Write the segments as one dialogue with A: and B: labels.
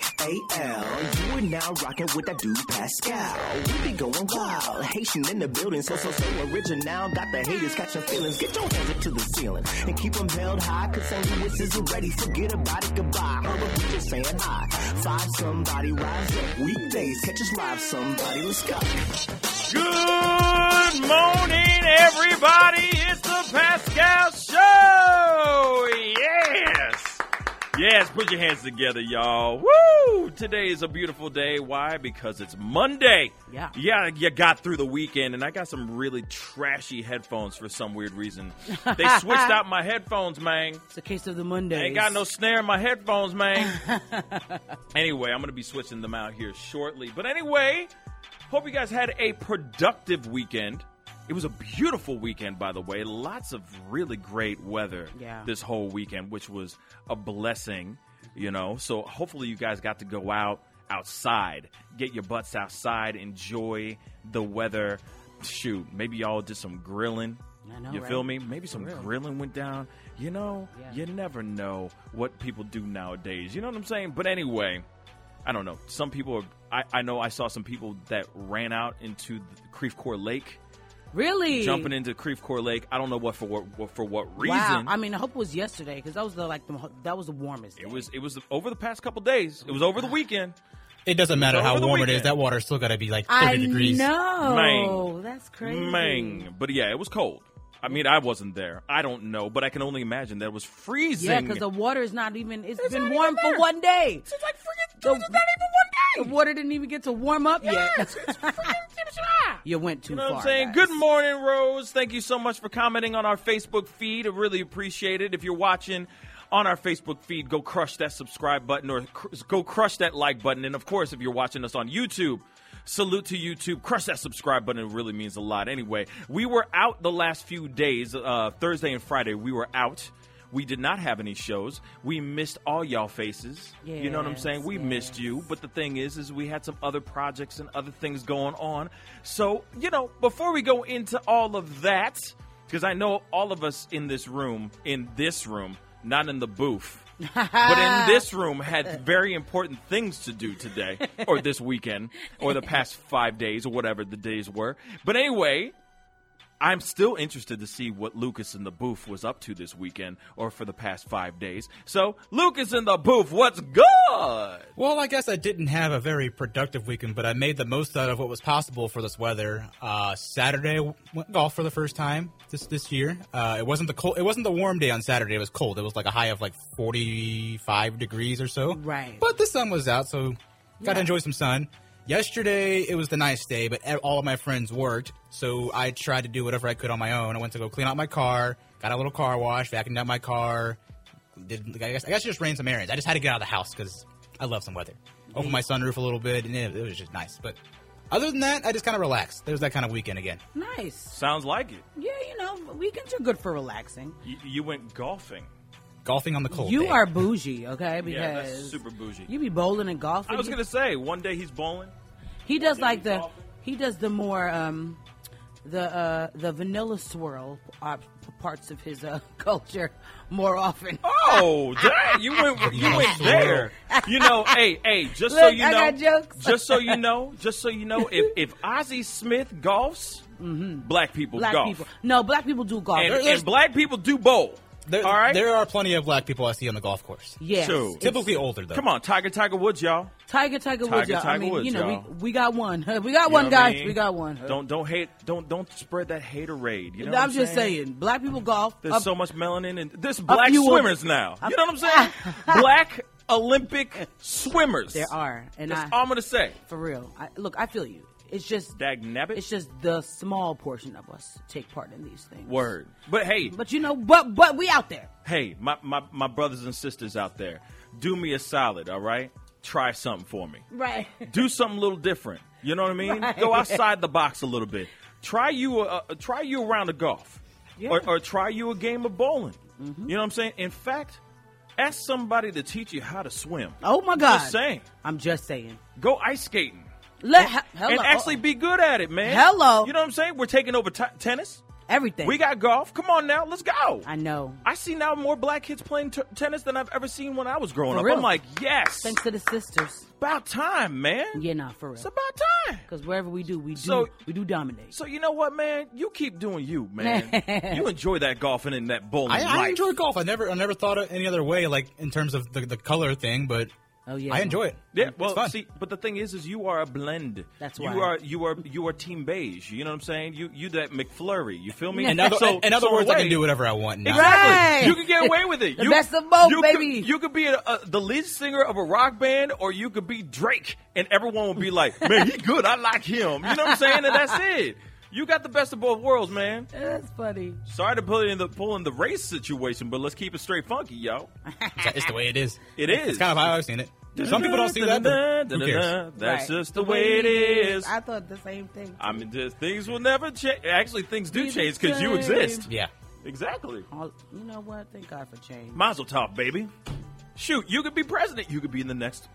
A: S-C-A-L. You are now rocking with that dude Pascal. We be going wild. Haitian in the building, so, so, so original. Got the haters catching feelings. Get your hands up to the ceiling and keep them held high. Cause St. Louis is ready. Forget about it, goodbye. Or we just saying hi. Five somebody rise up. Weekdays, catch us live. Somebody, let's go.
B: Good morning, everybody. It's the Pascal Show. Yes. Yes, put your hands together, y'all. Woo! Today is a beautiful day. Why? Because it's Monday.
C: Yeah.
B: Yeah, you got through the weekend, and I got some really trashy headphones for some weird reason. They switched out my headphones, man.
C: It's a case of the Monday.
B: I ain't got no snare in my headphones, man. anyway, I'm going to be switching them out here shortly. But anyway, hope you guys had a productive weekend. It was a beautiful weekend, by the way. Lots of really great weather
C: Yeah.
B: this whole weekend, which was a blessing, you know. So hopefully you guys got to go out outside, get your butts outside, enjoy the weather. Shoot, maybe y'all did some grilling.
C: I know,
B: you
C: right?
B: feel me? Maybe some
C: real.
B: grilling went down. You know,
C: Yeah.
B: you never know what people do nowadays. You know what I'm saying? But anyway, I don't know. Some people are. I, I know I saw some people that ran out into the Creve Coeur Lake,
C: Really?
B: jumping into Creve Coeur Lake. I don't know what for what for what reason.
C: Wow. I mean, I hope it was yesterday because that was the like the that was the warmest.
B: it
C: day.
B: was it was over the past couple days. It was over the weekend.
D: It doesn't matter
B: Over
D: how
B: the
D: warm it is.
B: weekend.
D: That water's still got to be like 30
C: I
D: degrees.
C: know.
B: Mang.
C: That's crazy.
B: Mang. But yeah, it was cold. I mean, I wasn't there. I don't know, but I can only imagine that it was freezing.
C: Yeah, because the water is not even. it's
B: not
C: been
B: even
C: warm
B: there.
C: for one day.
B: it's like freaking.
C: The-
B: it's not even
C: The
B: one day.
C: water didn't even get to warm up
B: Yes,
C: yet. you went too
B: You know
C: far.
B: what I'm saying?
C: guys.
B: Good morning, Rose. Thank you so much for commenting on our Facebook feed. I really appreciate it. If you're watching on our Facebook feed, go crush that subscribe button or cr- go crush that like button. And of course, if you're watching us on YouTube, salute to YouTube. Crush that subscribe button. It really means a lot. Anyway, we were out the last few days, uh, Thursday and Friday. We were out. We did not have any shows. We missed all y'all faces. you know what I'm
C: Yes,
B: saying? We missed
C: yes.
B: missed you, but the thing is, is we had some other projects and other things going on. So, you know, before we go into all of that, because I know all of us in this room, in this room, not in the booth, but in this room had very important things to do today, or this weekend, or the past five days, or whatever the days were. But anyway, I'm still interested to see what Lucas in the booth was up to this weekend or for the past five days. So, Lucas in the booth, what's good?
D: Well, I guess I didn't have a very productive weekend, but I made the most out of what was possible for this weather. Uh, Saturday went golf for the first time this this year. Uh, it wasn't the cold. It wasn't the warm day on Saturday. It was cold. It was like a high of like 45 degrees or so.
C: Right.
D: But the sun was out, so got to enjoy some sun. Yesterday it was the nice day, but e- all of my friends worked, so I tried to do whatever I could on my own. I went to go clean out my car, got a little car wash, vacuumed out my car, did I guess I guess I just ran some errands. I just had to get out of the house because I love some weather. Opened my sunroof a little bit, and it, it was just nice. But other than that, I just kind of relaxed. It was that kind of weekend again.
C: Nice.
B: Sounds like it.
C: Yeah, you know, weekends are good for relaxing.
B: You, you went golfing.
D: Golfing on the cold.
C: you
D: day.
C: are bougie, okay? Because
B: Yeah, that's super bougie.
C: You be bowling and golfing.
B: I was
C: You-
B: gonna say one day he's bowling.
C: He does like
B: he's
C: the
B: awful.
C: he does the more um the uh the vanilla swirl uh, p- parts of his uh, culture more often.
B: Oh, dang! You went, you went there. You know, hey, hey. Just so
C: Look,
B: you
C: I
B: know,
C: got jokes.
B: just so you know, just so you know, if if Ozzie Smith golfs, black people
C: Mm-hmm. Black
B: golf,
C: people. No, black people do golf.
B: and,
C: There
B: and
C: is-
B: black people do bowl.
D: There,
B: all right,
D: There are plenty of black people I see on the golf course.
C: yes.
B: So,
C: It's-
D: Typically older though.
B: come on, Tiger, Tiger Woods, y'all.
C: Tiger Tiger Woods.
B: Tiger,
C: y'all. I
B: Tiger
C: mean,
B: Woods,
C: you know,
B: y'all.
C: we, we got one. We got
B: You
C: one,
B: know what I
C: guys.
B: mean?
C: We got one.
B: Don't don't hate. Don't don't spread that haterade. You know, what
C: I'm just
B: saying?
C: saying, black people golf.
B: There's
C: up-
B: so much melanin and there's black
C: few of-
B: swimmers now. You know what I'm saying? black Olympic swimmers.
C: there are, and
B: That's
C: I
B: all I'm gonna say.
C: for real. I, look, I feel you. It's just
B: Dag nabbit.
C: it's just the small portion of us take part in these things.
B: Word. But hey,
C: But you know, but but we out there.
B: hey, my, my, my brothers and sisters out there, do me a solid, all right? Try something for me.
C: Right.
B: Do something a little different. You know what I mean?
C: Right.
B: Go outside the box a little bit. Try you a, a try you a round of golf,
C: Yeah. Mm-hmm.
B: or, or try you a game of bowling. You know what I'm saying? In fact, ask somebody to teach you how to swim.
C: Oh my God.
B: Just saying.
C: I'm just saying.
B: Go ice skating
C: Let, he- hello.
B: and actually be good at it, man.
C: Hello.
B: You know what I'm saying? We're taking over t- tennis.
C: Oh, Everything.
B: We got golf. Come on now, let's go.
C: I know.
B: I see now more black kids playing t- tennis than I've ever seen when I was growing
C: For
B: up.
C: real.
B: I'm like, yes,
C: Thanks to the sisters.
B: about time, man.
C: Yeah, nah, for real.
B: It's about time.
C: Because wherever we do, we do
B: So-
C: we do dominate.
B: So you know what, man? You keep doing you, man. you enjoy that golfing and that bowling
D: I, I
B: life.
D: enjoy golf. I never, I never thought of any other way, like in terms of the, the color thing. But
C: Oh, yeah.
D: I enjoy it.
B: Yeah,
D: It's
B: well,
D: fun.
B: see, but the thing is, is you are a blend.
C: That's
B: you
C: why.
B: are you are you are team beige. You know what I'm saying? You you that McFlurry. You feel me?
D: in other,
B: So-
D: in other
B: so
D: words, I
B: way-
D: can do whatever I want. Now.
B: Exactly.
C: Right.
B: You can get away with it.
C: The
B: you,
C: best of both,
B: you
C: baby.
B: Could, you could be a, a, the lead singer of a rock band, or you could be Drake, and everyone would be like, "Man, he good. I like him." You know what I'm saying? And that's it. You got the best of both worlds, man.
C: That's funny.
B: Sorry to put it in the pull in the race situation, but let's keep it straight funky, yo.
D: It's, it's the way it is.
B: It is.
D: It's kind of how I've seen it. Some people don't see that. But who cares?
B: That's
C: Right.
B: just the way it is.
C: I thought the same thing.
B: I mean, just, things will never change. Actually, things do
C: Be the
B: change because you
C: same.
B: exist.
D: Yeah.
B: Exactly.
C: All- you know what? Thank God for change.
B: Mazel tov, baby. Shoot, you could be president. You could be in the next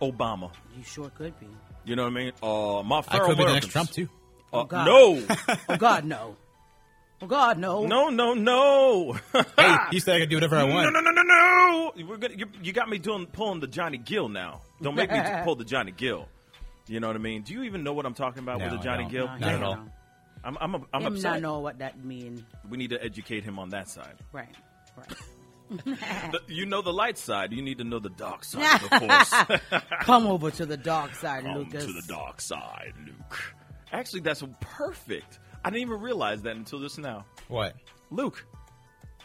B: Obama.
C: you sure could be.
B: You know what I mean? Uh, my
D: I
B: fellow
D: could be the
B: Americans.
D: next Trump too.
B: Uh,
C: Oh, God.
B: no,
C: Oh God, no. Oh God, no.
B: no, no, no.
D: Hey, he said I could do whatever I
B: Ah! no,
D: want.
B: no, no, no, no. We're gonna, you, you got me doing pulling the Johnny Gill now. Don't make me t- pull the Johnny Gill. You know what I mean? Do you even know what I'm talking about
D: No,
B: with the
D: I
B: Johnny
D: don't.
B: Gill?
D: Not
C: No,
D: at
C: no,
D: all.
C: no.
B: I'm, I'm, I'm, I'm
C: Him not
B: upset.
C: know what that mean.
B: We need to educate him on that side.
C: Right. Right.
B: The- you know the light side. You need to know the dark side of the force.
C: Come over to the dark side,
B: Come
C: Lucas.
B: to the dark side, Luke. Actually, that's perfect. I didn't even realize that until just now.
D: What?
B: Luke,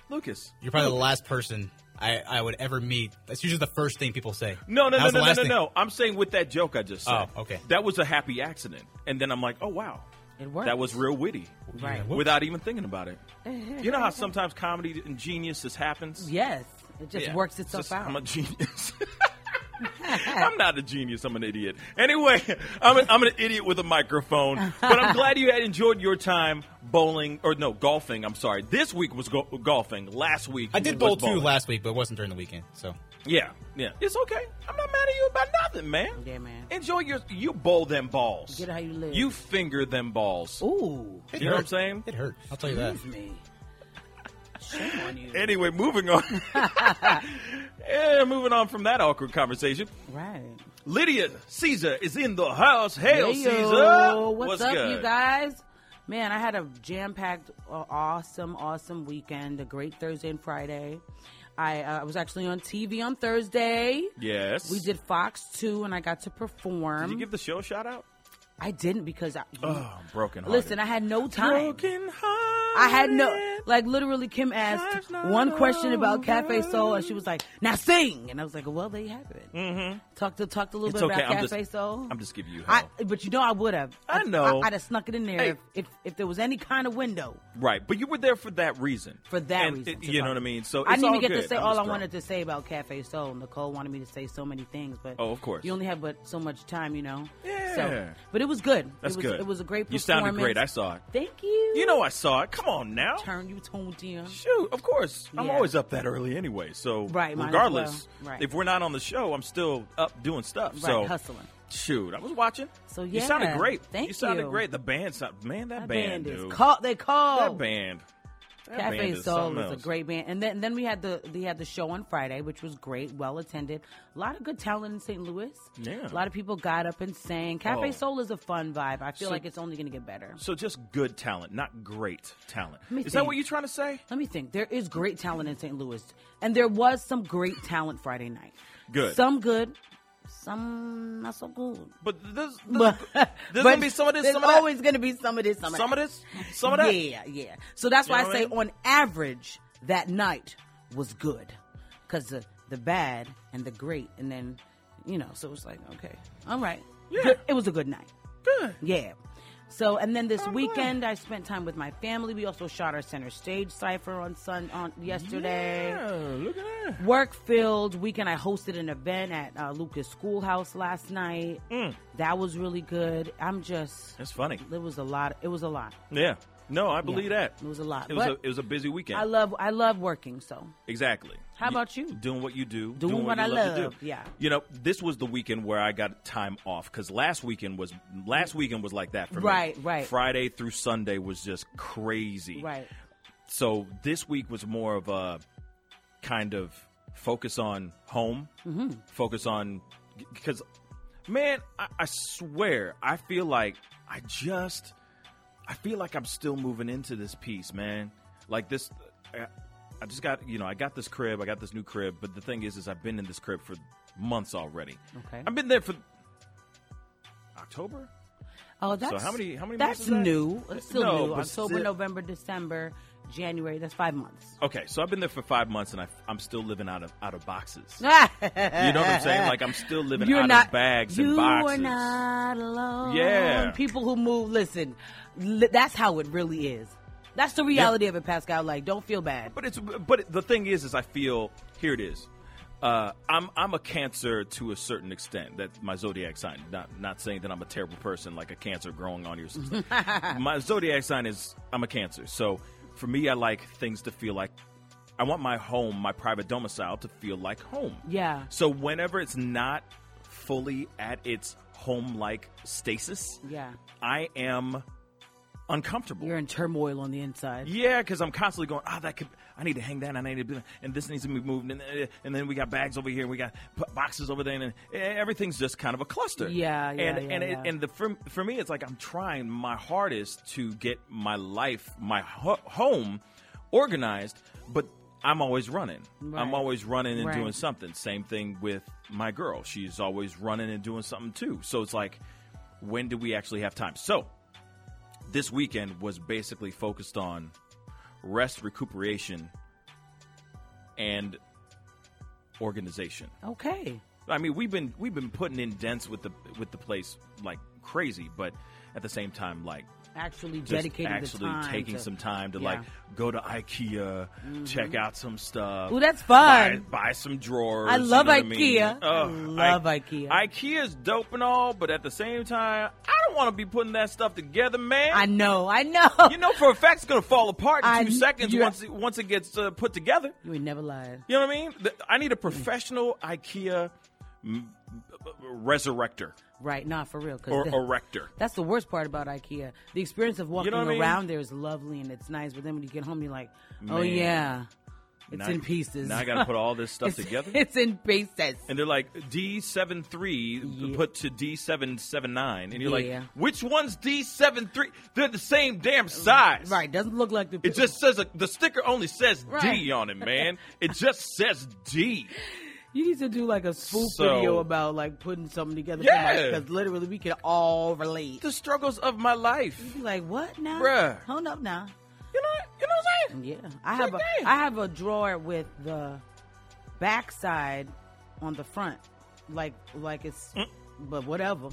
B: Lucas.
D: You're probably the last person I, I would ever meet. That's usually the first thing people say.
B: No, no,
D: That
B: no,
D: was the
B: no, no,
D: last
B: no,
D: thing.
B: no. I'm saying with that joke I just said.
D: Oh, okay.
B: That was a happy accident, and then I'm like, oh wow,
C: It worked.
B: that was real witty,
D: Yeah,
C: Right.
D: whoops.
B: without even thinking about it. You know how sometimes comedy and genius just happens.
C: Yes. It just
B: Yeah.
C: works itself
B: Just-
C: out.
B: I'm a genius. I'm not a genius. I'm an idiot. Anyway, I'm, an I'm an idiot with a microphone. But I'm glad you had enjoyed your time bowling, or no, golfing. I'm sorry. This week was go- golfing. Last week
D: I did
B: was
D: bowl two
B: bowling.
D: last week, but it wasn't during the weekend. So
B: Yeah, yeah. It's okay. I'm not mad at you about nothing, man.
C: Yeah, man.
B: Enjoy your. You bowl them balls.
C: Get how you live.
B: You finger them balls.
C: Ooh.
D: It
B: You know what
D: hurt.
B: I'm saying? Mm-hmm.
D: It hurt. I'll tell you that.
C: Excuse me. Shame on you.
B: Anyway, moving on. yeah, moving on from that awkward conversation.
C: right.
B: Lydia Caesar is in the house. Hail
C: Hey,
B: Caesar!
C: yo. What's, up,
B: good?
C: you guys? Man, I had a jam-packed, uh, awesome, awesome weekend. A great Thursday and Friday. I uh, was actually on TV on Thursday.
B: Yes.
C: We did Fox 2, and I got to perform.
B: Did you give the show a shout out?
C: I didn't because I.
B: Oh, broken hearted.
C: Listen, I had no time.
B: broken
C: I had no, like, literally, Kim
B: Life's
C: asked
B: not
C: one question about Cafe
B: over.
C: Soul, and she was like, "Now sing," and I was like, "Well, there you have it." Mm-hmm. Talked to talked a little
B: It's
C: bit
B: okay.
C: about
B: I'm
C: Cafe
B: just,
C: Soul.
B: I'm just giving you
C: I,
B: hell.
C: but you know, I would have.
B: I know.
C: I, would have snuck it in there
B: Hey.
C: if, if if there was any kind of window
B: right, but you were there for that reason.
C: for that
B: And
C: reason.
B: it-
C: to
B: you know
C: talk.
B: what I mean? So
C: I
B: it's
C: didn't
B: all
C: even get
B: good.
C: to say
B: I'm
C: all
B: just
C: I wanted
B: throwing-
C: to say about Cafe Soul. Nicole wanted me to say so many things, but
B: Oh, of course.
C: you only have but so much time, you know.
B: Yeah.
C: So, but it was good.
B: That's
C: it was,
B: good.
C: It was a great.
B: You sounded great. I
C: performance.
B: saw it.
C: Thank you.
B: You know I saw it. Come on now.
C: turn you tuned in.
B: Shoot, of course. I'm
C: Yeah.
B: always up that early anyway. So
C: Right, might as
B: regardless,
C: well. Right.
B: if we're not on the show, I'm still up doing stuff.
C: Right,
B: so
C: hustling.
B: Shoot, I was watching.
C: So,
B: you sounded
C: yeah,
B: great.
C: thank
B: you sounded
C: you.
B: great. The band, sound- man, that,
C: That
B: band,
C: band,
B: dude.
C: is called. They
B: that
C: called
B: band. That
C: Cafe
B: band is
C: Soul
B: something
C: is a
B: else.
C: great band, and then then we had the we had the show on Friday, which was great, well attended. A lot of good talent in St. Louis.
B: Yeah.
C: a lot of people got up and sang. Cafe
B: Oh.
C: Soul is a fun vibe. I feel
B: So-
C: like it's only going to get better.
B: So just good talent, not great talent.
C: me
B: Is that
C: think.
B: what you're trying to say?
C: Let me think. There is great talent in St. Louis, and there was some great talent Friday night.
B: Good.
C: Some good, some not so good.
B: But this, this
C: But
B: there's
C: but
B: gonna be some of this,
C: There's
B: some of that.
C: always going to be some of this, some of
B: some
C: that.
B: of this, some of that.
C: Yeah, yeah. So that's
B: You
C: why
B: know
C: I
B: what I
C: say,
B: mean?
C: on average, that night was good, because the the bad and the great, and then you know, so it was like, okay, all right,
B: Yeah.
C: Good- It was a good night.
B: Good.
C: Yeah. So and then this
B: I'm
C: weekend I spent time with my family. We also shot our center stage cipher on Sun on yesterday.
B: Yeah, look at that.
C: Work filled weekend. I hosted an event at uh, Lucas Schoolhouse last
B: Mm.
C: night. That was really good. I'm just
B: That's funny.
C: it was a lot. It was a lot.
B: Yeah. No, I believe
C: Yeah,
B: that.
C: it was a lot,
B: It was, a,
C: but-
B: it was a busy weekend.
C: I love I love working. So
B: Exactly.
C: How about you?
B: Doing what you do.
C: Doing what
B: you
C: I
B: to
C: love,
B: do.
C: yeah.
B: You know, this was the weekend where I got time off because last weekend was last weekend was like that for
C: Right,
B: me.
C: right.
B: Friday through Sunday was just crazy.
C: right,
B: So this week was more of a kind of focus on home, focus on because man, I, I swear, I feel like I just I feel like I'm still moving into this piece, man. Like this, I, I just got you know I got this crib, I got this new crib, but the thing is, is I've been in this crib for months already.
C: okay.
B: I've been there for October.
C: oh, that's
B: how many- how many months
C: That's
B: is that?
C: new. It's still
B: No,
C: new.
B: but
C: October,
B: still-
C: November, December, January. That's five months.
B: Okay, so I've been there for five months, and I, I'm still living out of out of boxes.
C: you
B: You know
C: know
B: what I'm saying? Like I'm still living out of bags
C: you
B: and boxes.
C: are not alone.
B: Yeah.
C: People who move, listen, li- that's how it really is. That's the reality of it, Pascal. Like, don't feel bad.
B: But it's but the thing is, is I feel here it is. Uh, I'm I'm a cancer to a certain extent. That's my zodiac sign. Not not saying that I'm a terrible person like a cancer growing on you. or something. my zodiac sign is I'm a cancer. So for me, I like things to feel like I want my home, my private domicile, to feel like home.
C: Yeah.
B: So whenever it's not fully at its home-like stasis,
C: Yeah.
B: I am uncomfortable.
C: You're in turmoil on the inside.
B: Yeah, because I'm constantly going, ah, that could. I need to hang that, and I need to, do that, and this needs to be moved, and uh, and then we got bags over here, and we got p- boxes over there, and, uh, everything's just kind of a cluster.
C: Yeah, yeah,
B: and
C: yeah,
B: and
C: yeah.
B: It, and the for, for me, it's like I'm trying my hardest to get my life, my ho- home, organized, but I'm always running.
C: Right.
B: I'm always running and
C: Right.
B: doing something. Same thing with my girl; she's always running and doing something too. So it's like, when do we actually have time? So this weekend was basically focused on rest, recuperation, and organization.
C: Okay.
B: I mean, we've been we've been putting in dents with the with the place like crazy, but at the same time, like
C: Actually
B: just
C: dedicating
B: actually
C: the time.
B: taking
C: to-
B: some time to
C: Yeah. Mm-hmm.
B: like go to IKEA, check out some stuff.
C: Ooh, that's fun.
B: Buy, buy some drawers.
C: I love
B: you know what
C: IKEA. I
B: Ugh,
C: love
B: I-
C: IKEA.
B: IKEA's dope and all, but at the same time, I don't want to be putting that stuff together, man.
C: I know, I know.
B: you know for a fact it's gonna fall apart in
C: I-
B: two seconds
C: you're-
B: once it, once it gets uh, put together.
C: You ain't never lied.
B: You know what I mean? Th- I need a professional IKEA m- resurrector
C: Right, nah, for real. 'cause
B: or
C: the-
B: erector.
C: that's the worst part about IKEA. The experience of walking
B: what I mean?
C: around there is lovely and it's nice, but then when you get home, you're like, oh
B: Man.
C: yeah, it's
B: Now-
C: in pieces.
B: Now I gotta put all this stuff
C: It's-
B: together.
C: It's in pieces.
B: And they're like D seven three
C: Yeah.
B: put to D seven seven nine, and you're
C: Yeah. Uh,
B: like, which one's D seven three? They're the same damn size,
C: Right, doesn't look like the.
B: It just says a, the sticker only says
C: Right.
B: D on it, man. it just says D.
C: you need to do like a spoof
B: So-
C: video about like putting something together.
B: Yeah.
C: because literally we can all relate.
B: The struggles of my life. You know,
C: Like what now?
B: Bruh.
C: Hold up now.
B: what- you know what I'm saying?
C: Yeah, I have a
B: Goddamn.
C: I have a drawer with the backside on the front, like like it's
B: Mm.
C: but whatever.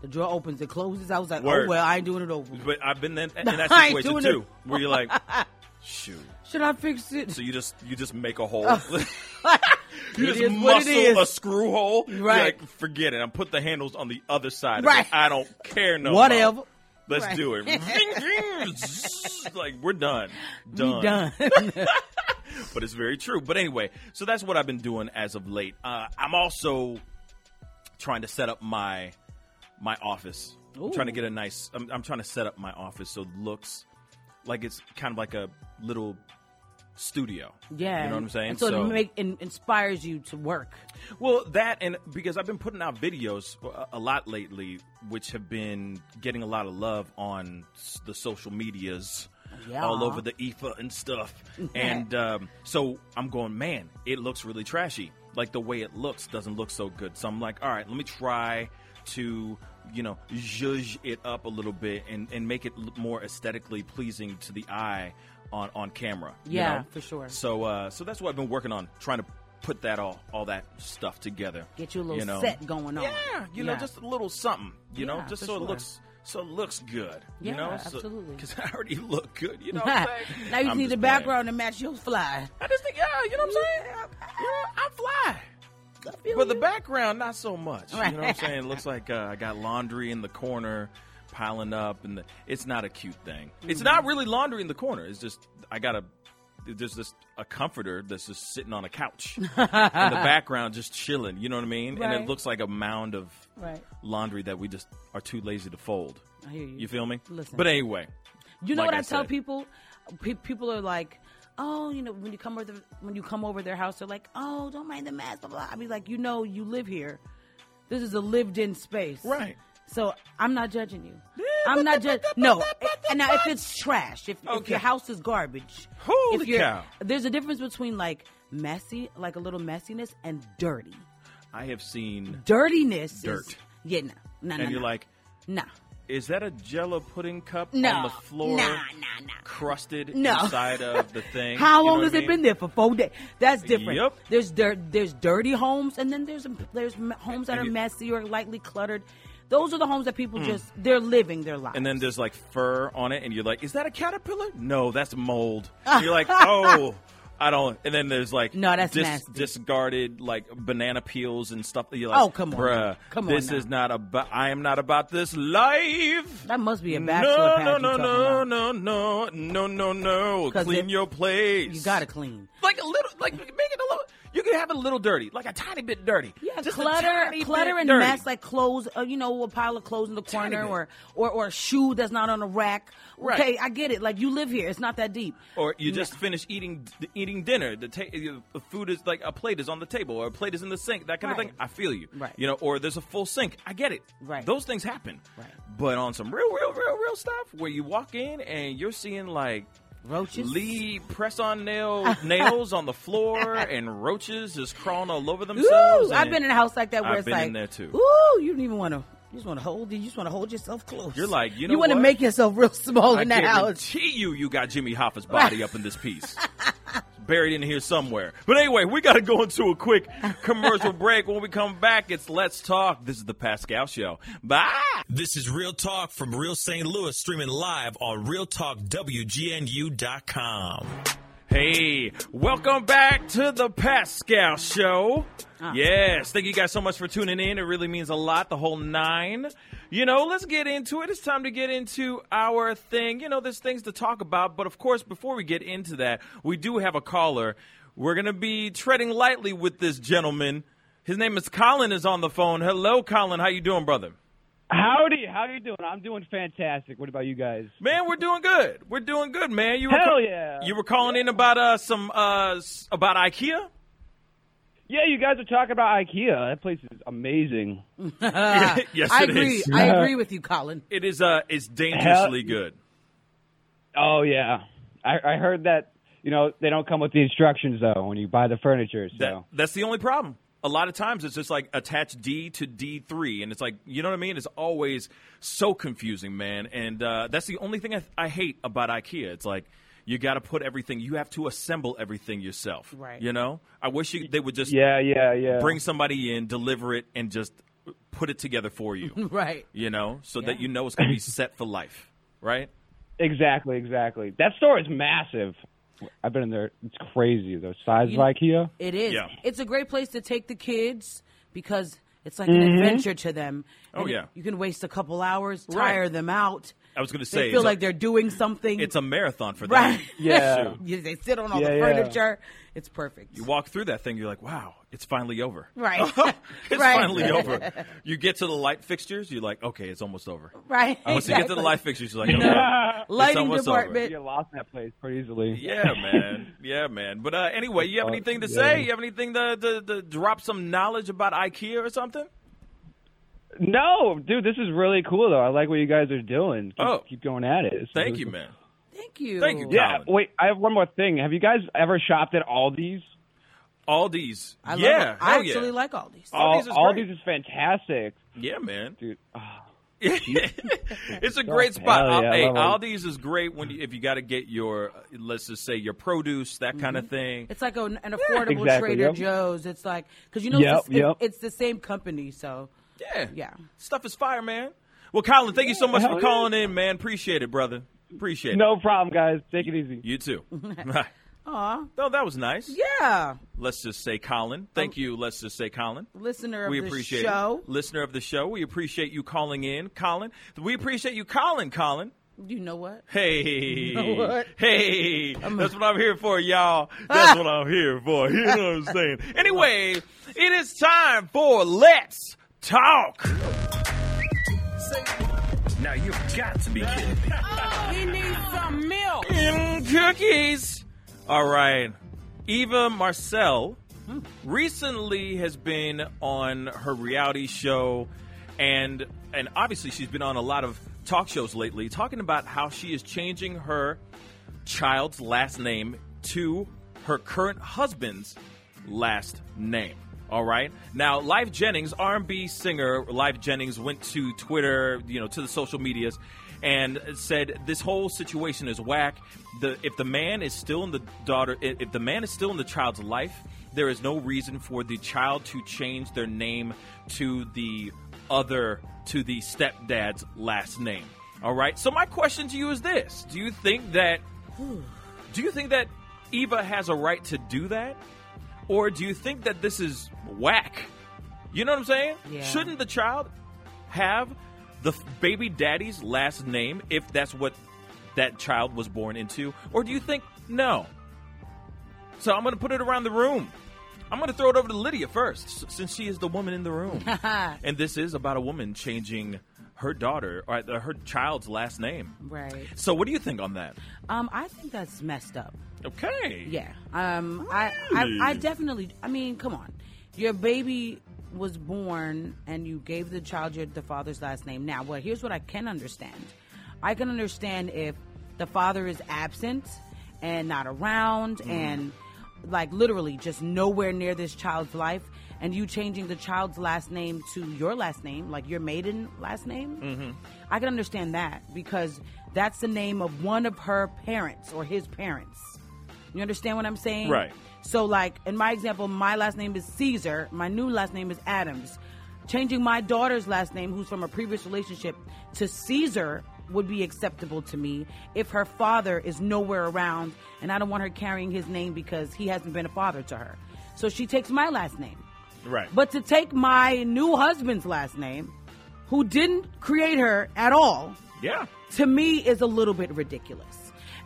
C: The drawer opens, it closes. I was like,
B: Word.
C: oh well, I ain't doing it over.
B: But I've been in, in that
C: I ain't
B: situation
C: doing
B: too,
C: it.
B: where you're like, shoot.
C: Should I fix it?
B: So you just you just make a hole. you
C: Oh, It
B: just
C: is what it is.
B: muscle a screw hole. You're
C: Right.
B: like, Forget it. I put the handles on the other side. of it.
C: Right.
B: I don't care no. more.
C: whatever.
B: Let's
C: Right.
B: do it. Ving, ving. like we're done. Done.
C: We done.
B: But it's very true. But anyway, so that's what I've been doing as of late. Uh, I'm also trying to set up my my office. I'm trying to
C: Ooh.
B: get a nice. I'm, I'm trying to set up my office so it looks like it's kind of like a little studio.
C: yeah,
B: you know what I'm saying.
C: And so, it make, in, inspires you to work.
B: Well, that and because I've been putting out videos a, a lot lately, which have been getting a lot of love on s- the social medias,
C: Yeah.
B: all over the ether and stuff. and um, so I'm going, man, it looks really trashy. Like the way it looks doesn't look so good. So I'm like, all right, let me try to you know zhuzh it up a little bit and and make it look more aesthetically pleasing to the eye on on camera. you
C: Yeah,
B: know?
C: for sure.
B: So uh, so that's what I've been working on, trying to put that all all that stuff together.
C: Get you a little
B: know?
C: set going on.
B: Yeah, you know,
C: Yeah.
B: just a little something. You know,
C: Yeah,
B: just
C: for
B: so
C: sure.
B: it looks so it looks good.
C: Yeah,
B: you know,
C: absolutely.
B: Because I already look good. You know, what I'm saying?
C: now you just
B: I'm
C: need the
B: playing.
C: background to match your fly.
B: I just think, yeah, you know what I'm saying. You know, I fly. But the background, not so much. You know what I'm saying? It looks like uh, I got laundry in the corner. piling up, and the, it's not a cute thing. It's not really laundry in the corner. It's just I gotta. There's this a comforter that's just sitting on a couch in the background, just chilling. You know what I mean? And
C: Right.
B: it looks like a mound of
C: Right.
B: laundry that we just are too lazy to fold.
C: I hear you.
B: You feel me?
C: Listen.
B: But anyway,
C: You know
B: like
C: what I,
B: I
C: tell
B: said.
C: people? Pe- people are like, "Oh, you know, when you come over when you come over their house, they're like, "Oh, don't mind the mess." Blah blah. I be like, you know, you live here. This is a lived-in space,
B: Right.
C: So I'm not judging you. I'm not judging. No, and now if it's trash, if, if
B: Okay.
C: your house is garbage,
B: Holy
C: if you're-
B: cow.
C: There's a difference between like messy, like a little messiness, and dirty.
B: I have seen,
C: Dirtiness, is-
B: Dirt.
C: yeah, no, no, no,
B: and you're
C: no.
B: like,
C: nah,
B: is that a Jello pudding cup
C: no,
B: on the floor?
C: nah, nah, nah.
B: crusted
C: No.
B: inside of the thing.
C: How
B: You know
C: long
B: what
C: has
B: I
C: it
B: mean?
C: been there for? Four days. That's different.
B: Yep.
C: There's dirt. There's dirty homes, and then there's there's m- homes that
B: And
C: are
B: you-
C: messy or lightly cluttered. Those are the homes that people just they're living their life.
B: And then there's like fur on it, and you're like, "Is that a caterpillar? No, that's mold." And you're like, "Oh, I don't." And then there's like,
C: No, that's nasty.
B: discarded like banana peels and stuff. that You're like,
C: Oh, come on
B: bruh,
C: now. Come on
B: this
C: now.
B: is not about. I am not about this life."
C: that must be a bachelor
B: No,
C: pad
B: no,
C: you're
B: no,
C: talking
B: no,
C: about.
B: no, no, no, no, no.
C: 'Cause
B: Clean
C: it-
B: your place.
C: You gotta clean.
B: like a little, like make it a little. You can have it a little dirty, like a tiny bit dirty.
C: Yeah,
B: Just a
C: clutter,
B: tiny bit
C: clutter, and
B: dirty.
C: mess like clothes. Uh, you know, a pile of clothes in the
B: Tiny
C: corner,
B: bit.
C: or, or or a shoe that's not on a rack.
B: Right.
C: Okay, I get it. Like you live here, it's not that deep.
B: Or you just finished eating d- eating dinner. The, ta- you- the food is like a plate is on the table, or a plate is in the sink. That kind
C: Right.
B: of thing. I feel you.
C: Right.
B: You know, or there's a full sink. I get it.
C: Right.
B: Those things happen.
C: Right.
B: But on some real, real, real, real stuff, where you walk in and you're seeing like
C: Roaches.
B: Lee press on nail nails on the floor and roaches just crawling all over themselves.
C: Ooh, I've
B: and
C: been in a house like that where
B: I've
C: it's
B: been
C: like,
B: in there too.
C: ooh, you don't even want to. You just want to hold. You just want to hold yourself close.
B: You're like, you know
C: you want to
B: what?
C: make yourself real small
B: I
C: in that house.
B: guarantee you, you got Jimmy Hoffa's body up in this piece. Buried in here somewhere. But anyway, we got to go into a quick commercial break. When we come back, it's Let's Talk. This is the Pascal Show. Bye.
E: This is Real Talk from Real St. Louis, streaming live on RealTalkWGNU.com.
B: Hey, welcome back to the Pascal Show. Yes, thank you guys so much for tuning in. It really means a lot, the whole nine. You know, let's get into it. It's time to get into our thing. You know, there's things to talk about, but of course, before we get into that, we do have a caller. We're going to be treading lightly with this gentleman. His name is Colin is on the phone. Hello Colin, how you doing, brother?
F: Howdy, how you doing? I'm doing fantastic. What about you guys?
B: Man, we're doing good. We're doing good, man. You were
F: Hell yeah.
B: You were calling in about uh some uh s- about IKEA?
F: Yeah, you guys are talking about IKEA. That place is amazing.
B: yes,
C: I
B: it is.
C: agree. I agree with you, Colin.
B: It is. Uh, it's dangerously good.
F: Oh yeah, I, I heard that. You know they don't come with the instructions though when you buy the furniture. So
B: That, That's the only problem. A lot of times it's just like attach D to D three, and it's like you know what I mean. It's always so confusing, man. And uh, that's the only thing I, I hate about IKEA. It's like you got to put everything. You have to assemble everything yourself.
C: Right.
B: You know. I wish you, they would just
F: yeah, yeah, yeah.
B: bring somebody in, deliver it, and just put it together for you.
C: Right.
B: you know, so that
C: Yeah.
B: you know it's going to be set for life. Right.
F: exactly, exactly. That store is massive. I've been in there. It's crazy. The size
C: You-
F: of IKEA.
C: It is.
B: Yeah.
C: It's a great place to take the kids because it's like an
F: Mm-hmm.
C: adventure to them.
B: Oh,
C: And
B: yeah.
C: You can waste a couple hours,
B: Right.
C: tire them out.
B: I was going to say
C: They feel
B: it's
C: like
B: a,
C: they're doing something.
B: it's a marathon for them.
C: right.
F: Yeah.
C: Yeah, they sit on all
F: Yeah,
C: the
F: yeah.
C: furniture. It's perfect.
B: you walk through that thing, you're like, wow, it's finally over.
C: Right.
B: it's
C: Right.
B: finally over. You get to the light fixtures, you're like, okay, it's almost over.
C: right.
B: Once you get to the
C: exactly.
B: light fixtures, you're like, okay.
C: lighting
B: almost over.
C: department.
F: You get lost in that place pretty easily.
B: yeah, man. Yeah, man. But uh, anyway, you have
F: Uh,
B: anything to
F: yeah.
B: say? You have anything to, to, to drop some knowledge about IKEA or something?
F: No, dude, this is really cool though. I like what you guys are doing. Keep,
B: Oh.
F: keep going at it. This is
B: Thank
F: really
B: you,
F: cool.
B: man.
C: Thank you.
B: Thank you.
F: Yeah,
B: Colin.
F: wait, I have one more thing. Have you guys ever shopped at Aldi's?
B: All these.
C: I love
B: yeah.
C: it. I
B: hell yeah.
C: actually like all these.
B: Aldi's is
F: Al-
B: great.
F: Aldi's is fantastic,
B: Yeah, man.
F: dude. Ah,
B: it's a great
F: Hell
B: spot.
F: yeah, I
B: hey,
F: love
B: Aldi's is great when you, if you got to get your, uh, let's just say, your produce, that kind of thing.
C: Mm-hmm. It's like an, an affordable
F: exactly,
C: Trader
F: yep.
C: Joe's. It's like because you know
F: Yep,
C: it's, the-
F: yep.
C: it's the same company, so
B: Yeah.
C: Yeah.
B: Stuff is fire, man. Well, Colin, thank you so much
F: Hell
B: for
F: yeah.
B: calling in, man. Appreciate it, brother. Appreciate it.
F: No problem, guys. Take it easy.
B: You too.
C: Aw.
B: No, that was nice.
C: Yeah. Um,
B: Let's just say Colin. Thank you. Let's just say Colin.
C: Listener of
B: we
C: the
B: appreciate
C: show.
B: It. listener of the show. We appreciate you calling in, Colin. We appreciate you calling, Colin.
C: You know what?
B: Hey,
C: what?
B: hey, that's what I'm here for, y'all. That's what I'm here for. You know what I'm saying? Anyway, it is time for Let's Talk.
E: Now you've got to be kidding me.
C: He needs some milk.
B: Mm, cookies. All right. Eva Marcel recently has been on her reality show and and obviously she's been on a lot of talk shows lately talking about how she is changing her child's last name to her current husband's last name. All right. Now, Live Jennings, R&B singer Live Jennings, went to Twitter, you know, to the social medias, and said this whole situation is whack. The if the man is still in the daughter, i- if the man is still in the child's life, there is no reason for the child to change their name to the other to the stepdad's last name. All right. So my question to you is this: Do you think that do you think that Eva has a right to do that? Or do you think that this is whack? You know what I'm saying?
C: Yeah.
B: Shouldn't the child have the f- baby daddy's last name if that's what that child was born into? Or do you think no? So I'm going to put it around the room. I'm going to throw it over to Lydia first, s- since she is the woman in the room. and this is about a woman changing her daughter, or uh, her child's last name.
C: Right.
B: So, what do you think on that?
C: Um, I think that's messed up.
B: Okay.
C: Yeah. Um, I, I, I definitely. I mean, come on. Your baby was born, and you gave the child your, the father's last name. Now, well, here's what I can understand. I can understand if the father is absent and not around, and like literally just nowhere near this child's life, and you changing the child's last name to your last name, like your maiden last name. I can understand that because that's the name of one of her parents or his parents. You understand what I'm saying?
B: Right.
C: So, like in my example, my last name is Caesar. My new last name is Adams. Changing my daughter's last name, who's from a previous relationship, to Caesar would be acceptable to me if her father is nowhere around and I don't want her carrying his name because he hasn't been a father to her. So she takes my last name.
B: Right.
C: But to take my new husband's last name, who didn't create her at all,
B: yeah.
C: to me is a little bit ridiculous.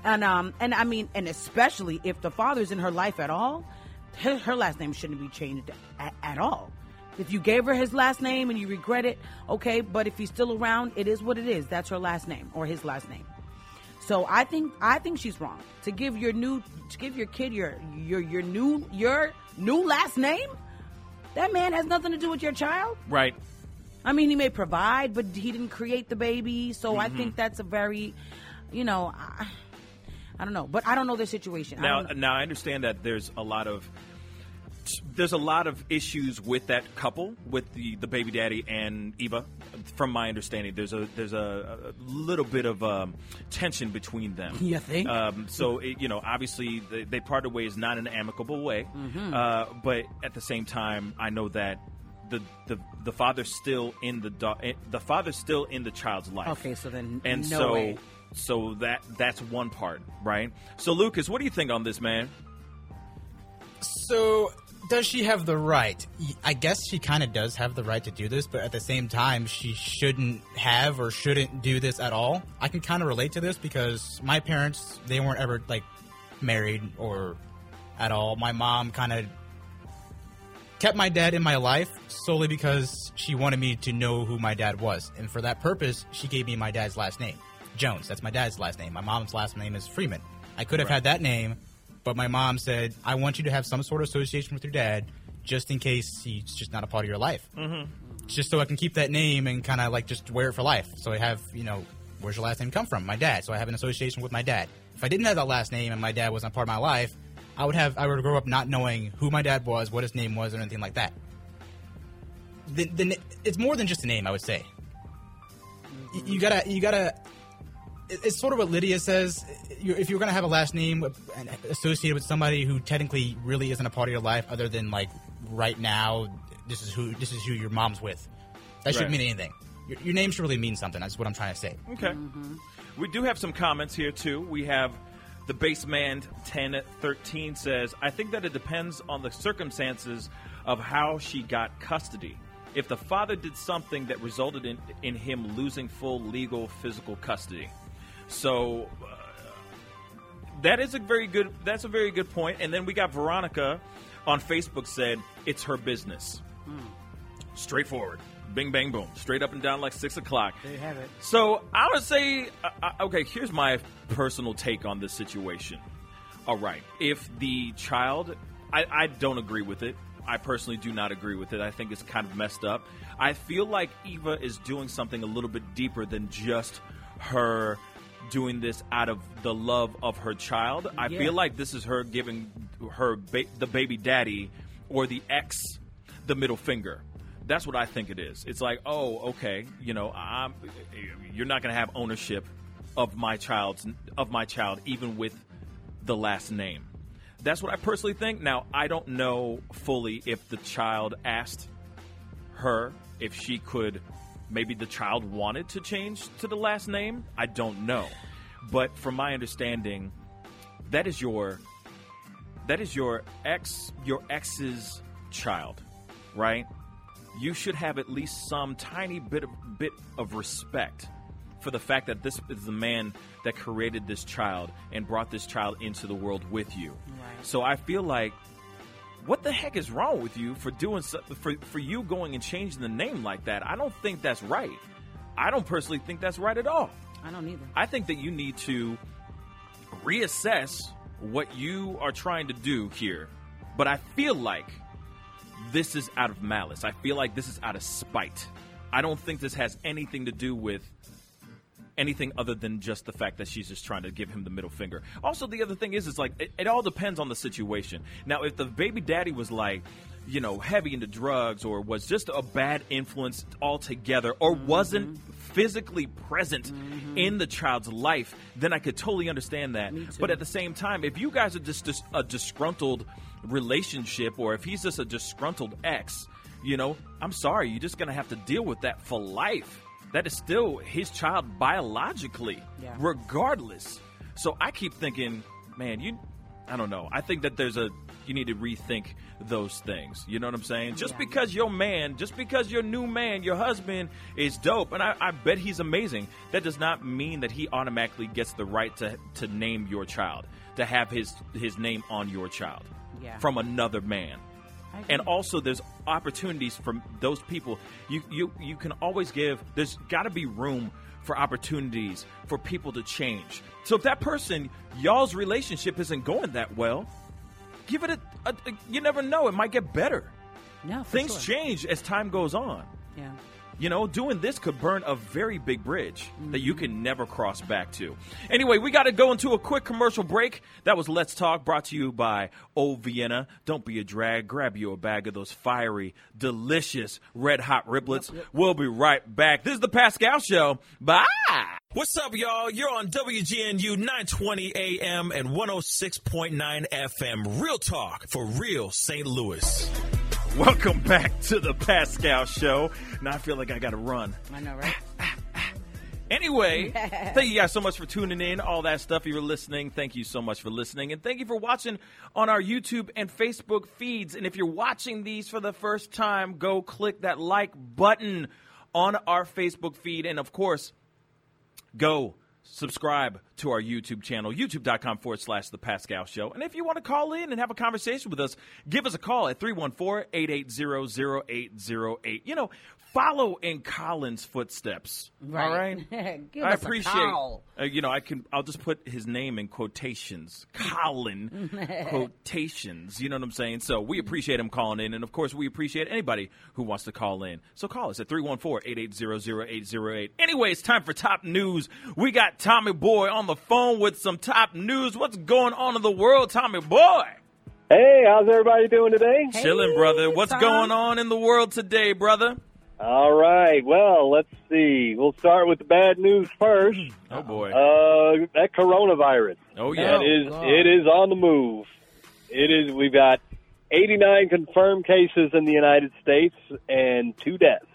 C: And um and I mean and especially if the father's in her life at all, her, her last name shouldn't be changed at, at all. If you gave her his last name and you regret it, okay, but if he's still around, it is what it is. That's her last name or his last name. So I think I think she's wrong to give your new to give your kid your your your new your new last name. That man has nothing to do with your child.
B: Right.
C: I mean, he may provide, but he didn't create the baby. So I
B: Mm-hmm.
C: think that's a very, you know, I, I don't know. But I don't know their situation. I
B: Now,
C: don't know.
B: now I understand that there's a lot of there's a lot of issues with that couple, with the, the baby daddy and Eva. From my understanding, there's a there's a, a little bit of um, tension between them.
C: You think?
B: Um, so it, you know, obviously they, they parted ways not in an amicable way,
C: Mm-hmm.
B: uh, but at the same time, I know that. The, the the father's still in the da- eh, the father's still in the child's life.
C: Okay, so then
B: and
C: no
B: so
C: way.
B: so that that's one part, right? So Lucas, what do you think on this, man?
D: So, does she have the right? Y- I guess she kind of does have the right to do this, but at the same time, she shouldn't have or shouldn't do this at all. I can kind of relate to this because my parents, they weren't ever like married or at all. My mom kind of kept my dad in my life solely because she wanted me to know who my dad was. And for that purpose, she gave me my dad's last name. Jones, that's my dad's last name. My mom's last name is Freeman. I could have had that name, but my mom said, I want you to have some sort of association with your dad just in case he's just not a part of your life. Mm-hmm. Just so I can keep that name and kind of like just wear it for life. So I have, you know, where's your last name come from? My dad. So I have an association with my dad. If I didn't have that last name and my dad wasn't a part of my life, I would have I would grow up not knowing who my dad was, what his name was, or anything like that. The, the, na- it's more than just a name, I would say. Y- You gotta you gotta. it- It's sort of what Lydia says. You- If you're gonna have a last name and associated with somebody who technically really isn't a part of your life, other than like right now, this is who this is who your mom's with. That shouldn't
B: Right.
D: mean anything. Your, your
B: Mm-hmm.
D: name should really mean something. That's what I'm trying to say.
B: Okay. We do have some comments here too. We have The Baseman 1013 says, I think that it depends on the circumstances of how she got custody. If the father did something that resulted in, in him losing full legal physical custody. So uh, that is a very good that's a very good point and then we got veronica on facebook said it's her business straightforward bing bang boom straight up and down like six o'clock
C: They have it.
B: so i would say uh, uh, okay here's my personal take on this situation all right if the child I, I don't agree with it i personally do not agree with it i think it's kind of messed up i feel like eva is doing something a little bit deeper than just her doing this out of the love of her child. I
C: Yeah.
B: feel like this is her giving her ba- the baby daddy or the ex the middle finger. That's what I think it is. It's like, oh, okay, you know, I'm, you're not going to have ownership of my child's of my child, even with the last name. That's what I personally think. Now, I don't know fully if the child asked her if she could maybe the child wanted to change to the last name i don't know but from my understanding that is your that is your ex your ex's child right you should have at least some tiny bit of bit of respect for the fact that this is the man that created this child and brought this child into the world with you so i feel like what the heck is wrong with you for doing so, for for you going and changing the name like that? I don't think that's right. I don't personally think that's right at all.
C: I don't either.
B: I think that you need to reassess what you are trying to do here. But I feel like this is out of malice. I feel like this is out of spite. I don't think this has anything to do with anything other than just the fact that she's just trying to give him the middle finger. Also, the other thing is, it's like it, it all depends on the situation. Now, if the baby daddy was like, you know, heavy into drugs or was just a bad influence altogether or wasn't physically present in the child's life, then I could totally understand that. But at the same time, if you guys are just, dis a disgruntled relationship or if he's just a disgruntled ex, you know, I'm sorry, you're just going to have to deal with that for life. That is still his child biologically,
C: Yeah.
B: regardless. So I keep thinking, man, you, I don't know. I think that there's a, you need to rethink those things. You know what I'm saying? Just
C: Yeah.
B: because your man, just because your new man, your husband is dope, and I, I bet he's amazing, that does not mean that he automatically gets the right to, to name your child, to have his, his name on your child
C: Yeah.
B: from another man
C: I agree.
B: and also there's opportunities from those people you you you can always give there's got to be room for opportunities for people to change so if that person y'all's relationship isn't going that well give it a, a, a- you never know it might get better
C: no, for
B: things
C: sure.
B: change as time goes on
C: Yeah.
B: you know, doing this could burn a very big bridge that you can never cross back to. Anyway, we got to go into a quick commercial break. That was Let's Talk, brought to you by Old Vienna. Don't be a drag. Grab you a bag of those fiery, delicious, red hot riblets. We'll be right back. This is the Pascal Show. Bye.
E: What's up, y'all? You're on WGNU 920 AM and 106.9 FM. Real talk for real St. Louis.
B: Welcome back to the Pascal Show. Now I feel like I got to run.
C: I know, right?
B: Anyway, thank you guys so much for tuning in, all that stuff. If you're listening, thank you so much for listening. And thank you for watching on our YouTube and Facebook feeds. And if you're watching these for the first time, go click that like button on our Facebook feed. And of course, go subscribe to our YouTube channel, youtube.com forward slash The Pascal Show. And if you want to call in and have a conversation with us, give us a call at 314 880 0808. You know, follow in Colin's footsteps. All
C: Right.
B: right?
C: Give
B: I
C: us a
B: appreciate
C: call.
B: uh, you know, I can. I'll just put his name in quotations, Colin quotations. You know what I'm saying? So we appreciate him calling in, and of course we appreciate anybody who wants to call in. So call us at 314-880-0808. Anyway, it's time for top news. We got Tommy Boy on the phone with some top news. What's going on in the world, Tommy Boy?
G: Hey, how's everybody doing today?
B: Chilling, brother. What's
C: Tom.
B: going on in the world today, brother?
G: All right. Well, let's see. We'll start with the bad news first.
F: Hmm.
B: Oh boy.
G: Uh, that coronavirus.
B: oh yeah.
G: That is,
C: God.
G: it is on the move. It is. We've got 89 confirmed cases in the United States and two deaths.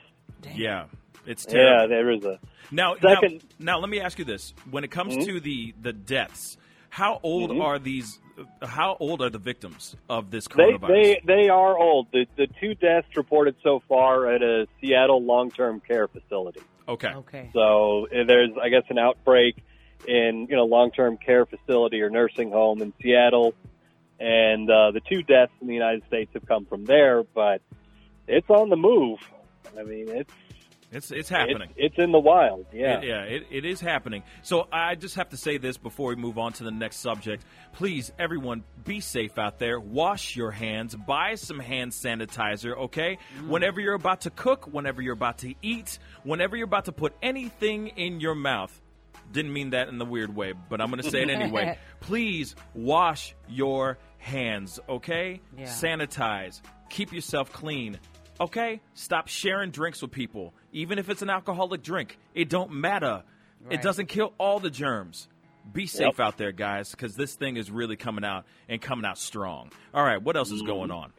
B: Yeah. It's
G: Yeah,
B: terrible.
G: there is a
B: Now, now,
G: Second- Mm-hmm.
B: now, let me ask you this: When it comes to the the deaths, How old are these? How old are the victims of this
G: They,
B: coronavirus?
G: they they are old. The, the two deaths reported so far at a Seattle long term care facility.
B: okay.
C: Okay.
G: So eh, there's, I guess, an outbreak in you know long-term care facility or nursing home in Seattle, and uh, the two deaths in the United States have come from there. But it's on the move. I mean, it's
B: It's it's
G: it's,
B: happening.
G: it's in the wild. Yeah.
B: It- yeah, it, it is happening. So I just have to say this before we move on to the next subject. Please, everyone, be safe out there. Wash your hands. Buy some hand sanitizer, okay? Whenever you're about to cook, whenever you're about to eat, whenever you're about to put anything in your mouth. Didn't mean that in the weird way, but I'm going to say it anyway. Please wash your hands, okay?
C: Yeah.
B: Sanitize. Keep yourself clean. Okay? Stop sharing drinks with people. Even if it's an alcoholic drink, it don't matter. It
C: Right.
B: doesn't kill all the germs. Be safe out there, guys, because this thing is really coming out and coming out strong. All right, what else is going on?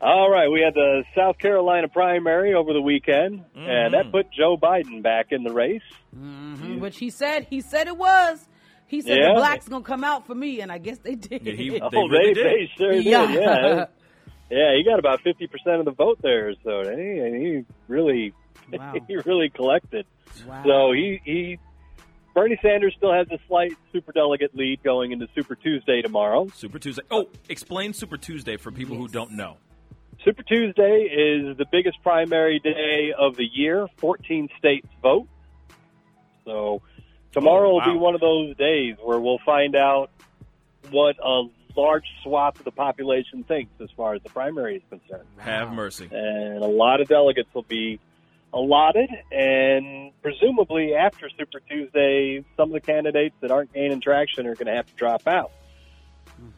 G: All right, we had the South Carolina primary over the weekend, and
B: Mm-hmm.
G: that put Joe Biden back in the race.
C: Mhm, Which he said, he said it was. He said
G: Yeah.
C: the blacks gonna come out for me, and I guess they did.
B: Yeah, he-
G: Oh,
B: They really
G: they,
B: did.
G: they sure did.
C: Yeah.
G: Yeah. Yeah, he got about fifty percent of the vote there, so and he, and he really,
C: Wow.
G: he really collected.
C: Wow.
G: So he, he Bernie Sanders still has a slight superdelegate lead going into Super Tuesday tomorrow.
B: Super Tuesday. Oh, explain Super Tuesday for people who
C: Yes.
B: don't know.
G: Super Tuesday is the biggest primary day of the year. 14 states vote. So tomorrow
B: Oh,
G: will be
B: wow.
G: one of those days where we'll find out what a large swath of the population thinks as far as the primary is concerned.
B: Have mercy.
G: and a lot of delegates will be allotted. And presumably, after Super Tuesday, some of the candidates that aren't gaining traction are going to have to drop out,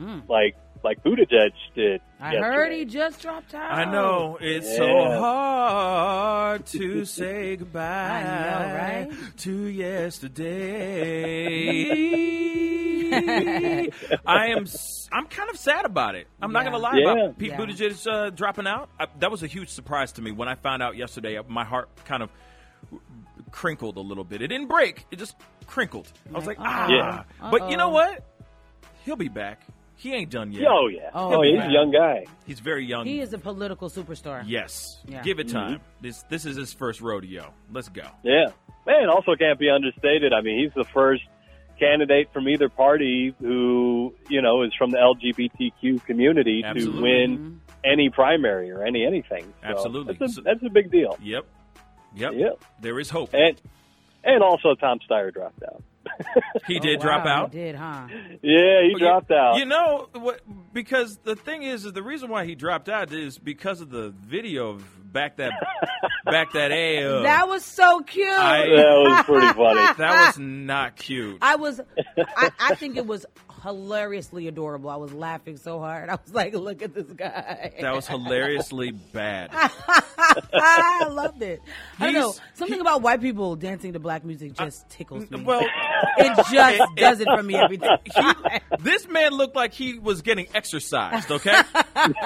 C: Mhm.
G: like like Buttigieg did.
C: I
G: yesterday.
C: heard he just dropped out.
B: I know it's
G: Yeah.
B: so hard to say goodbye
C: I know,
B: to yesterday. I am s- I'm kind of sad about it. I'm not
C: Yeah.
B: gonna lie
G: Yeah.
B: about Pete
C: Yeah.
B: Buttigieg uh, dropping out. I, that was a huge surprise to me when I found out yesterday. uh, My heart kind of crinkled a little bit. It didn't break. It just crinkled. I was
C: Like,
B: like,
C: uh-oh.
B: ah.
C: Yeah.
B: But you know
C: Uh-oh.
B: what? He'll be back. He ain't done yet.
G: Oh yeah,
C: Oh,
G: oh, he's
C: yeah.
G: a young guy.
B: He's very young.
C: He is a political superstar.
B: Yes.
C: Yeah.
B: Give it time. This this is his first rodeo. Let's go.
G: Yeah, man. Also, can't be understated. I mean, he's the first candidate from either party who you know is from the LGBTQ community
B: Absolutely.
G: to
C: Mm-hmm.
G: win any primary or any anything. So
B: Absolutely.
G: that's
B: So-
G: a, that's a big deal.
B: Yep. Yep.
G: Yep.
B: There is hope.
G: And and also Tom Steyer dropped out.
B: He
C: Oh,
B: did
C: wow,
B: drop out.
C: He did, Oh. huh?
G: Yeah, he
B: But you-
G: dropped out.
B: You know what? Because the thing is, is the reason why he dropped out is because of the video of back that back that a. uh,
C: That was so cute.
B: I-
G: that was pretty funny.
B: that was not cute.
C: I was, I, I think it was hilariously adorable. I was laughing so hard. I was like, look at this guy.
B: that was hilariously bad.
C: I loved it. I don't know.
B: He's-
C: Something about white people dancing to black music just tickles me.
B: Well,
C: it just does it for me every time.
B: this man looked like he was getting exercised. Okay,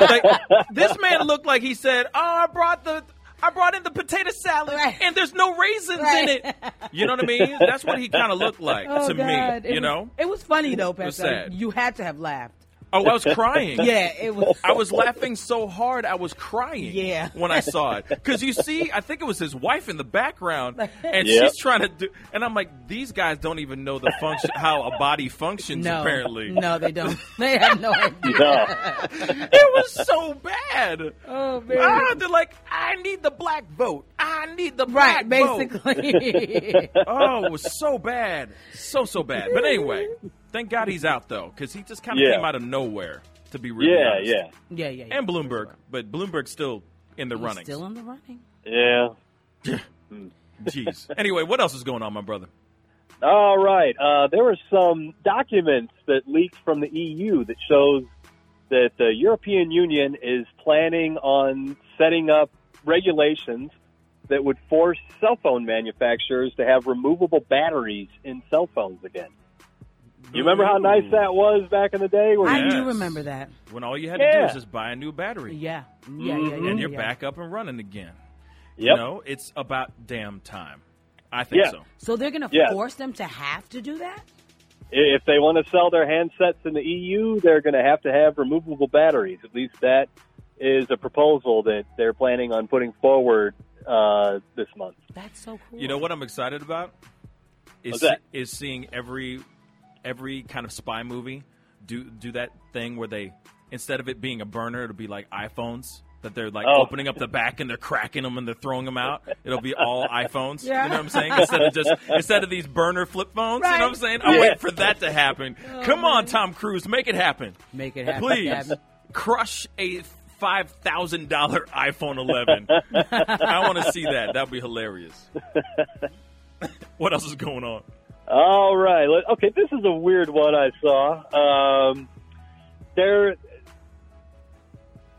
B: like, this man looked like he said, "Oh, I brought the." I brought in the potato salad,
C: Right.
B: and there's no raisins in
C: Right.
B: it. You know what I mean? That's what he kind of looked like
C: Oh,
B: to
C: God.
B: me.
C: It
B: You
C: was-
B: know?
C: it was funny though,
B: was
C: Pastor.
B: sad.
C: You had to have laughed.
B: Oh, I was crying.
C: Yeah, it was.
B: I was laughing so hard I was crying.
C: Yeah.
B: When I saw it, because you see, I think it was his wife in the background, and
G: Yep.
B: she's trying to do. And I'm like, these guys don't even know the function, how a body functions.
C: no,
B: Apparently,
C: no, they don't. They have no idea.
G: No.
B: it was so bad.
C: Oh man,
B: Ah, they're like, I need the black vote. I need the black
C: right?
B: vote.
C: Basically,
B: Oh, it was so bad, so so bad. But anyway, thank God he's out though, because he just kind of
G: Yeah.
B: came out of nowhere. To be really
G: yeah,
B: honest.
G: yeah,
C: yeah, yeah, yeah.
B: and Bloomberg, but Bloomberg's still in the
C: He's
B: running.
C: still in the running.
G: yeah.
B: Jeez. Anyway, what else is going on, my brother?
G: All right. Uh, there were some documents that leaked from the EU that shows that the European Union is planning on setting up regulations that would force cell phone manufacturers to have removable batteries in cell phones again. You remember how nice that was back in the day?
H: Oh,
G: Where
C: I
G: you-
C: do
B: Yes.
C: remember that.
B: When all you had to do
G: Yeah.
B: is just buy a new battery,
C: Yeah, yeah, yeah, yeah.
B: Mm-hmm. and you're
C: yeah.
B: back up and running again. You
G: Yep.
B: know, it's about damn time. I think
G: Yeah.
B: so.
C: So they're gonna
G: Yeah.
C: force them to have to do that.
H: if they want to sell their handsets in the EU, they're going to have to have removable batteries. At least that is a proposal that they're planning on putting forward uh, this month.
C: That's so cool.
B: You know what I'm excited about is
H: What's that?
B: is seeing every every kind of spy movie do do that thing where they instead of it being a burner, it'll be like iPhones that they're like
H: Oh.
B: opening up the back and they're cracking them and they're throwing them out. It'll be all iPhones.
C: Yeah.
B: You know what I'm saying? Instead of just instead of these burner flip phones. You know what I'm
C: Right,
B: saying? I
C: right.
B: wait for that to happen. Come on,
C: man.
B: Tom Cruise, make it happen.
C: Make it happen.
B: Please
C: Gabby.
B: crush a five thousand dollar iPhone 11. I want to see that. That'd be hilarious. what else is going on?
H: All right. Let, okay, this is a weird one I saw. Um, there,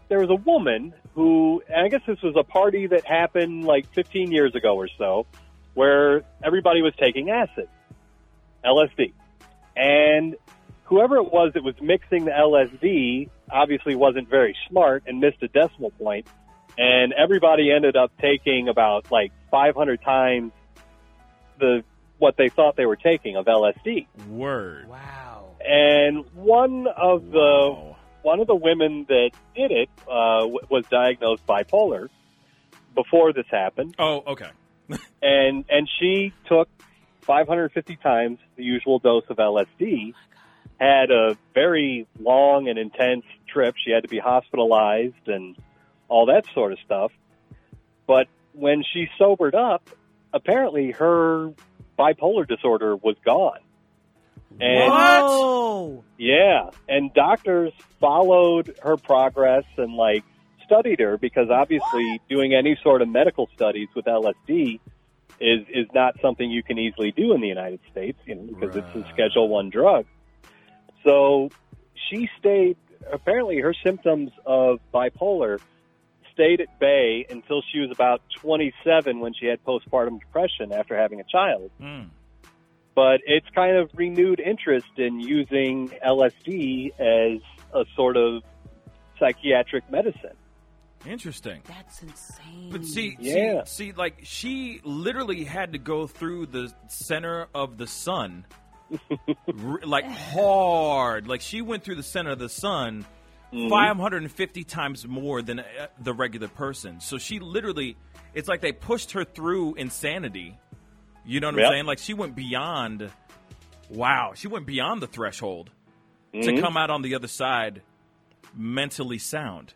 H: there was a woman who, and I guess this was a party that happened like 15 years ago or so, where everybody was taking acid, LSD, and whoever it was that was mixing the LSD obviously wasn't very smart and missed a decimal point, and everybody ended up taking about like 500 times the what they thought they were taking of LSD.
B: Word.
C: Wow.
H: And one of the
B: Wow.
H: one of the women that did it uh, w- was diagnosed bipolar before this happened,
B: Oh, okay.
H: and and she took 550 times the usual dose of LSD. Had a very long and intense trip. She had to be hospitalized and all that sort of stuff. But when she sobered up, apparently her bipolar disorder was gone. And
C: Whoa.
H: yeah, and doctors followed her progress and like studied her because obviously doing any sort of medical studies with LSD is is not something you can easily do in the United States, you know, because it's a Schedule One drug. So she stayed. Apparently, her symptoms of bipolar stayed at bay until she was about 27 when she had postpartum depression after having a child
B: Mm.
H: but it's kind of renewed interest in using LSD as a sort of psychiatric medicine.
B: Interesting.
C: That's insane.
B: But see,
H: Yeah.
B: see, see, like she literally had to go through the center of the sun, r- like hard. Like she went through the center of the sun
H: Mm-hmm.
B: 550 times more than uh, the regular person. So she literally, it's like they pushed her through insanity. You know what
H: Yep.
B: I'm saying? Like she went beyond. Wow, she went beyond the threshold
H: Mm-hmm.
B: to come out on the other side mentally sound,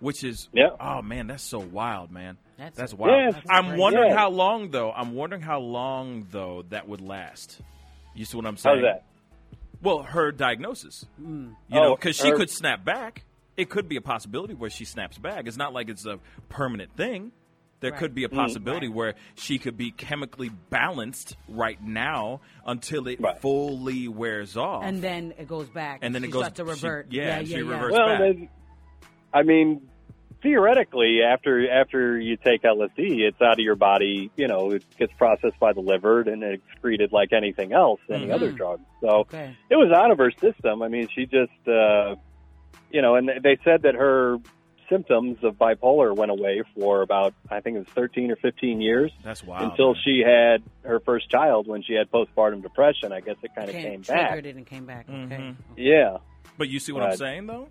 B: which is
H: Yeah.
B: oh man, that's so wild, man.
C: That's-
B: That's, wild.
H: Yes.
B: I'm
C: That's
B: wondering
H: great.
B: how long though. I'm wondering how long though that would last. You see what I'm saying?
H: How's that?
B: Well, her diagnosis.
C: Hmm.
B: You know,
H: Oh,
B: because she
H: her-
B: could snap back. It could be a possibility where she snaps back. It's not like it's a permanent thing. There
C: Right.
B: could
H: Hmm.
B: be a possibility where she could be chemically balanced right now until it
H: Right.
B: fully wears off.
C: And then it goes back.
B: And then
C: she
B: it goes-
C: starts to
B: she-
C: revert.
B: yeah,
C: yeah,
B: she
C: yeah, yeah.
B: reverts.
H: Well,
B: back.
H: then, I mean, theoretically, after after you take LSD, it's out of your body. You know, it gets processed by the liver and excreted like anything else, any
B: Mhm.
C: Mm-hmm.
H: other drug. So
C: Okay.
H: it was out of her system. I mean, she just, uh, you know, and they said that her symptoms of bipolar went away for about, I think it was 13 or 15 years.
B: That's wild.
H: until
B: man.
H: she had her first child when she had postpartum depression. I guess it kind of
C: Okay,
H: came back.
C: triggered it and came back. Okay.
B: Mhm.
H: Yeah.
B: But you see what
H: Uh,
B: I'm saying, though,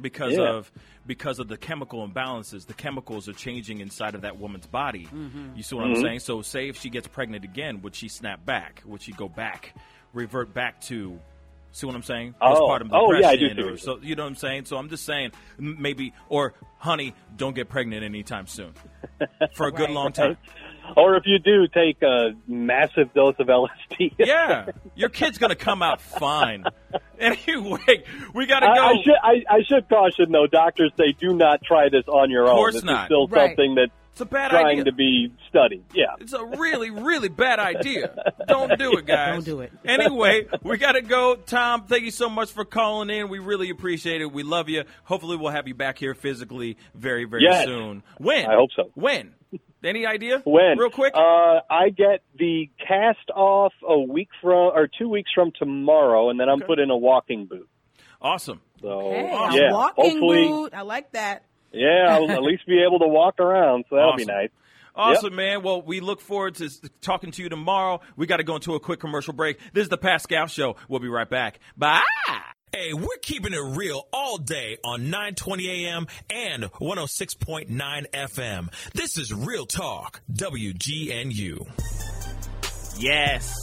B: because
H: yeah.
B: of because of the chemical imbalances, the chemicals are changing inside of that woman's body. You see what
H: Mm-hmm.
B: I'm saying? So, say if she gets pregnant again, would she snap back? Would she go back, revert back to? See what I'm saying?
H: Oh.
B: Postpartum
H: Oh, yeah, I
B: depression
H: do see what
B: or
H: you're
B: so you know what I'm saying. So I'm just saying m- maybe or honey, don't get pregnant anytime soon for a good
C: Right.
B: long time.
H: Or if you do take a massive dose of LSD.
B: Yeah, your kid's gonna come out fine. Anyway, we gotta
H: I,
B: go.
H: I should I, I should caution though, doctors say do not try this on your own.
B: course
H: this
B: not.
H: is still
C: Right.
H: something that's
B: it's a bad
H: trying
B: idea.
H: to be studied. Yeah.
B: It's a really, really bad idea. Don't do it, guys.
C: Don't do it.
B: Anyway, we got to go. Tom, thank you so much for calling in. We really appreciate it. We love you. Hopefully, we'll have you back here physically very, very
H: Yes.
B: soon. When?
H: I hope so.
B: When? Any idea?
H: When
B: Real quick?
H: uh, I get the cast off a week from or two weeks from tomorrow, and then I'm put in a walking boot.
B: awesome.
H: So
C: Hey,
H: Oh, yeah,
C: a walking
H: hopefully,
C: boot. I like that.
H: yeah, I'll at least be able to walk around. So that'll be
B: Awesome.
H: nice.
B: Awesome, man. Well, we look forward to s- talking to you tomorrow. We got to go into a quick commercial break. This is the Pascal Show. We'll be right back. Bye.
E: Hey, we're keeping it real all day on 920 AM and 106.9 FM. This is Real Talk, WGNU.
B: Yes.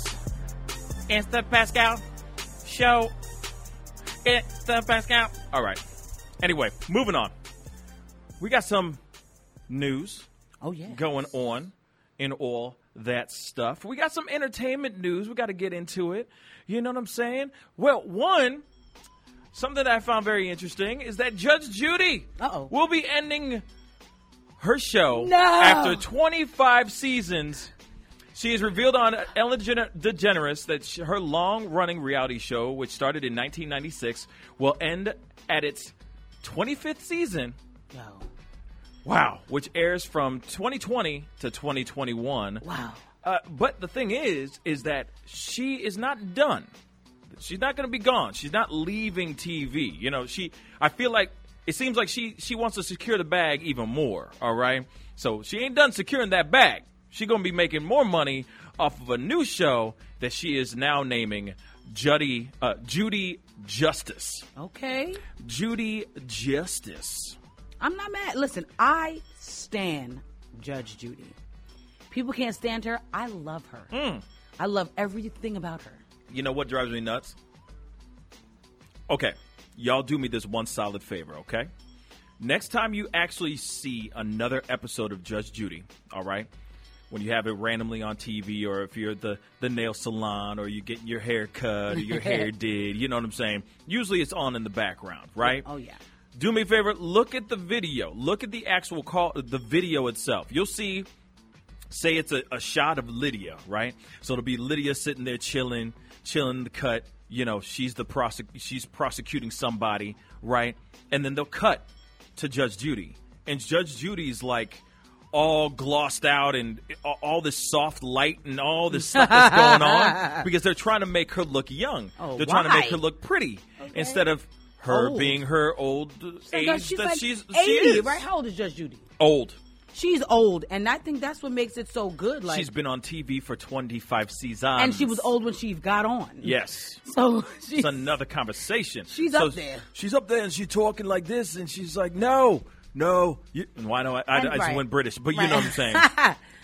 B: It's the Pascal Show. It's the Pascal. All right. Anyway, moving on. We got some news.
C: Oh yeah.
B: going on and all that stuff. We got some entertainment news. We got to get into it. You know what I'm saying? Well, one, something that I found very interesting is that Judge Judy
C: Uh-oh.
B: will be ending her show
C: No.
B: after 25 seasons. She has revealed on Ellen Gen- DeGeneres that sh her long running reality show, which started in 1996, will end at its 25th season
C: Yo.
B: Wow. Which airs from 2020 to 2021.
C: Wow.
B: Uh, but the thing is, is that she is not done. She's not going to be gone. She's not leaving TV. You know, she. I feel like it seems like she she wants to secure the bag even more. All right. So she ain't done securing that bag. She going to be making more money off of a new show that she is now naming Judy uh, Judy Justice.
C: Okay.
B: Judy Justice.
C: I'm not mad. Listen, I stand Judge Judy. People can't stand her. I love her.
B: Hmm.
C: I love everything about her.
B: you know what drives me nuts? Okay, y'all do me this one solid favor, okay? Next time you actually see another episode of Judge Judy, all right? When you have it randomly on TV, or if you're at the, the nail salon, or you get your hair cut, or your hair did, you know what I'm saying? Usually it's on in the background, right?
C: Oh yeah.
B: do me a favor look at the video look at the actual call the video itself you'll see say it's a, a shot of lydia right so it'll be lydia sitting there chilling chilling the cut you know she's the prosec- she's prosecuting somebody right and then they'll cut to judge judy and judge judy's like all glossed out and a- all this soft light and all this stuff that's going on because they're trying to make her look young
C: Oh,
B: they're trying to make
C: why?
B: her look pretty instead of her
C: Old.
B: being her old age
C: Like, she's
B: that
C: like
B: she's she
C: 80,
B: is
C: right? How old is Judge Judy?
B: old.
C: She's old, and I think that's what makes it so good. Like,
B: she's been on TV for 25 seasons.
C: and she was old when she got on.
B: Yes.
C: So she's
B: It's another conversation.
C: She's
B: So
C: up there.
B: She's up there and she's talking like this and she's like, no, no. You, and why do I? I,
C: And
B: I just
C: right.
B: went British, but you know what I'm saying.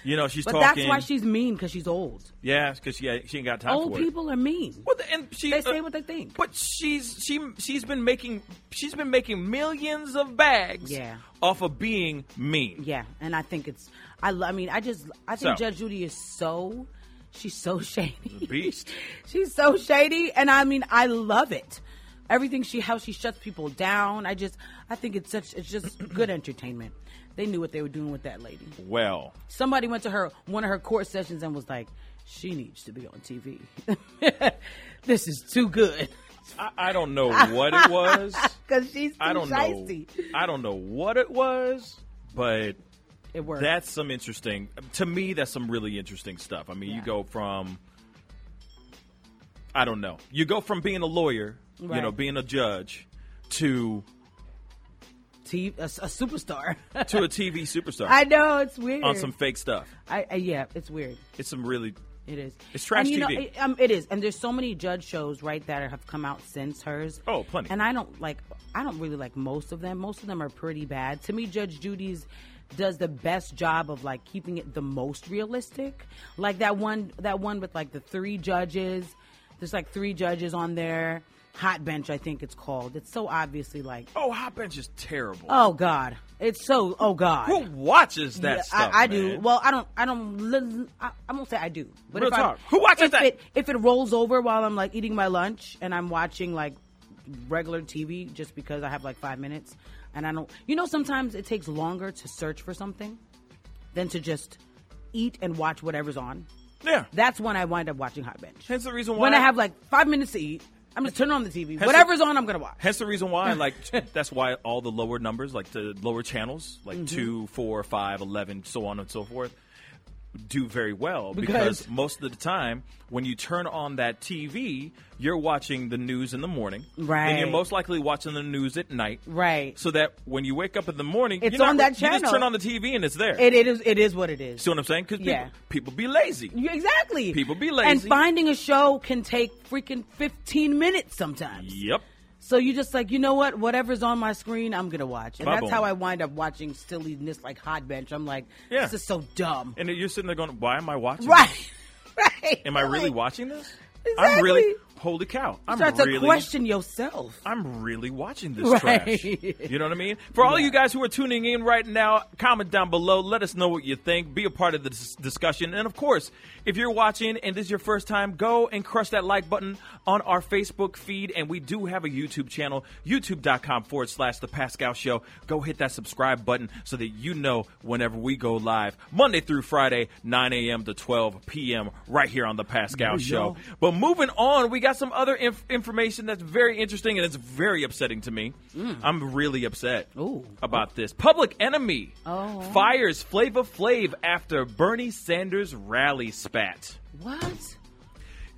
B: you know, she's
C: but
B: talking.
C: that's why she's mean because she's old.
B: yeah, because she, she ain't got time
C: old
B: for it.
C: people are mean.
B: Well, the- and she,
C: They say
B: uh,
C: what they think.
B: But she's she she's been making she's been making millions of bags
C: Yeah.
B: off of being mean.
C: Yeah, and I think it's. I, lo- I mean, I just. I think
B: So.
C: Judge Judy is so. She's so shady.
B: beast.
C: she's so shady, and I mean, I love it. Everything she, how she shuts people down. I just, I think it's such. It's just good entertainment. They knew what they were doing with that lady.
B: Well,
C: Somebody went to her one of her court sessions and was like, "She needs to be on TV. this is too good."
B: I, I don't know what it was.
C: Because she's too
B: I don't know.
C: shiesty.
B: I don't know what it was, but
C: It worked.
B: that's some interesting. To me, that's some really interesting stuff. I mean, you
C: Yeah.
B: go from I don't know. You go from being a lawyer, you
C: Right.
B: know, being a judge, to
C: T- a, a superstar.
B: to a TV superstar
C: I know it's weird.
B: on some fake stuff.
C: I, I yeah, it's weird.
B: It's some really
C: It is.
B: It's trash
C: and, you Know,
B: TV.
C: it, um, it is, and there's so many judge shows right that have come out since hers.
B: Oh, plenty.
C: And I don't like. I don't really like most of them. Most of them are pretty bad. To me, Judge Judy's does the best job of like keeping it the most realistic. Like that one, that one with like the three judges. There's like three judges on there. Hot bench, I think it's called. It's so obviously like,
B: oh, hot bench is terrible.
C: oh god, it's so oh god.
B: Who watches that
C: Yeah,
B: stuff?
C: I, I do.
B: man?
C: Well, I don't. I don't. li- I, I won't say I do. But
B: Real
C: if I-
B: talk. Who watches
C: if
B: that?
C: It, if it rolls over while I'm like eating my lunch and I'm watching like regular TV, just because I have like five minutes, and I don't. You know, sometimes it takes longer to search for something than to just eat and watch whatever's on.
B: yeah.
C: That's when I wind up watching Hot Bench.
B: Hence the reason why
C: when I have like five minutes to eat, I'm just turning on the TV.
B: the-
C: Whatever's on, I'm gonna watch.
B: Hence the reason why, like, that's why all the lower
C: Mm-hmm.
B: numbers, like the lower channels, like two, four, five, eleven, so on and so forth, do very well
C: Because-
B: because, most of the time when you turn on that TV, you're watching the news in the morning.
C: Right.
B: And you're most likely watching the news at night.
C: Right.
B: So that when you wake up in the morning,
C: It's
B: you're not
C: on
B: re-
C: that
B: You
C: channel.
B: just turn on the TV and it's there.
C: It, it is. It is what it is.
B: See what I'm saying? Because
C: Yeah.
B: people, people be lazy.
C: You- exactly.
B: People be
C: And
B: lazy.
C: finding a show can take freaking 15 minutes sometimes.
B: Yep.
C: So you just like, you know what? Whatever's on my screen, I'm gonna watch, and that's
B: Ba-boom.
C: how I wind up watching silliness like Hot Bench. I'm like,
B: Yeah.
C: this is so dumb.
B: And you're sitting there going, "Why am I watching?
C: Right. right.
B: Am I really
C: Like,
B: watching this?
C: Exactly.
B: I'm really. Holy cow! I'm
C: Start
B: really.
C: to question yourself.
B: I'm really watching this
C: Right.
B: trash. You know what I mean? For all you guys who are tuning in right now, comment down below. Let us know what you think. Be a part of the dis- discussion. And of course, if you're watching and this is your first time, go and crush that like button on our Facebook feed. And we do have a YouTube channel, youtube.com forward slash The Pascal Show. Go hit that subscribe button so that you know whenever we go live, Monday through Friday, 9 a.m. to 12 p.m., right here on The Pascal Show. But moving on, we got some other inf- information that's very interesting and it's very upsetting to me. I'm really upset
C: Mm. Ooh.
B: about this. Public Enemy
C: Oh.
B: fires Flava Flav after Bernie Sanders rally spat.
C: What?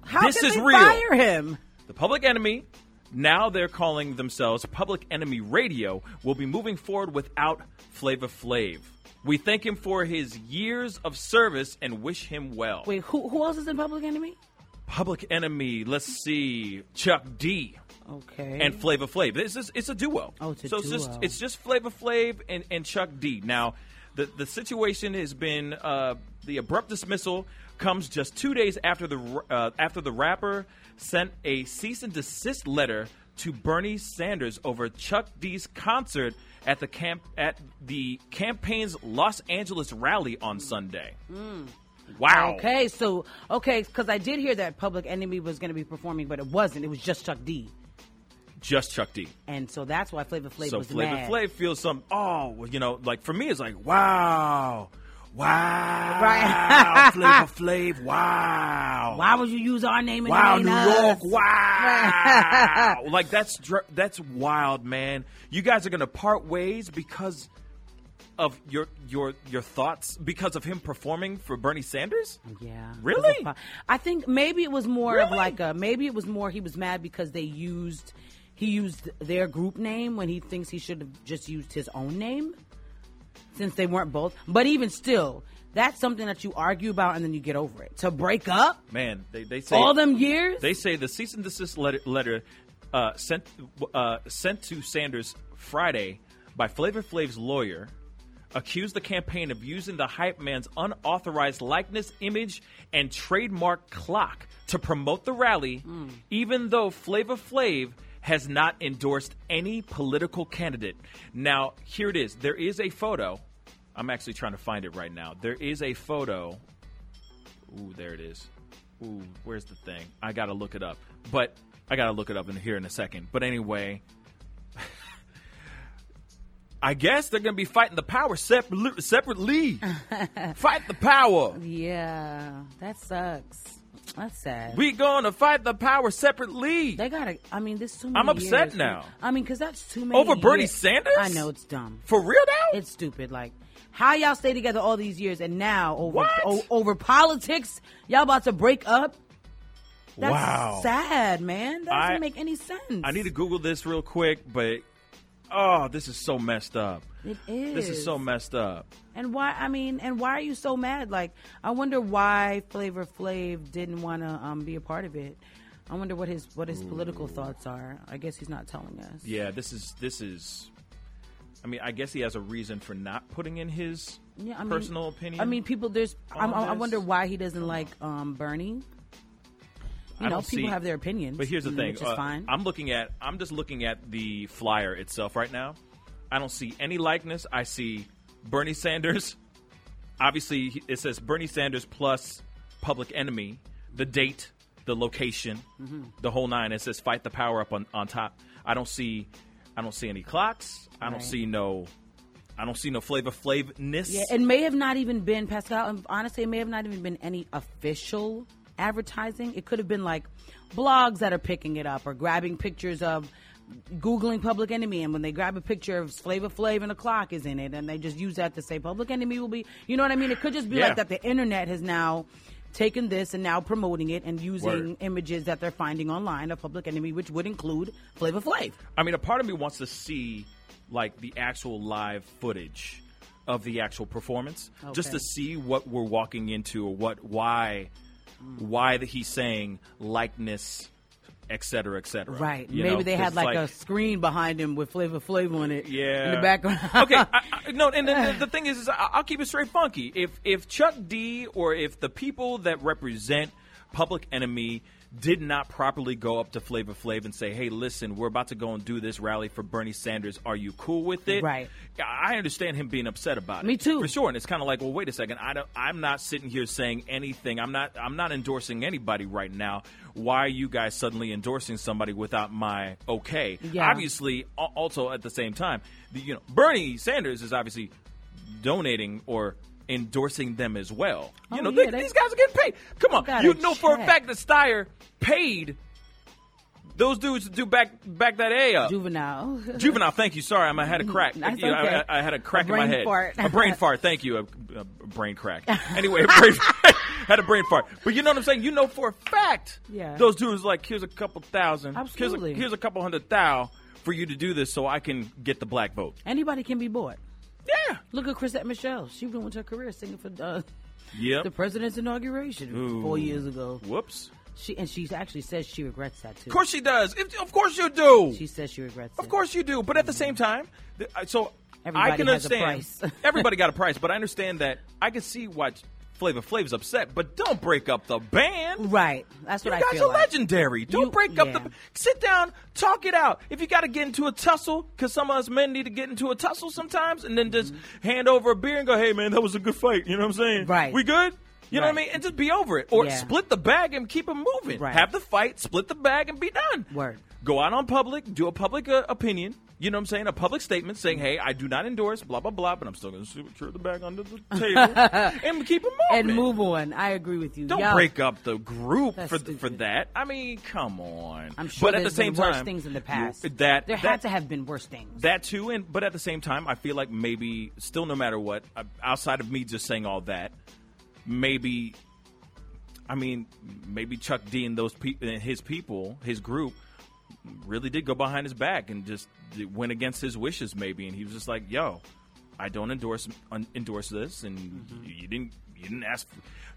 C: How
B: This
C: can
B: is
C: they
B: real.
C: fire him?
B: The Public Enemy, now they're calling themselves Public Enemy Radio, will be moving forward without Flava Flav. We thank him for his years of service and wish him well.
C: Wait, who who else is in Public Enemy?
B: Public Enemy, let's see, Chuck D.
C: Okay.
B: and Flava Flav. This is it's a duo.
C: Oh, it's a
B: so it's just
C: duo.
B: it's just Flava Flav and, and Chuck D. Now, the the situation has been uh, the abrupt dismissal comes just two days after the r- uh, after the rapper sent a cease and desist letter to Bernie Sanders over Chuck D's concert at the camp at the campaign's Los Angeles rally on Sunday. Wow.
C: Mm. Okay, so okay, because I did hear that Public Enemy was going to be performing, but it wasn't. It was just Chuck D,
B: Just Chuck D.
C: and so that's why Flavor Flav
B: so
C: was
B: Flavor
C: mad.
B: Flav feels some oh well, you know like for me it's like wow wow
C: Right.
B: Flavor Flav wow
C: Why would you use our name? And
B: wow
C: you
B: New
C: ain't
B: York
C: us?
B: wow like that's dr- that's wild man you guys are gonna part ways because of your your your thoughts because of him performing for Bernie Sanders
C: Yeah.
B: Really?
C: It was a fi- I think maybe it was more of
B: Really?
C: like a maybe it was more he was mad because they used he used their group name when he thinks he should have just used his own name since they weren't both. But even still, that's something that you argue about and then you get over it. To break up
B: man they they say
C: all them years?
B: They say the cease and desist letter, letter uh, sent uh, sent to Sanders Friday by Flavor Flav's lawyer accused the campaign of using the hype man's unauthorized likeness, image, and trademark clock to promote the rally, even though Flavor Flav has not endorsed any political candidate. Now, here it is. There is a photo. I'm actually trying to find it right now. There is a photo Ooh, there it is. Ooh, where's the thing? I gotta look it up. But I gotta look it up in here in a second. But anyway, I guess they're gonna be fighting the power separ- separately. fight the power.
C: yeah. That sucks. That's sad.
B: We gonna fight the power separately.
C: they gotta. I mean, this too. Many
B: I'm upset
C: years.
B: now.
C: I mean, because that's too many
B: Over Bernie
C: years.
B: Sanders?
C: I know it's dumb.
B: For real now?
C: It's stupid. Like how y'all stay together all these years and now over
B: What?
C: o- over politics, y'all about to break up. That's
B: Wow.
C: sad, man. That doesn't
B: I-
C: make any sense.
B: I need to Google this real quick, but oh, this is so messed up.
C: It is.
B: This is so messed up.
C: And why? I mean, and why are you so mad? Like, I wonder why Flavor Flav didn't want to um, be a part of it. I wonder what his what his political thoughts are. I guess he's not telling us.
B: Yeah, this is this is. I mean, I guess he has a reason for not putting in his
C: Yeah, I mean-
B: personal opinion.
C: I mean, people. There's. I,
B: on
C: I, I
B: this?
C: wonder why he doesn't like um, Bernie. You
B: I
C: know,
B: don't
C: people
B: see-
C: have their opinions.
B: But here's the
C: mm,
B: thing:
C: which is
B: uh,
C: fine.
B: I'm looking at, I'm just looking at the flyer itself right now. I don't see any likeness. I see Bernie Sanders. Obviously, he- it says Bernie Sanders plus Public Enemy. The date, the location,
C: Mm-hmm.
B: the whole nine. It says "Fight the Power" up on, on top. I don't see, I don't see any clocks. I don't
C: Right.
B: see no, I don't see no flavor flavness.
C: Yeah, it may have not even been Pascal. and Honestly, it may have not even been any official advertising. It could have been like blogs that are picking it up or grabbing pictures of Googling Public Enemy, and when they grab a picture of Flavor Flav and a clock is in it, and they just use that to say Public Enemy will be, you know what I mean? It could just be
B: Yeah.
C: like that. The internet has now taken this and now promoting it and using
B: Word.
C: images that they're finding online of Public Enemy, which would include Flavor Flav.
B: I mean, a part of me wants to see like the actual live footage of the actual performance, just
C: Okay.
B: to see what we're walking into or what why why that he's saying likeness, et cetera, et cetera.
C: Right.
B: You
C: Maybe
B: know,
C: they
B: 'cause
C: had
B: it's
C: like, a screen behind him with Flavor Flav on it.
B: yeah
C: In the background.
B: okay, I, I, no, and the, the, the thing is, is I, I'll keep it straight funky. If if Chuck D or if the people that represent Public Enemy did not properly go up to Flavor Flav and say, "Hey, listen, we're about to go and do this rally for Bernie Sanders. Are you cool with it?"
C: Right.
B: I I understand him being upset about it.
C: Me too.
B: for sure. And it's kind of like, well, wait a second. I don't, I'm not sitting here saying anything. I'm not. I'm not endorsing anybody right now. Why are you guys suddenly endorsing somebody without my okay?
C: Yeah.
B: Obviously obviously al- also at the same time the, you know bernie sanders is obviously donating or endorsing them as well you
C: Oh,
B: know
C: yeah,
B: they-
C: they-
B: these guys are getting paid come on
C: gotta
B: you know for a
C: check.
B: fact that steyer paid those dudes to do back back that a up
C: Juvenile.
B: Juvenile, thank you. Sorry, I'm- I had a crack.
C: That's
B: You know,
C: okay.
B: I, I had a crack
C: A
B: in my
C: brain
B: head.
C: fart.
B: A brain fart. Thank you. A, a brain crack. Anyway, a brain, had a brain fart. But you know what I'm saying? You know for a fact,
C: Yeah.
B: those dudes like, here's a couple thousand. here's a-
C: Absolutely.
B: Here's a, couple hundred thou for you to do this so I can get the black vote.
C: Anybody can be bored.
B: Yeah.
C: Look at Chrisette Michelle. She ruined her career singing for uh,
B: Yep.
C: the president's inauguration four years ago.
B: Whoops.
C: She and she actually says she regrets that too.
B: Of course she does. If, of course you do.
C: she says she regrets.
B: Of course you do, but at the same time, th- I- so I
C: Everybody
B: can
C: has a
B: understand.
C: price.
B: everybody got a price, but I understand that I can see why Flavor Flav's upset. But don't break up the band.
C: Right. That's
B: You
C: what I
B: guys
C: feel.
B: are
C: like.
B: legendary. Don't
C: You-
B: break up
C: yeah.
B: the. Sit down, talk it out. If you got to get into a tussle, because some of us men need to get into a tussle sometimes, and then just hand over a beer and go, "Hey, man, that was a good fight." You know what I'm saying?
C: Mm-hmm. Right.
B: We good. You know what I
C: Right.
B: mean? And just be over it. Or
C: Yeah.
B: split the bag and keep it moving.
C: Right.
B: Have the fight, split the bag, and be done
C: Word.
B: go out on public, do a public uh, opinion. You know what I'm saying? A public statement saying, "Hey, I do not endorse blah blah blah," but I'm still going to secure the bag under the table and keep it moving.
C: And move on. I agree with you.
B: Don't
C: Y'all-
B: break up the group
C: That's
B: for th- for
C: stupid.
B: that. I mean, come on.
C: I'm sure
B: but at the
C: there's
B: same
C: been worse
B: time,
C: things in the past.
B: you- that
C: there
B: that,
C: had to have been worse things.
B: that too. And but at the same time, I feel like maybe still, no matter what, uh, outside of me just saying all that, maybe I mean, maybe Chuck D and those peop and his people, his group, really did go behind his back and just d- went against his wishes, maybe. And he was just like, "Yo, I don't endorse un- endorse this," and
C: Mm-hmm.
B: you, you didn't you didn't ask.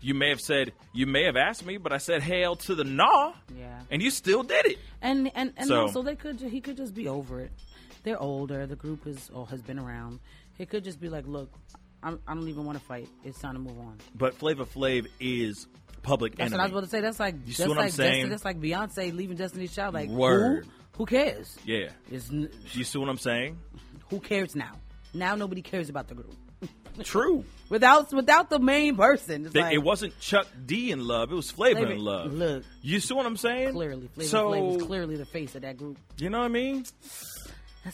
B: You may have said you may have asked me, but I said hail to the nah,
C: Yeah.
B: and you still did it.
C: and and and
B: So-
C: also they could ju- he could just be over it. They're older. The group is or has been around. He could just be like, look, I'm, I don't even want to fight. It's time to move on.
B: But Flavor Flav is public
C: That's
B: enemy.
C: what I was about to say. That's like
B: You see
C: that's
B: what I'm
C: like
B: saying?
C: Destiny, that's like Beyonce leaving Destiny's Child. Like
B: Word.
C: who? Who cares?
B: yeah.
C: It's n-
B: You see what I'm saying?
C: who cares now? Now nobody cares about the group.
B: True.
C: Without without the main person, it's
B: Th-
C: like,
B: it wasn't Chuck D in love. It was Flavor
C: Flavor-
B: in love.
C: look.
B: you see what I'm saying?
C: clearly Flavor
B: so
C: Flav was clearly the face of that group.
B: you know what I mean.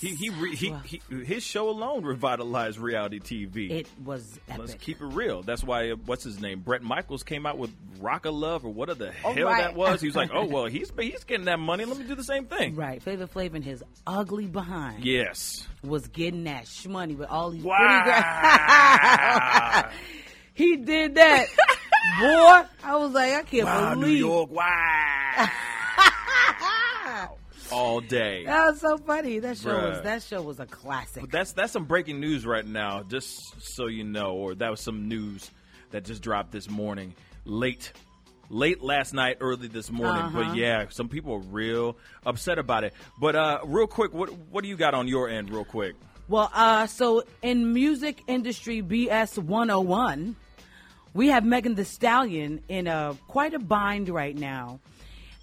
B: He he, re- he, he his show alone revitalized reality TV.
C: It was epic.
B: Let's keep it real. That's why uh, what's his name? Brett Michaels came out with Rock of Love or whatever the hell
C: right.
B: that was. He was like, oh well, he's he's getting that money. Let me do the same thing.
C: Right, Flavor Flav and his ugly behind
B: Yes.
C: was getting that shmoney with all these pretty
B: Wow.
C: girls. he did that, boy. I was like, I can't
B: wow, New
C: believe.
B: York. Wow. All day.
C: That was so funny. That show
B: Bruh.
C: was that show was a classic.
B: But that's that's some breaking news right now, just so you know, or that was some news that just dropped this morning, late, late last night, early this morning.
C: Uh-huh.
B: But yeah, some people are real upset about it. But uh, real quick, what what do you got on your end, real quick?
C: Well, uh, so in music industry BS 101, we have Megan the Stallion in a quite a bind right now.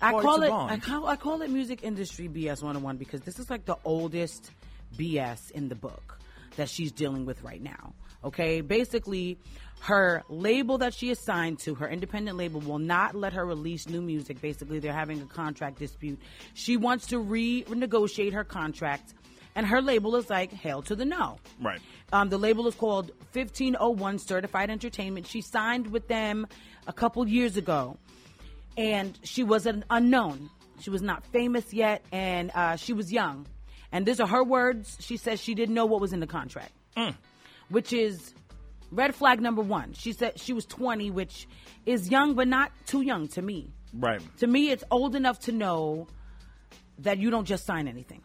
C: I
B: Quite
C: call
B: a
C: it I
B: bind.
C: call, I call it music industry BS 101 because this is like the oldest BS in the book that she's dealing with right now. Okay? Basically, her label that she is signed to, her independent label will not let her release new music. Basically, they're having a contract dispute. She wants to renegotiate her contract and her label is like hail to the no
B: Right.
C: um, the label is called 1501 certified entertainment she signed with them a couple years ago and she was an unknown She was not famous yet, and uh, she was young. And these are her words. She says she didn't know what was in the contract, which is red flag number one. She said she was 20, which is young, but not too young to me.
B: Right.
C: To me, it's old enough to know that you don't just sign anything,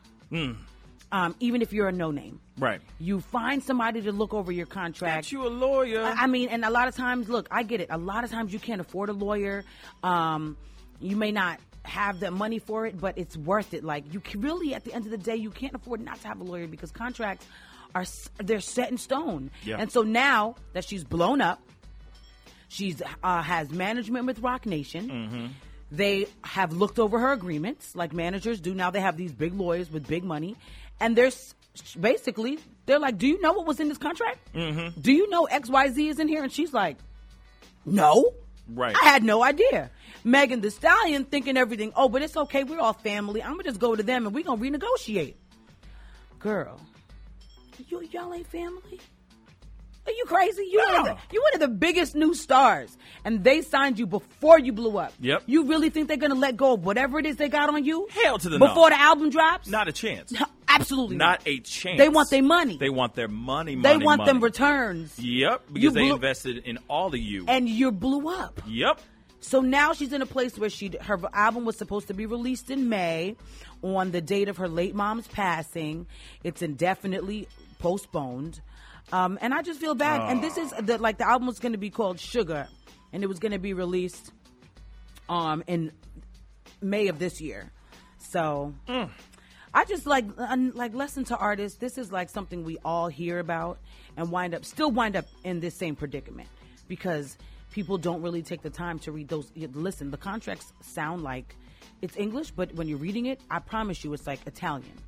C: um, even if you're a no name.
B: Right.
C: You find somebody to look over your contract.
B: Got you a lawyer.
C: I I mean, and a lot of times, look, I get it. A lot of times you can't afford a lawyer. Um, you may not have the money for it, but it's worth it. Like you can really, at the end of the day, you can't afford not to have a lawyer because contracts are s- they're set in stone.
B: Yeah.
C: And so now that she's blown up, she's uh, has management with Rock Nation. They have looked over her agreements, like managers do. Now they have these big lawyers with big money, and they're s- basically they're like, "Do you know what was in this contract? Mm-hmm. Do you know X Y Z is in here?" And she's like, "No,
B: Right.
C: I had no idea." Megan the Stallion thinking everything. Oh, but it's okay. We're all family. I'm gonna just go to them and we're gonna renegotiate. Girl, you y'all ain't family. Are you crazy? You one
B: No.
C: of the, you one of the biggest new stars, and they signed you before you blew up.
B: Yep.
C: You really think they're gonna let go of whatever it is they got on you?
B: Hell to the no.
C: before the album drops?
B: Not a chance.
C: absolutely
B: Not a chance.
C: They want their money.
B: They want their money.
C: They
B: money,
C: want them
B: money.
C: returns,
B: Yep, because
C: You
B: they
C: blew-
B: invested in all of you.
C: and you blew up.
B: yep.
C: So now she's in a place where she her album was supposed to be released in May on the date of her late mom's passing. It's indefinitely postponed. Um, and I just feel bad. And this is the like the album was going to be called Sugar and it was going to be released um in May of this year. So I just like un- like lesson to artists. This is like something we all hear about and wind up still wind up in this same predicament because people don't really take the time to read those. you- Listen, the contracts sound like it's English, but when you're reading it, I promise you, it's like Italian.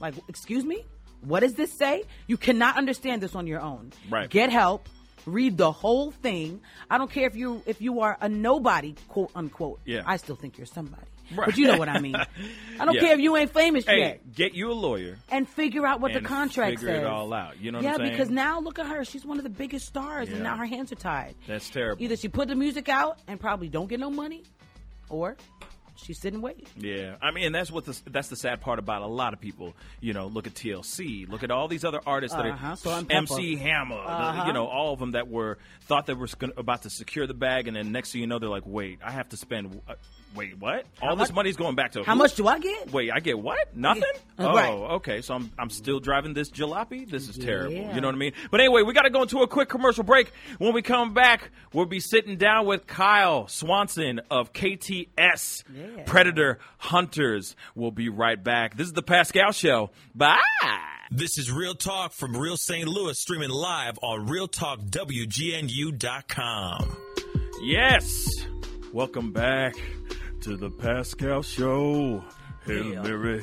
C: Like, excuse me, what does this say? You cannot understand this on your own.
B: Right.
C: Get help. Read the whole thing. I don't care if you if you are a nobody, quote unquote.
B: Yeah.
C: I still think you're somebody.
B: Right.
C: But you know what I mean. I don't
B: Yeah.
C: care if you ain't famous
B: Hey,
C: yet
B: get you a lawyer.
C: and figure out what
B: And
C: the contract
B: figure it
C: says.
B: all out. You know what
C: yeah,
B: I'm saying?
C: because now look at her. She's one of the biggest stars,
B: Yeah.
C: and now her hands are tied.
B: That's terrible.
C: Either she put the music out and probably don't get no money, or she sit and wait.
B: Yeah, I mean, and that's what the, that's the sad part about a lot of people. You know, look at TLC, look at all these other artists that
C: Uh-huh,
B: are
C: Salt and
B: MC Hammer. the-
C: Uh-huh.
B: You know, all of them that were thought they were gonna, about to secure the bag, and then next thing you know, they're like, "Wait, I have to spend. Uh, wait, what? all this
C: much-
B: money's going back to
C: How
B: who?
C: much do I get?
B: Wait, I get what? Nothing?
C: Uh,
B: Oh,
C: right.
B: okay. So I'm I'm still driving this jalopy. This is terrible.
C: Yeah.
B: You know what I mean? But anyway, we got to go into a quick commercial break. When we come back, we'll be sitting down with Kyle Swanson of KTS Predator Hunters. We'll be right back. This is the Pascal Show. Bye.
E: This is Real Talk from Real St. Louis, streaming live on RealTalkWGNU.com.
B: Yes. Welcome back to the Pascal Show. Hail
C: Yeah.
B: Mary.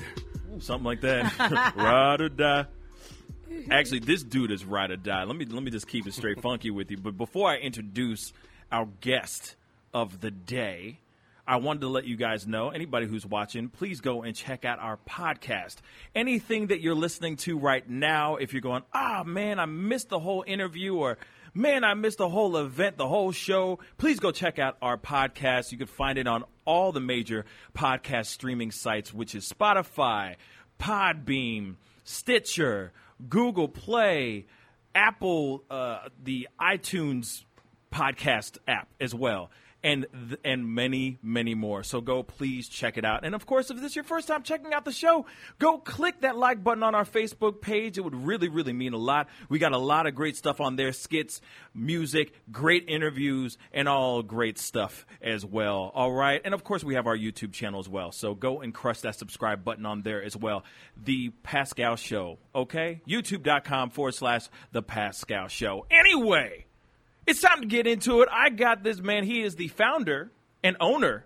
B: Something like that. ride or die. Actually, this dude is ride or die. Let me let me just keep it straight funky with you. But before I introduce our guest of the day, I wanted to let you guys know, anybody who's watching, please go and check out our podcast. Anything that you're listening to right now, if you're going, ah man, I missed the whole interview or man, I missed the whole event, the whole show, please go check out our podcast. You can find it on all the major podcast streaming sites, which is Spotify, Podbeam, Stitcher, Google Play, Apple, uh, the iTunes podcast app as well. And, th- and many, many more. So go please check it out. And of course, if this is your first time checking out the show, go click that like button on our Facebook page. It would really, really mean a lot. We got a lot of great stuff on there skits, music, great interviews, and all great stuff as well. All right. And of course, we have our YouTube channel as well. So go and crush that subscribe button on there as well. The Pascal Show. Okay. YouTube.com forward slash The Pascal Show. Anyway. It's time to get into it. I got this man. He is the founder and owner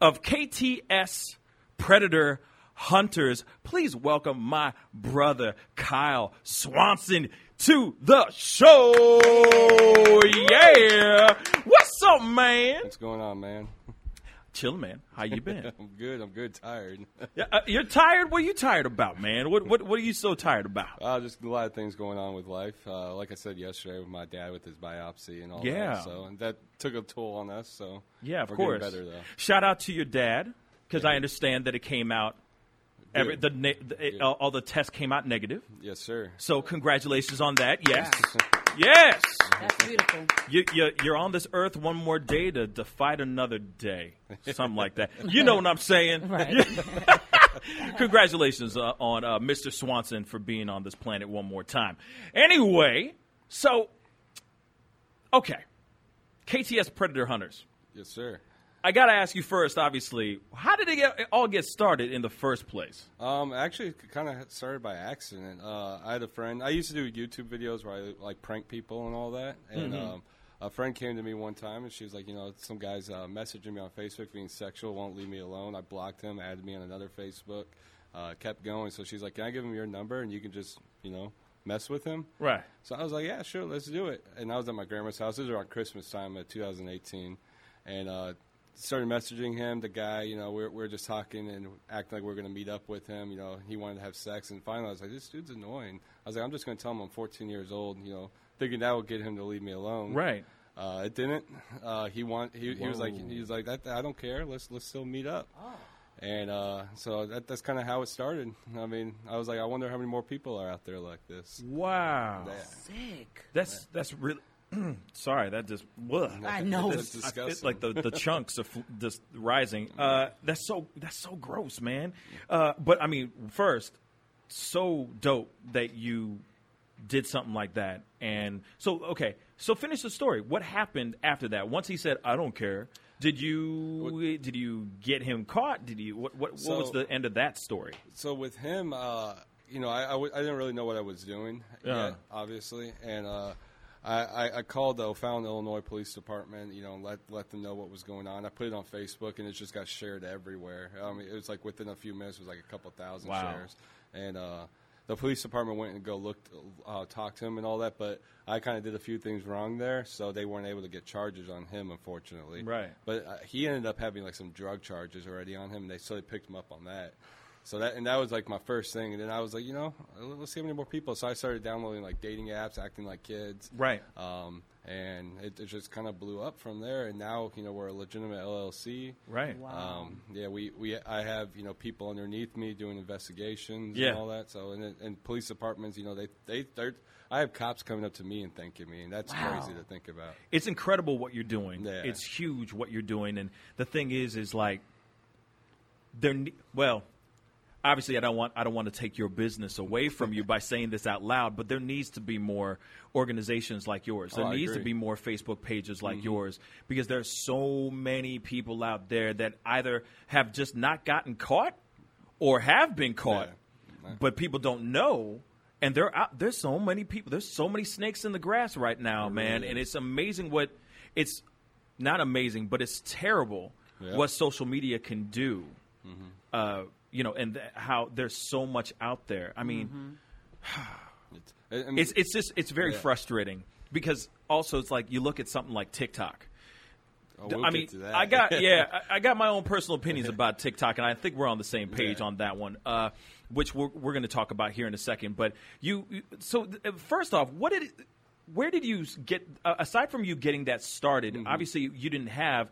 B: of KTS Predator Hunters. Please welcome my brother Kyle Swanson to the show. Yeah. What's up, man?
I: What's going on, man?
B: Chill, man. How you been?
I: I'm good. I'm good. Tired.
B: Yeah, uh, You're tired? What are you tired about, man? What what what are you so tired about?
I: uh, just a lot of things going on with life. Uh, like I said yesterday, with my dad with his biopsy and all
B: Yeah.
I: that. So and that took a toll on us. So
B: Yeah, of
I: we're
B: course.
I: Getting better though.
B: Shout out to your dad. because I understand that it came out. Every, the, ne- the it- all, all the tests came out negative.
I: Yes, sir.
B: So congratulations on that. Yes, yes.
C: That's beautiful.
B: You, you, you're on this earth one more day to, to fight another day, something like that. You know what I'm saying?
C: Right.
B: Congratulations uh, on uh, Mr. Swanson for being on this planet one more time. Anyway, so okay, KTS Predator Hunters.
I: Yes, sir.
B: I gotta ask you first, obviously, how did it, get, it all get started in the first place?
I: Um, actually, kind of started by accident. Uh, I had a friend. I used to do YouTube videos where I like prank people and all that. And um, a friend came to me one time, and she was like, "You know, some guys uh, messaging me on Facebook being sexual, won't leave me alone." I blocked him, added me on another Facebook, uh, kept going. So she's like, "Can I give him your number and you can just, you know, mess with him?"
B: Right.
I: So I was like, "Yeah, sure, let's do it." And I was at my grandma's house. This was around Christmas time of 2018, and uh, started messaging him. The guy, you know, we're we're just talking and acting like we're going to meet up with him. You know, he wanted to have sex, and finally, I was like, "This dude's annoying." I was like, "I'm just going to tell him I'm 14 years old." You know, thinking that would get him to leave me alone.
B: Right.
I: Uh, it didn't. Uh, he want he, he was like he was like that, I don't care. Let's let's still meet up. And uh, so that, that's kind of how it started. I mean, I was like, I wonder how many more people are out there like this.
B: Wow.
I: Yeah.
C: Sick.
B: That's that's really. Sorry, that just. Bleh.
C: I know.
I: That's
B: I feel
I: disgusting.
B: like the, the chunks of fl- just rising. Uh, that's so that's so gross, man. Uh, but I mean, first, so dope that you did something like that. And so, okay, so finish the story. What happened after that? Once he said, "I don't care," did you did you get him caught? Did you what what, what was
I: So-
B: the end of that story?
I: so with him, uh, you know, I I, w- I didn't really know what I was doing,
B: Yeah.
I: yet, obviously, and uh, I, I, I called the O'Fallon, Illinois Police Department, you know, and let let them know what was going on. I put it on Facebook, and it just got shared everywhere. I mean, it was like within a few minutes, it was like a couple thousand
B: Wow.
I: shares, and. uh the police department went and go looked, uh, talked to him and all that, but I kind of did a few things wrong there, so they weren't able to get charges on him, unfortunately.
B: Right.
I: But uh, he ended up having like some drug charges already on him, and they so they picked him up on that. So that and that was like my first thing, and then I was like, you know, let's see how many more people. So I started downloading like dating apps, acting like kids,
B: Right.
I: Um, and it, it just kind of blew up from there. And now you know we're a legitimate LLC,
B: Right.
I: Um, yeah, we, we I have you know people underneath me doing investigations
B: Yeah.
I: and all that. So and it- and police departments, you know, they they they're, I have cops coming up to me and thanking me, and that's
C: Wow.
I: crazy to think about.
B: it's incredible what you're doing.
I: Yeah.
B: It's huge what you're doing, and the thing is, is like there. ne- Well, obviously, I don't want I don't want to take your business away from you by saying this out loud, but there needs to be more organizations like yours. There
I: Oh, I
B: needs to
I: agree. Mm-hmm.
B: be more Facebook pages like yours because there are so many people out there that either have just not gotten caught or have been caught,
I: Yeah.
B: but people don't know. And there out, there's so many people. There's so many snakes in the grass right now, man. And it's amazing what it's not amazing, but it's terrible
I: Yeah.
B: what social media can do. Uh, you know, and th- how there's so much out there. I mean,
I: Mm-hmm. It's, I- I mean-
B: it's it's just it's very frustrating because also it's like you look at something like TikTok.
I: Oh, we'll
B: I
I: get
B: mean,
I: to that.
B: I got yeah, I, I got my own personal opinions about TikTok, and I think we're on the same page
I: Yeah.
B: on that one, uh, which we're, we're going to talk about here in a second. But you, you- so th- uh, first off, what did, where did you s- get uh, aside from you getting that started?
I: Mm-hmm.
B: Obviously, you didn't have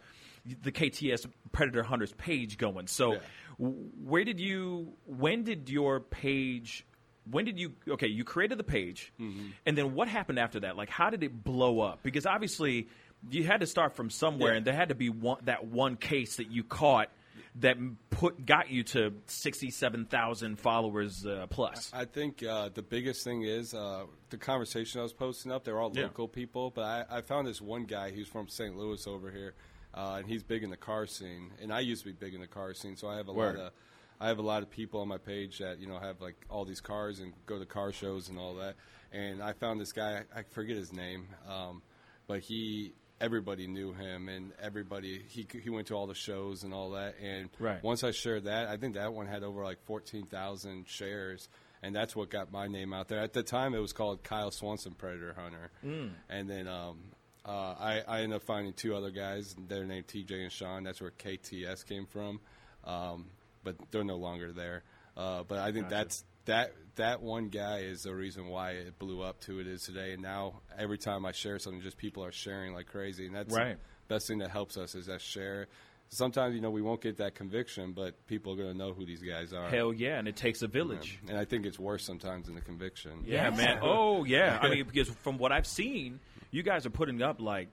B: the KTS Predator Hunters page going. So,
I: Yeah.
B: w- where did you? When did your page? When did you? Okay, you created the page,
I: Mm-hmm.
B: and then what happened after that? Like, how did it blow up? Because obviously. You had to start from somewhere,
I: Yeah.
B: and there had to be one, that one case that you caught that m- put got you to sixty-seven thousand followers uh, plus.
I: I think uh, the biggest thing is uh, the conversation I was posting up. They're all
B: Yeah.
I: local people, but I, I found this one guy who's from St. Louis over here, uh, and he's big in the car scene. And I used to be big in the car scene, so I have a
B: Word.
I: lot of I have a lot of people on my page that you know have like all these cars and go to car shows and all that. And I found this guy. I forget his name, um, but he. Everybody knew him, and everybody he he went to all the shows and all that. And
B: Right.
I: once I shared that, I think that one had over like 14,000 shares. And that's what got my name out there. At the time, it was called Kyle Swanson Predator Hunter. Mm. And then um, uh, I, I ended up finding two other guys. They're named TJ and Sean. That's where KTS came from. Um, but they're no longer there. Uh, but I think that's that that one guy is the reason why it blew up to it is today. And now every time I share something, just people are sharing like crazy. And that's
B: Right.
I: best thing that helps us is that share sometimes you know we won't get that conviction, but people are going to know who these guys are.
B: Hell yeah, and it takes a village.
I: And I think it's worse sometimes than the conviction.
B: Yeah, man. Oh yeah. I mean, because from what I've seen, you guys are putting up like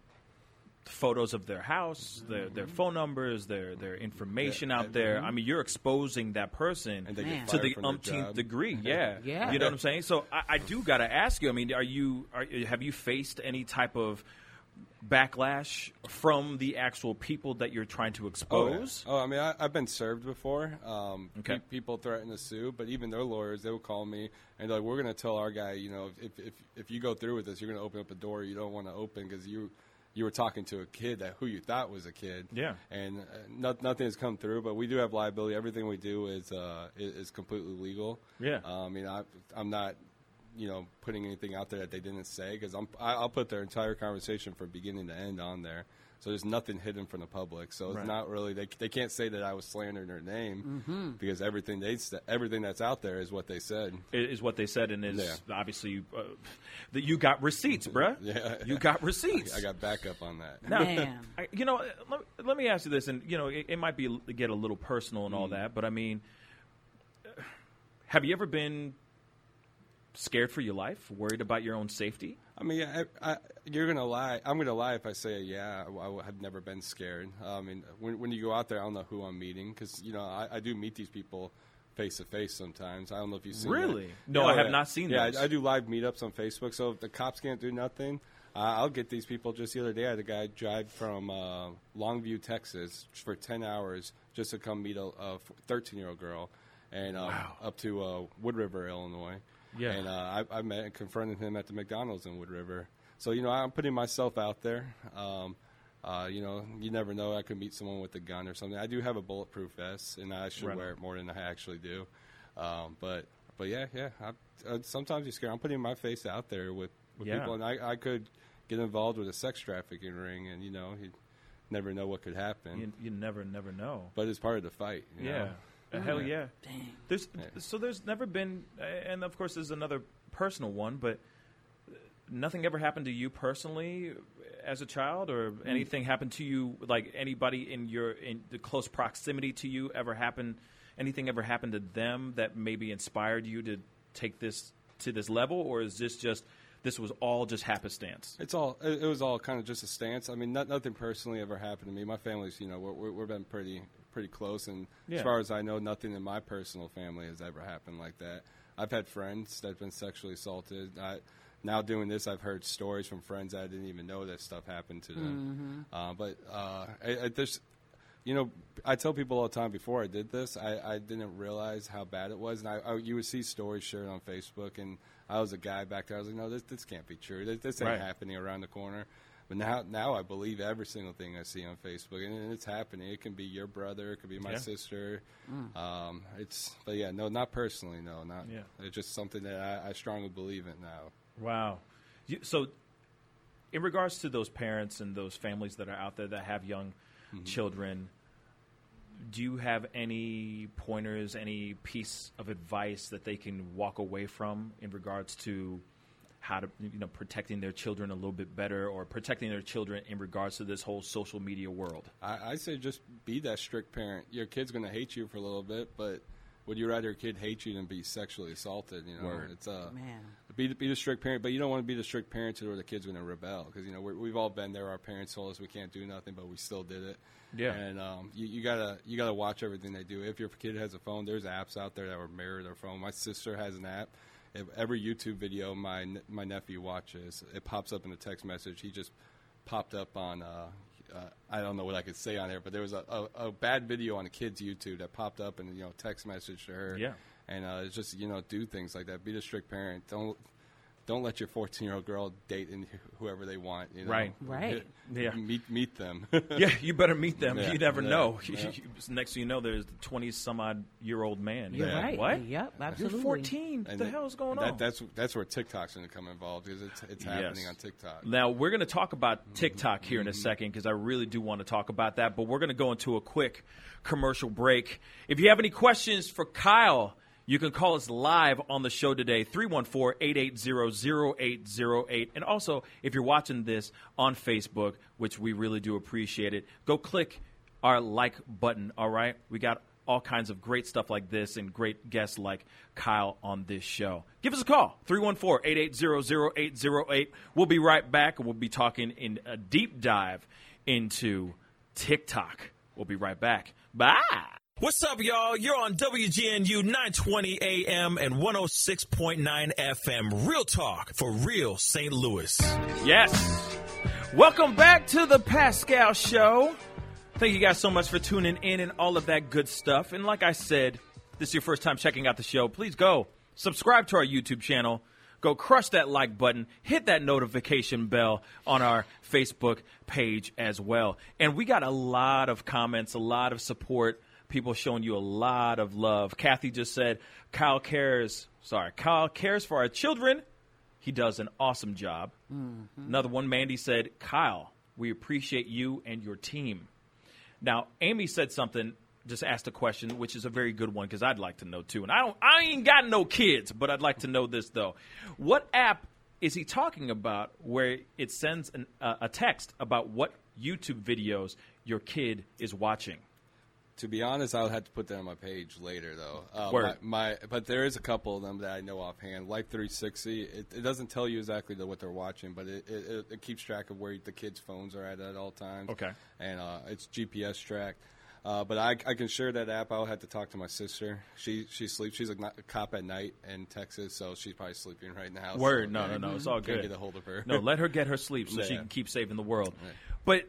B: photos of their house, their their phone numbers, their their information out there. I mean, you're exposing that person
I: mm-hmm. And they get Man.
B: to
I: fired
B: the
I: from their
B: umpteenth
I: job.
B: degree. Yeah,
C: Yeah.
B: You know what I'm saying? So I, I do got to ask you. I mean, are you are, have you faced any type of backlash from the actual people that you're trying to
I: Oh, yeah.
B: expose?
I: Oh, I mean, I, I've been served before. Um,
B: Okay.
I: pe- people threaten to sue, but even their lawyers, they will call me and they're like, "We're going to tell our guy, you know, if if if you go through with this, you're going to open up a door you don't want to open because you you were talking to a kid that who you thought was a kid.
B: Yeah.
I: and uh, no, nothing has come through. But we do have liability. Everything we do is uh, is, is completely legal.
B: Yeah.
I: Uh, I mean, I, I'm not. You know, putting anything out there that they didn't say because I'm I, I'll put their entire conversation from beginning to end on there, so there's nothing hidden from the public. So
B: Right.
I: it's not really they, they can't say that I was slandering her name
B: Mm-hmm.
I: because everything they s- everything that's out there is what they said.
B: i- is what they said, and is
I: Yeah.
B: obviously uh, that you got receipts, bruh.
I: Yeah.
B: you got receipts.
I: I got backup on that.
B: Now,
C: Man.
B: I, you know, let, let me ask you this, and you know, it, it might be get a little personal and all that, but I mean, uh, have you ever been scared for your life, worried about your own safety?
I: I mean, I, I, you're gonna lie. I'm gonna lie if I say yeah. I, w- I have never been scared. I mean, when, when you go out there, I don't know who I'm meeting because you know I, I do meet these people face to face sometimes. I don't know if you've seen that.
B: Really? No, I have not seen
I: Yeah,
B: those.
I: I, I do live meetups on Facebook. So if the cops can't do nothing, uh, I'll get these people. Just the other day, I had a guy drive from uh, Longview, Texas, for ten hours just to come meet a 13 year old girl, and um, up to uh, Wood River, Illinois.
B: Yeah.
I: And uh, I, I met and confronted him at the McDonald's in Wood River. So, you know, I'm putting myself out there. Um, uh, you know, you never know. I could meet someone with a gun or something. I do have a bulletproof vest, and I should
B: Right.
I: wear it more than I actually do. Um, but, but yeah, yeah. I, uh, sometimes you're scared. I'm putting my face out there with, with
B: Yeah.
I: people, and I, I could get involved with a sex trafficking ring, and, you know, you never know what could happen.
B: You, you never, never know.
I: but it's part of the fight. you
B: Yeah.
I: know?
B: Uh, Hell yeah. There's so there's never been, uh, and of course there's another personal one, but uh, nothing ever happened to you personally as a child, or
I: Mm.
B: anything happened to you like anybody in your in the close proximity to you ever happened? Anything ever happened to them that maybe inspired you to take this to this level, or is this just this was all just happenstance?
I: It's all. It, it was all kind of just a stance. I mean, not, nothing personally ever happened to me. My family's, you know, we're, we're, we've been pretty pretty close, and
B: Yeah.
I: as far as I know, nothing in my personal family has ever happened like that. I've had friends that've been sexually assaulted. I, now doing this, I've heard stories from friends I didn't even know that stuff happened to them. Uh, but uh, I, I, there's you know, I tell people all the time before I did this, I, I didn't realize how bad it was. And I, I, you would see stories shared on Facebook, and I was a guy back there. I was like, no, this, this can't be true. This, this ain't
B: Right.
I: happening around the corner. But now, now I believe every single thing I see on Facebook, and, and it's happening. It can be your brother, it could be my
B: Yeah.
I: sister. Um, it's, but yeah, no, not personally, no, not.
B: Yeah.
I: It's just something that I, I strongly believe in now.
B: Wow. You, so, in regards to those parents and those families that are out there that have young
I: Mm-hmm.
B: children, do you have any pointers, any piece of advice that they can walk away from in regards to how to, you know, protecting their children a little bit better or protecting their children in regards to this whole social media world?
I: I, I say just be that strict parent. Your kid's going to hate you for a little bit, but would you rather your kid hate you than be sexually assaulted? You know,
B: Word.
I: it's uh,
C: Man.
I: be be the strict parent, but you don't want to be the strict parent to where the kid's going to rebel because you know we're, we've all been there. Our parents told us we can't do nothing, but we still did it.
B: Yeah.
I: and um, you, you gotta you gotta watch everything they do. If your kid has a phone, there's apps out there that will mirror their phone. My sister has an app. If every YouTube video my ne- my nephew watches, it pops up in a text message. He just popped up on. Uh, uh, I don't know what I could say on here, but there was a, a, a bad video on a kid's YouTube that popped up and you know text message to her.
B: Yeah.
I: and uh, it's just you know do things like that. Be the strict parent. Don't don't let your 14 year old girl date in whoever they want. You know?
B: Right.
C: Right.
B: Yeah.
I: Meet meet them.
B: Yeah, you better meet them.
I: Yeah,
B: you never
I: yeah,
B: know.
I: yeah.
B: Next thing you know, there's a 20 some odd year old man.
C: You're
B: You're like,
C: right.
B: What?
C: Yep, absolutely.
B: You're 14. What
I: And
B: the
I: that-
B: hell is going
I: that-
B: on?
I: That's that's where TikTok's going to come involved because it's it's happening
B: Yes.
I: on TikTok. Mm-hmm.
B: Now we're going to talk about TikTok here in a second because I really do want to talk about that. But we're going to go into a quick commercial break. If you have any questions for Kyle, you can call us live on the show today 314-880-0808 and also if you're watching this on Facebook, which we really do appreciate it, go click our like button, all right? We got all kinds of great stuff like this and great guests like Kyle on this show. Give us a call, 314 880 0808. We'll be right back. We'll be talking in a deep dive into TikTok. We'll be right back. Bye.
E: What's up, y'all? You're on WGNU 920 AM and 106.9 FM. Real talk for real St. Louis.
B: Yes. Welcome back to the Pascal Show. Thank you guys so much for tuning in and all of that good stuff. And like I said, if this is your first time checking out the show, please go subscribe to our YouTube channel. Go crush that like button, hit that notification bell on our Facebook page as well. And we got a lot of comments, a lot of support, people showing you a lot of love. Kathy just said, Kyle cares, sorry, Kyle cares for our children. He does an awesome job. Another one, Mandy said, Kyle, we appreciate you and your team. Now, Amy said something, just asked a question, which is a very good one because I'd like to know too. And I don't, I ain't got no kids, but I'd like to know this though. What app is he talking about where it sends an, uh, a text about what YouTube videos your kid is watching?
I: To be honest, I'll have to put that on my page later, though. Uh,
B: Word.
I: My, my- but there is a couple of them that I know offhand. Life 360, it, it doesn't tell you exactly the, what they're watching, but it, it, it- it keeps track of where the kids' phones are at at all times.
B: Okay.
I: And uh, it's GPS tracked. Uh, but I, I can share that app. I'll have to talk to my sister. She she sleeps. She's a, ni- cop at night in Texas, so she's probably sleeping right now.
B: Word,
I: so
B: no, no,
I: I
B: no, it's all
I: can't
B: good.
I: get a hold of her.
B: No, let her get her sleep so she
I: Yeah.
B: can keep saving the world. But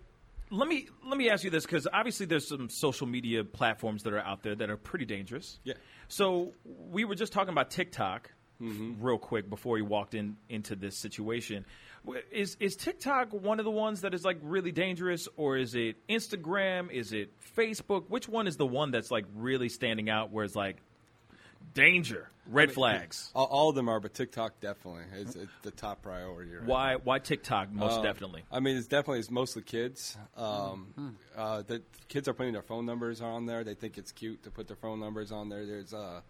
B: let me let me ask you this because obviously there's some social media platforms that are out there that are pretty dangerous.
I: Yeah.
B: So we were just talking about TikTok
I: Mm-hmm.
B: real quick before he walked in into this situation. W- Is is TikTok one of the ones that is like really dangerous, or is it Instagram? Is it Facebook? Which one is the one that's like really standing out? Where it's like danger, red flags.
I: All, all of them are, but TikTok definitely is it's the top priority. Right now.
B: Why why TikTok most
I: Um,
B: definitely?
I: I mean, it's definitely it's mostly kids. Um,
B: Hmm.
I: uh, the kids are putting their phone numbers on there. They think it's cute to put their phone numbers on there. There's uh,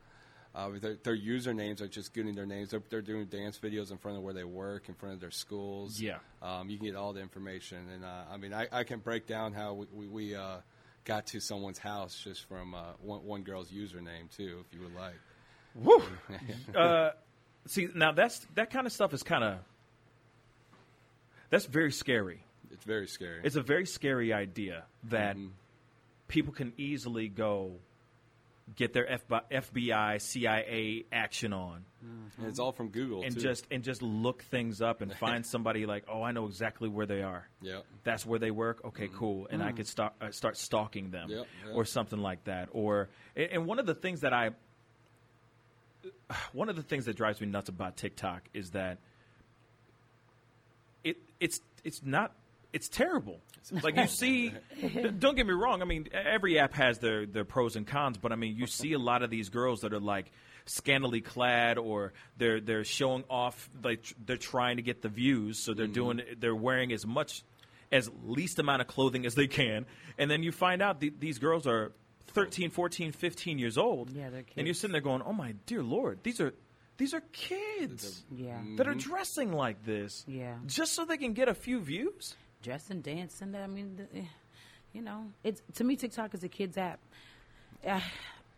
I: uh, their, their usernames are just getting their names. They're, they're doing dance videos in front of where they work, in front of their schools.
B: Yeah.
I: um, you can get all the information. And uh, I mean, I, I can break down how we, we, we uh, got to someone's house just from uh, one, one girl's username too, if you would like.
B: See, now that's that kind of stuff is kind of that's very scary.
I: It's very scary.
B: It's a very scary idea that people can easily go get their FBI, FBI CIA action on
I: and it's all from Google
B: and
I: too.
B: just and just look things up and find somebody like, "Oh, I know exactly where they are."
I: Yep. Mm-hmm. Mm.
B: That's where they work. Okay, cool. And I could start uh, start stalking them
I: Yep, yep.
B: or something like that. Or and and one of the things that I one of the things that drives me nuts about TikTok is that it it's it's not it's terrible. Like you see, d- don't get me wrong. I mean, every app has their their pros and cons, but I mean, you see a lot of these girls that are like scantily clad, or they're they're showing off. Like tr- they're trying to get the views, so they're doing they're wearing as much as least amount of clothing as they can, and then you find out th- these girls are 13, 14, 15 years old.
C: Yeah, they're
B: And you're
C: kids.
B: sitting there going, "Oh my dear lord, these are these are kids."
C: Yeah.
B: that are Mm-hmm. dressing like this.
C: Yeah.
B: Just so they can get a few views?
C: dress and dance and that. I mean, the, eh, you know, it's to me TikTok is a kids app. Uh,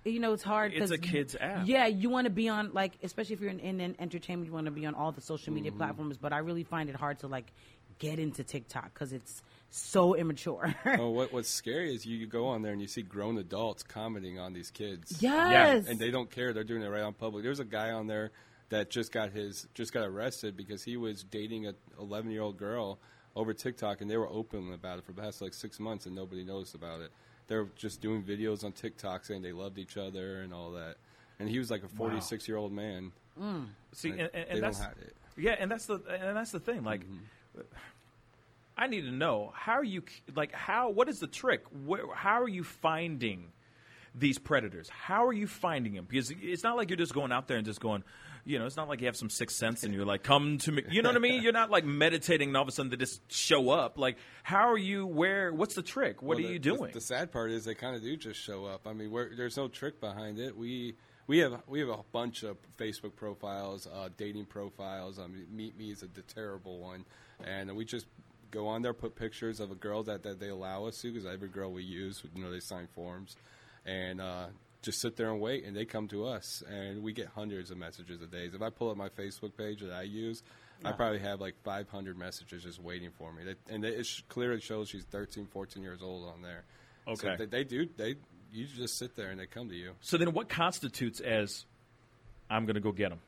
C: you know, it's hard.
B: It's
C: 'cause-
B: a kids app.
C: Yeah, you want to be on like, especially if you're in, in, in entertainment, you want to be on all the social media
B: Mm-hmm.
C: platforms. But I really find it hard to like get into TikTok because it's so immature.
I: Oh, what, what's scary is you, you go on there and you see grown adults commenting on these kids.
C: yes,
I: And they don't care. They're doing it right on public. There's a guy on there that just got his just got arrested because he was dating a 11 year old girl over TikTok, and they were open about it for the past like six months, and nobody noticed about it. They're just doing videos on TikTok saying they loved each other and all that. And he was like a 46 year old man.
B: See, and, and,
I: they
B: and
I: don't
B: that's
I: hide it. Mm-hmm.
B: yeah, and that's the and that's the thing. Like, I need to know how are you like how what is the trick? Where, how are you finding these predators? How are you finding them? Because it's not like you're just going out there and just going, you know, it's not like you have some sixth sense and you're like, come to me. You know what I mean? You're not like meditating and all of a sudden they just show up. Like, how are you? Where? What's the trick? What
I: Well,
B: are
I: the-
B: you
I: the-
B: doing?
I: The, sad part is they kind of do just show up. I mean, we're, there's no trick behind it. We we have we have a bunch of Facebook profiles, uh, dating profiles. I mean, Meet Me is a, the terrible one, and we just go on there, put pictures of a girl that, that they allow us to, because every girl we use, you know, they sign forms, and uh, just sit there and wait, and they come to us, and we get hundreds of messages a day. If I pull up my Facebook page that I use, I probably have like 500 messages just waiting for me. They, and they, it sh- clearly shows she's 13, 14 years old on there. So
B: Okay.
I: they, they do. They you just sit there and they come to you.
B: So then, what constitutes as I'm going to go get them?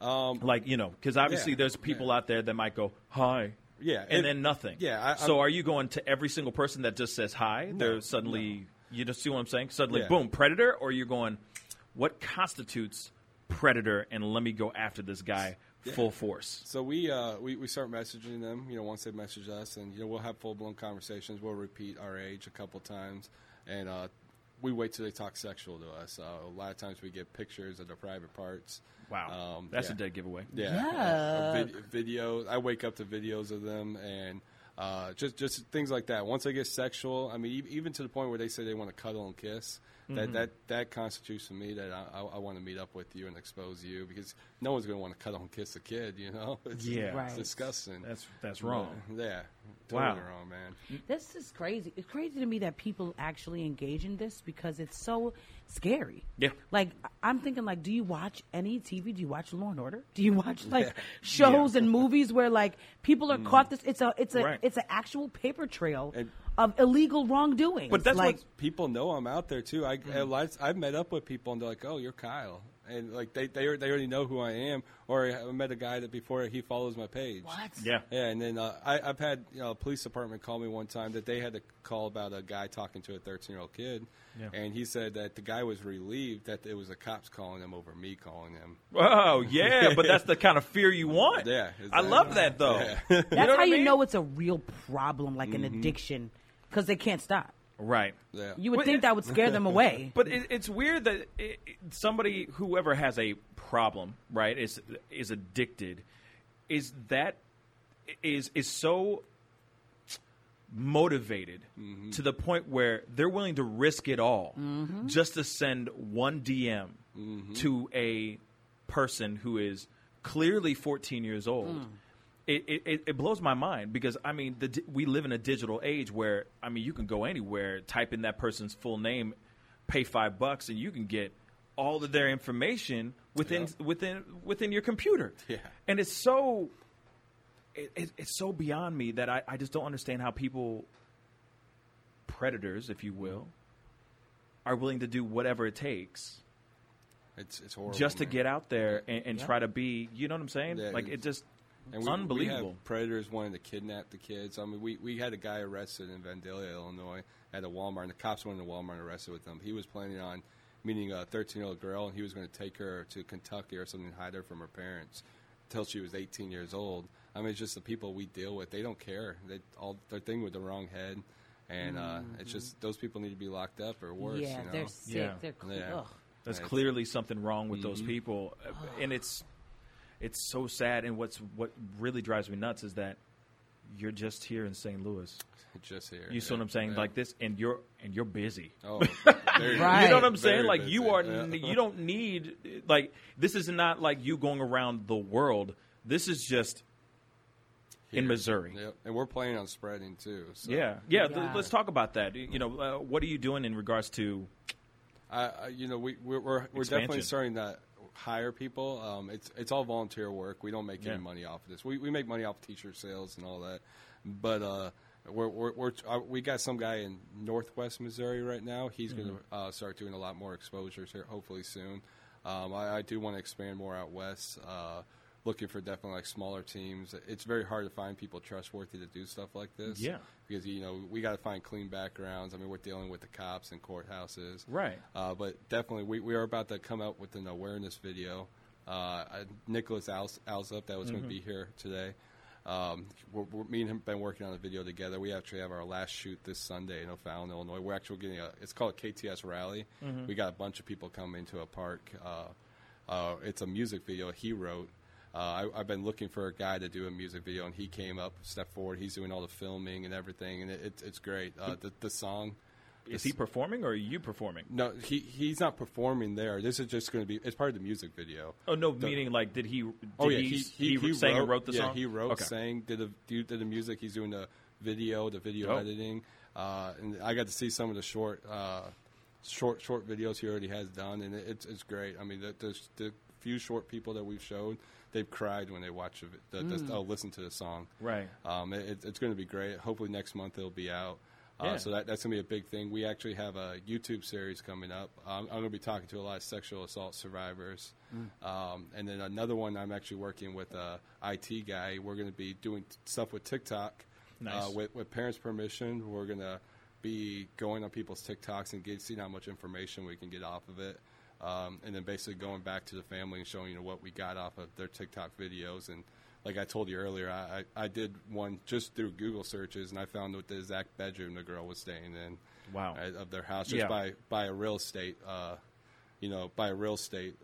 I: Um,
B: Like you know, because obviously
I: Yeah,
B: there's people out there that might go hi,
I: Yeah,
B: and
I: it-
B: then nothing.
I: yeah, I-
B: so
I: I'm-
B: are you going to every single person that just says hi? they're suddenly you just see what I'm saying? Suddenly,
I: Yeah.
B: boom, predator. Or you're going, what constitutes predator? And let me go after this guy full force.
I: So we, uh, we we start messaging them. You know, once they message us, and you know, we'll have full blown conversations. We'll repeat our age a couple times, and uh, we wait till they talk sexual to us. Uh, a lot of times we get pictures of their private parts.
B: Wow,
I: Um,
B: that's
I: yeah.
B: a dead giveaway.
I: Yeah. Uh, a vid- video. I wake up to videos of them and uh, just just things like that. Once I get sexual, I mean, e- even to the point where they say they want to cuddle and kiss.
B: Mm-hmm.
I: That, that that constitutes to me that I, I, I want to meet up with you and expose you because no one's going to want to cuddle and kiss a kid, you know? It's,
B: Yeah.
C: Right.
I: it's disgusting.
B: That's that's wrong.
I: yeah, totally
B: Wow.
I: wrong, man.
C: This is crazy. It's crazy to me that people actually engage in this because it's so scary.
B: Yeah.
C: Like I- I'm thinking, like, do you watch any TV? Do you watch Law and Order? Do you watch like shows and movies where like people are caught? This it's a it's a
B: Mm. Right.
C: it's an actual paper trail
I: And-
C: of illegal wrongdoing.
B: But that's
C: like
B: what's-
I: people know I'm out there too. I
B: Mm-hmm.
I: a lot of- I've met up with people and they're like, "Oh, you're Kyle," and like they they, they already know who I am. Or I met a guy that before he follows my page. What?
B: Yeah.
I: Yeah, and then uh, I, I've had you know, a police department call me one time that they had a call about a guy talking to a 13 year old kid, and he said that the guy was relieved that it was the cops calling him over me calling him.
B: Oh yeah, but that's the kind of fear you want.
I: Yeah,
B: I love that though.
C: that's
B: know what
C: how
B: I
C: you
B: mean? Mm-hmm.
C: know it's a real problem, like an addiction, because they can't stop.
B: Right.
I: Yeah.
C: You would
B: But
C: think
B: it-
C: that would scare them away.
B: But it, it's weird that it, it- somebody, whoever has a problem, right, is is addicted, is that is is so motivated to the point where they're willing to risk it all just to send one DM Mm-hmm. to a person who is clearly 14 years old. It, it- it, it blows my mind because I mean the, di- we live in a digital age where I mean you can go anywhere, type in that person's full name, pay five bucks, and you can get all of their information within within within your computer.
I: Yeah.
B: and it's so it, it, it's so beyond me that I, I just don't understand how people predators, if you will, are willing to do whatever it takes
I: It's it's horrible
B: just to
I: man.
B: get out there and, and try to be. You know what I'm saying?
I: Yeah,
B: like
I: it's-
B: it just
I: And we, We
B: unbelievable.
I: have predators wanting to kidnap the kids. I mean, we, we had a guy arrested in Vandalia, Illinois, at a Walmart, and the cops went to Walmart and arrested with him. He was planning on meeting a 13 year old girl, and he was going to take her to Kentucky or something, hide her from her parents until she was 18 years old. I mean, it's just the people we deal with. They don't care. They all they're thinking with the wrong head, and uh,
B: Mm-hmm.
I: it's just those people need to be locked up or worse.
C: yeah,
I: you know?
C: they're sick.
B: Yeah.
C: They're cool.
I: Yeah.
C: Ugh.
B: There's clearly something wrong with
I: Mm-hmm.
B: those people, Uh, and it's it's so sad. And what's what really drives me nuts is that you're just here in St. Louis.
I: just here.
B: You see what I'm saying? Like this, and you're and you're busy.
I: oh,
C: Right.
B: You know what I'm
I: Very
B: saying? Like you
I: busy,
B: are,
I: yeah.
B: you don't need like this is not like you going around the world. This is just in Missouri.
I: Yep. And we're planning on spreading too. So.
B: Yeah, yeah. th-
C: Yeah.
B: let's talk about that. You know, uh, what are you doing in regards to?
I: I, I- you know, we we're we're, we're
B: Expansion.
I: definitely starting to hire people. Um, it's it's all volunteer work. We don't make
B: Yeah.
I: any money off of this. We we make money off T-shirt sales and all that, but uh, we're we're, we're uh, we got some guy in Northwest Missouri right now. He's going
B: Mm-hmm.
I: to uh, start doing a lot more exposures here, hopefully soon. Um, I, I do want to expand more out west. Uh, looking for definitely like smaller teams. It's very hard to find people trustworthy to do stuff like this.
B: Yeah.
I: because you know we got to find clean backgrounds. I mean, we're dealing with the cops and courthouses.
B: Right.
I: Uh, but definitely, we, we are about to come out with an awareness video. Uh, I- Nicholas Als- Alsup, that was going to be here today. Um, we're, we're, me and him been working on a video together. We actually have our last shoot this Sunday in O'Fallon, Illinois. We're actually getting a. It's called KTS Rally. We got a bunch of people coming to a park. Uh, uh, it's a music video he wrote. Uh, I, I've been looking for a guy to do a music video, and he came up, stepped forward. He's doing all the filming and everything, and it, it's it's great. Uh, the, the song
B: Is he performing or are you performing?
I: no, he he's not performing there. This is just going to be it's part of the music video.
B: Oh no, meaning like did he? Did
I: Oh yeah,
B: he,
I: he,
B: he sang and wrote the
I: yeah,
B: song.
I: he wrote,
B: Okay.
I: sang, did the did the music. He's doing the video, the video
B: Oh.
I: editing, uh, and I got to see some of the short, uh, short, short videos he already has done, and it, it's it's great. I mean, the, the, the few short people that we've showed, they've cried when they watch the, the, the, oh, listen to the song.
B: Mm. Right.
I: Um, it, it's going to be great. Hopefully next month it'll be out. Uh,
B: Yeah.
I: So that, that's going to be a big thing. We actually have a YouTube series coming up. Um, I'm going to be talking to a lot of sexual assault survivors.
B: Mm.
I: Um, and then another one I'm actually working with a IT guy. We're going to be doing t- stuff with TikTok.
B: Nice.
I: Uh, with, with parents' permission, we're going to be going on people's TikToks and get, seeing how much information we can get off of it. Um, and then basically going back to the family and showing you know what we got off of their TikTok videos. And like I told you earlier, I, I, I did one just through Google searches and I found out the exact bedroom the girl was staying in.
B: Wow.
I: uh, Of their house just
B: Yeah.
I: by, by a real estate, uh, you know, by a real estate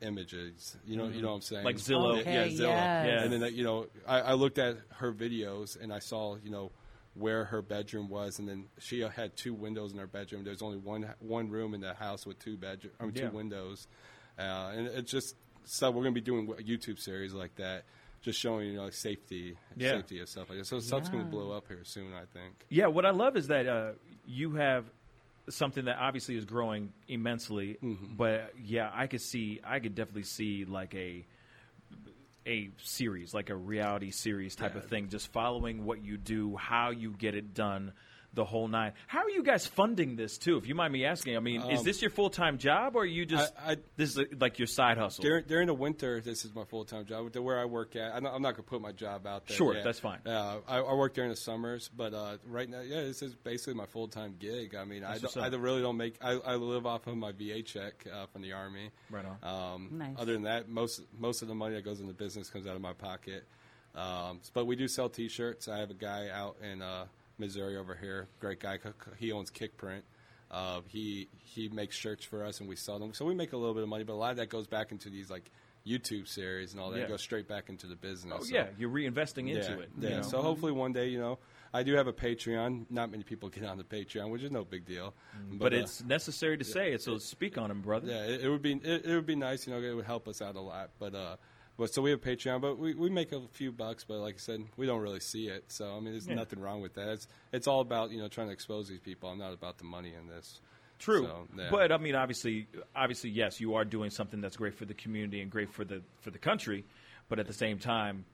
I: images. You know, you know what I'm saying?
B: Mm-hmm. Like Zillow.
I: yeah,
C: Oh, Okay, yes.
I: Zillow.
B: Yeah.
I: And then, uh, you know, I, I looked at her videos and I saw, you know, where her bedroom was, and then she had two windows in her bedroom. There's only one one room in the house with two bedroom, I mean,
B: Yeah.
I: two windows, uh, and it's just so we're going to be doing a YouTube series like that, just showing you know like safety,
B: Yeah.
I: safety and stuff like that. So stuff's going to blow up here soon, I think.
B: Yeah, what I love is that uh, you have something that obviously is growing immensely,
I: Mm-hmm.
B: but yeah, I could see, I could definitely see like a a series, like a reality series type of thing, just following what you do, how you get it done, the whole nine. How are you guys funding this too? If you mind me asking, I mean, is this your full time job or are you just
I: Um, I- I-
B: this is like your side hustle?
I: During, during the winter, this is my full time job. Where I work at, I'm not, I'm not going to put my job out there.
B: Sure,
I: yet.
B: that's fine.
I: Uh, I, I work during the summers, but uh, right now, yeah, this is basically my full time gig. I mean, I,
B: what's
I: don't, I
B: up.
I: really don't make. I, I live off of my VA check uh, from the army.
B: Right on.
I: Um,
C: Nice.
I: Other than that, most most of the money that goes into business comes out of my pocket. Um, but we do sell T-shirts. I have a guy out in uh, Missouri over here, great guy. C- c- He owns Kickprint. Uh, he he makes shirts for us, and we sell them. So we make a little bit of money, but a lot of that goes back into these like YouTube series and all that.
B: Yeah.
I: It goes straight back into the business.
B: oh,
I: So-
B: yeah, you're reinvesting into
I: yeah,
B: it.
I: Yeah.
B: you know?
I: So hopefully one day, you know, I do have a Patreon. Not many people get on the Patreon, which is no big deal.
B: Mm. but
I: uh,
B: it's necessary to say it, so speak on him, brother.
I: yeah, it, it would be it, it would be nice. You know, it would help us out a lot. But uh, but so we have Patreon, but we, we make a few bucks. But like I said, we don't really see it. So I mean, there's nothing wrong with that. It's it's all about you know trying to expose these people. I'm not about the money in this.
B: True,
I: So, yeah.
B: but uh, I mean, obviously, obviously, yes, you are doing something that's great for the community and great for the for the country, but at the same time,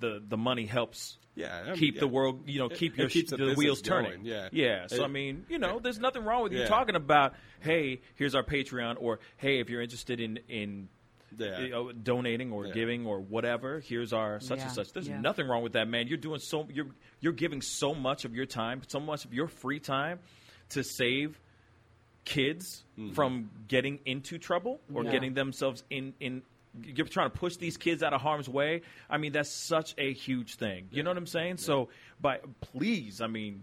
B: the the money helps.
I: Yeah, I mean,
B: keep the
I: yeah.
B: world, you know,
I: It-
B: keep
I: it
B: your
I: keeps
B: sh-
I: the
B: the
I: business
B: wheels
I: going,
B: turning.
I: yeah.
B: yeah. So
I: It-
B: I mean, you know, there's nothing wrong with you
I: Yeah.
B: talking about, hey, here's our Patreon, or hey, if you're interested in in
I: Yeah.
B: you know, donating or
I: Yeah.
B: giving or whatever, here's our such
C: Yeah,
B: and such. There's
C: yeah.
B: nothing wrong with that, man. You're doing so you're you're giving so much of your time, so much of your free time to save kids
I: Mm-hmm.
B: from getting into trouble or
C: Yeah.
B: getting themselves in in you're trying to push these kids out of harm's way. I mean, that's such a huge thing. You know what I'm saying? So, by please, I mean,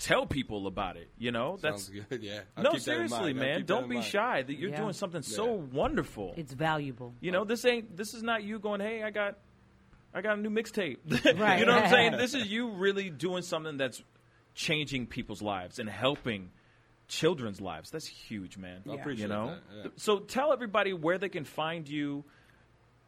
B: tell people about it. You know, that's
I: Sounds good. Yeah. I'll
B: no,
I: keep that in mind.
B: seriously,
I: I'll
B: man.
I: keep that
B: Don't
I: in
B: be
I: mind.
B: shy. That you're
C: Yeah.
B: doing something so wonderful.
C: It's valuable.
B: You know, this ain't this is not you going, "Hey, I got I got a new mixtape."
C: Right.
B: you know what I'm saying? This is you really doing something that's changing people's lives and helping children's lives. That's huge, man.
I: I
B: you
I: appreciate
B: know.
I: that, yeah.
B: So tell everybody where they can find you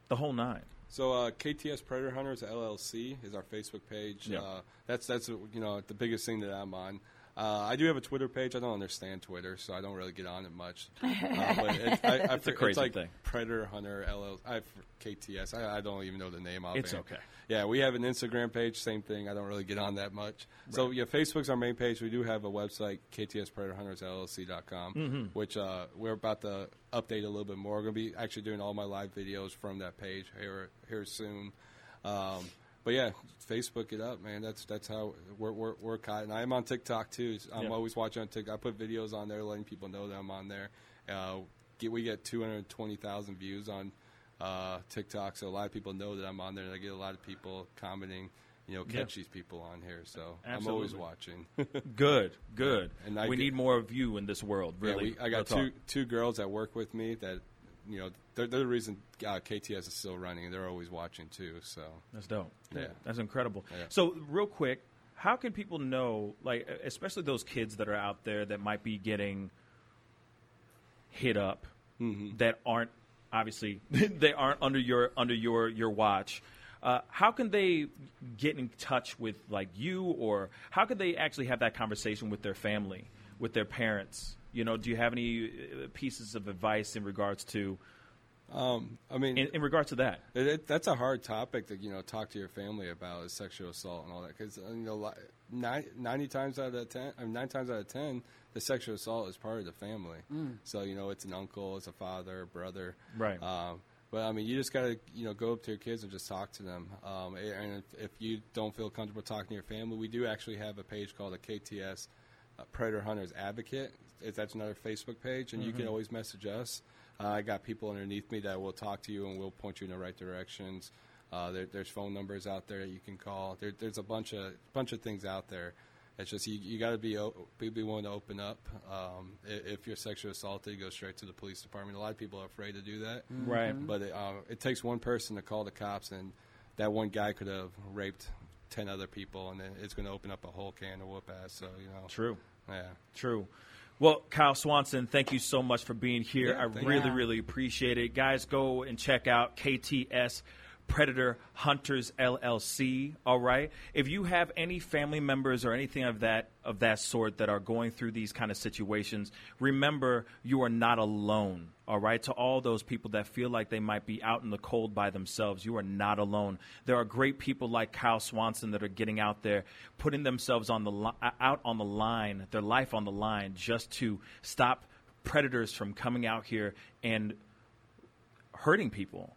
B: the whole nine.
I: So uh, KTS Predator Hunters LLC is our Facebook page.
B: Yeah.
I: Uh, that's that's you know the biggest thing that I'm on. Uh, I do have a Twitter page. I don't understand Twitter, so I don't really get on it much. Uh, but it, I, I, it's
B: crazy
I: like
B: thing.
I: Predator Hunter LL, I, KTS. I, I don't even know the name of
B: It's
I: it.
B: okay.
I: Yeah, we have an Instagram page. Same thing. I don't really get on that much. So yeah, Facebook's our main page. We do have a website, KTSPredatorHuntersLLC.com, which uh, we're about to update a little bit more. We're gonna be actually doing all my live videos from that page here here soon. Um, but yeah, Facebook it up, man. That's that's how we're we're, we're caught. And I'm on TikTok too. I'm
B: Yeah.
I: always watching on TikTok. I put videos on there, letting people know that I'm on there. Uh, get we get 220,000 views on uh, TikTok, so a lot of people know that I'm on there. And I get a lot of people commenting, you know, catch
B: Yeah.
I: these people on here. So I'm
B: Absolutely.
I: always watching.
B: Good. Good.
I: And I
B: we
I: get-
B: need more of you in this world, really.
I: Yeah, we, I got
B: Real
I: two
B: talk.
I: two girls that work with me that, you know, they're, they're the reason uh, KTS is still running. They're always watching too. So
B: That's dope.
I: Yeah.
B: That's incredible. So, real quick, how can people know, like, especially those kids that are out there that might be getting hit up
I: Mm-hmm.
B: that aren't obviously they aren't under your under your your watch. Uh, how can they get in touch with like you, or how could they actually have that conversation with their family, with their parents? You know, do you have any uh, pieces of advice in regards to
I: I mean,
B: in, in regards to that?
I: It, it, that's a hard topic to you know talk to your family about is sexual assault and all that because you know li- nine, ninety times out of ten, I mean, nine times out of ten, the sexual assault is part of the family. So you know it's an uncle, it's a father, brother,
B: Mm. Right.
I: Um, but I mean, you just gotta you know go up to your kids and just talk to them. Um, a- and if, if you don't feel comfortable talking to your family, we do actually have a page called a KTS uh, Predator Hunters Advocate. If that's another Facebook page, and you can always message us. Uh, I got people underneath me that will talk to you and will point you in the right directions. Uh, there, there's phone numbers out there that you can call. There, there's a bunch of bunch of things out there. It's just you, you got to be o- be be willing to open up. Um, i- if you're sexually assaulted, go straight to the police department. A lot of people are afraid to do that,
B: Right.
I: But it, uh, it takes one person to call the cops, and that one guy could have raped ten other people, and then it's going to open up a whole can of whoop ass. So you know,
B: True.
I: yeah.
B: True. Well, Kyle Swanson, thank you so much for being here.
I: Yeah,
B: I
I: thank
B: really,
C: you.
B: really appreciate it. Guys, go and check out KTS Predator Hunters LLC. All right. If you have any family members or anything of that of that sort that are going through these kind of situations, remember you are not alone. All right. To all those people that feel like they might be out in the cold by themselves, you are not alone. There are great people like Kyle Swanson that are getting out there, putting themselves on the li- out on the line, their life on the line, just to stop predators from coming out here and hurting people.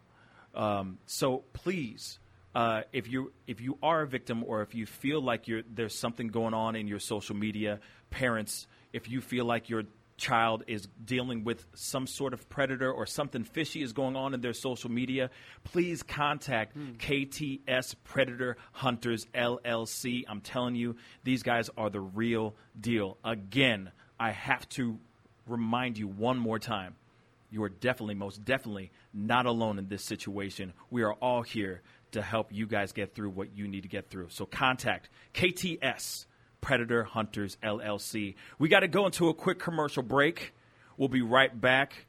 B: Um, so please, uh, if you if you are a victim or if you feel like you're there's something going on in your social media, parents, if you feel like your child is dealing with some sort of predator or something fishy is going on in their social media, please contact KTS Predator Hunters LLC. I'm telling you, these guys are the real deal. Again, I have to remind you one more time you are definitely, most definitely not alone in this situation. We are all here to help you guys get through what you need to get through. So contact KTS Predator Hunters LLC. We got to go into a quick commercial break. We'll be right back.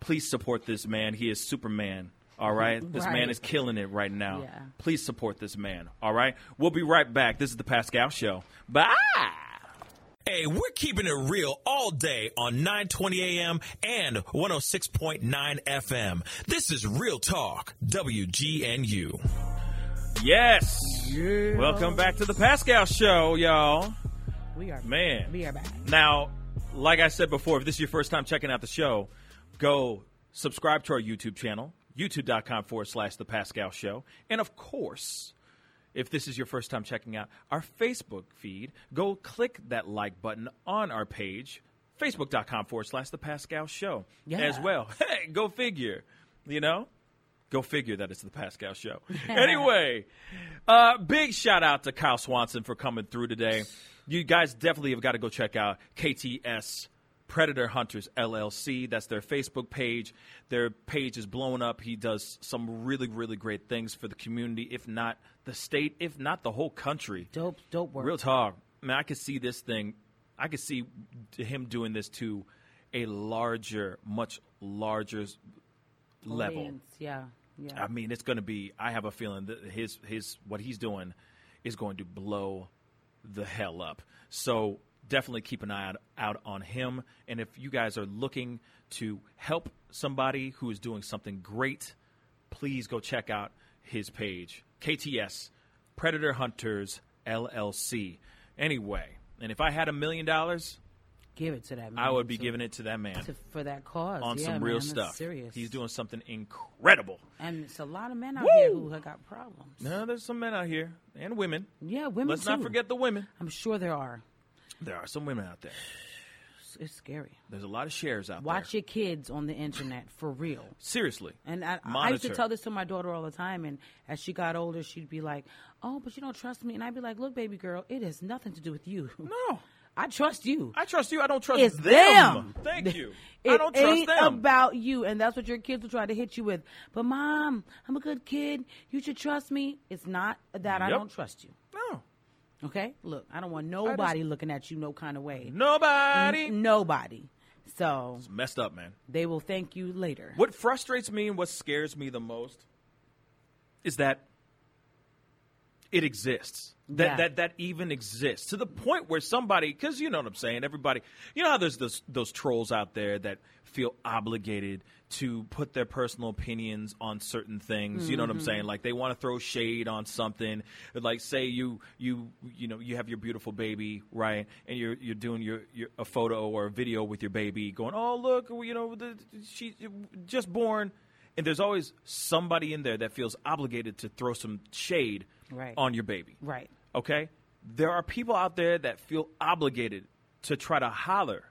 B: Please support this man. He is Superman. All right. This man
C: Right.
B: is killing it right now.
C: Yeah.
B: Please support this man. All right. We'll be right back. This is the Pascal Show. Bye.
E: Hey, we're keeping it real all day on 920 AM and 106.9 FM. This is Real Talk, WGNU.
B: Yes. Welcome back to the Pascal Show, y'all.
C: We are
B: Man.
C: We are back.
B: Now, like I said before, if this is your first time checking out the show, go subscribe to our YouTube channel, youtube.com forward slash The Pascal Show. And of course, if this is your first time checking out our Facebook feed, go click that like button on our page, facebook.com forward slash The Pascal Show
C: Yeah.
B: as well. Hey, go figure. You know? Go figure that it's the Pascal show. anyway, uh, big shout out to Kyle Swanson for coming through today. You guys definitely have got to go check out KTS Predator Hunters LLC. That's their Facebook page. Their page is blowing up. He does some really, really great things for the community, if not the state, if not the whole country.
C: Dope, dope work.
B: Real talk, man. I could see this thing. I could see him doing this to a larger, much larger s- level.
C: Audience, Yeah, yeah.
B: I mean, it's going to be. I have a feeling that his his what he's doing is going to blow the hell up. So definitely keep an eye out, out on him. And if you guys are looking to help somebody who is doing something great, please go check out his page, KTS Predator Hunters LLC. Anyway, and if I had a million dollars,
C: Give it to that man.
B: I would be
C: to-
B: giving it to that man
C: Mm-hmm. to, for that cause
B: on
C: yeah,
B: some
C: man,
B: real
C: that's
B: stuff.
C: Serious.
B: He's doing something incredible.
C: and it's a lot of men out
B: Woo!
C: here who have got problems.
B: No, there's some men out here and women.
C: Yeah, women
B: Let's not
C: too.
B: forget the women.
C: I'm sure there are.
B: There are some women out there.
C: It's, it's scary.
B: There's a lot of shares out
C: Watch
B: there.
C: your kids on the internet for real.
B: Seriously.
C: And I, I used
B: Monitor.
C: to tell this to my daughter all the time. And as she got older, she'd be like, "Oh, but you don't trust me." And I'd be like, "Look, baby girl, it has nothing to do with you.
B: No.
C: I trust you.
B: I trust you. I don't trust
C: it's
B: them.
C: them.
B: Thank you.
C: It
B: I don't trust
C: ain't
B: them.
C: about you, and that's what your kids will try to hit you with. But mom, I'm a good kid. You should trust me. It's not that I
B: Yep.
C: don't trust you.
B: no.
C: Okay, look, I don't want nobody looking at you no kind of way.
B: Nobody.
C: N- nobody. So
B: Messed up, man.
C: they will thank you later.
B: What frustrates me and what scares me the most is that it exists. That
C: Yeah.
B: that that even exists to the point where somebody, because you know what I'm saying, everybody, you know how there's those those trolls out there that feel obligated to put their personal opinions on certain things. You know what I'm saying? Like they want to throw shade on something. Like say you you you know you have your beautiful baby right, and you're you're doing your, your a photo or a video with your baby, going, oh look, you know the, she just born. And there's always somebody in there that feels obligated to throw some shade
C: Right.
B: on your baby.
C: Right.
B: Okay? There are people out there that feel obligated to try to holler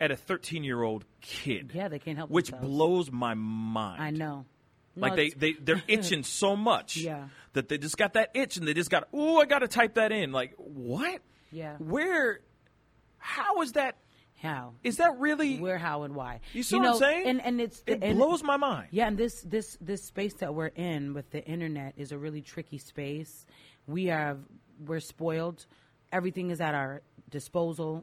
B: at a 13 year old kid.
C: Mm-hmm. Yeah, they can't help
B: Which
C: themselves.
B: blows my mind.
C: I know. No,
B: Like they,
C: it's-
B: they, they're itching so much
C: Yeah.
B: that they just got that itch and they just got, oh, I got to type that in. Like, what?
C: Yeah.
B: Where? How is that?
C: how
B: Is that really?
C: where how and why
B: You see what I'm
C: know,
B: saying?
C: and and it's
B: It
C: and-
B: blows my mind.
C: yeah and this this this space that we're in with the internet is a really tricky space we have we're spoiled everything is at our disposal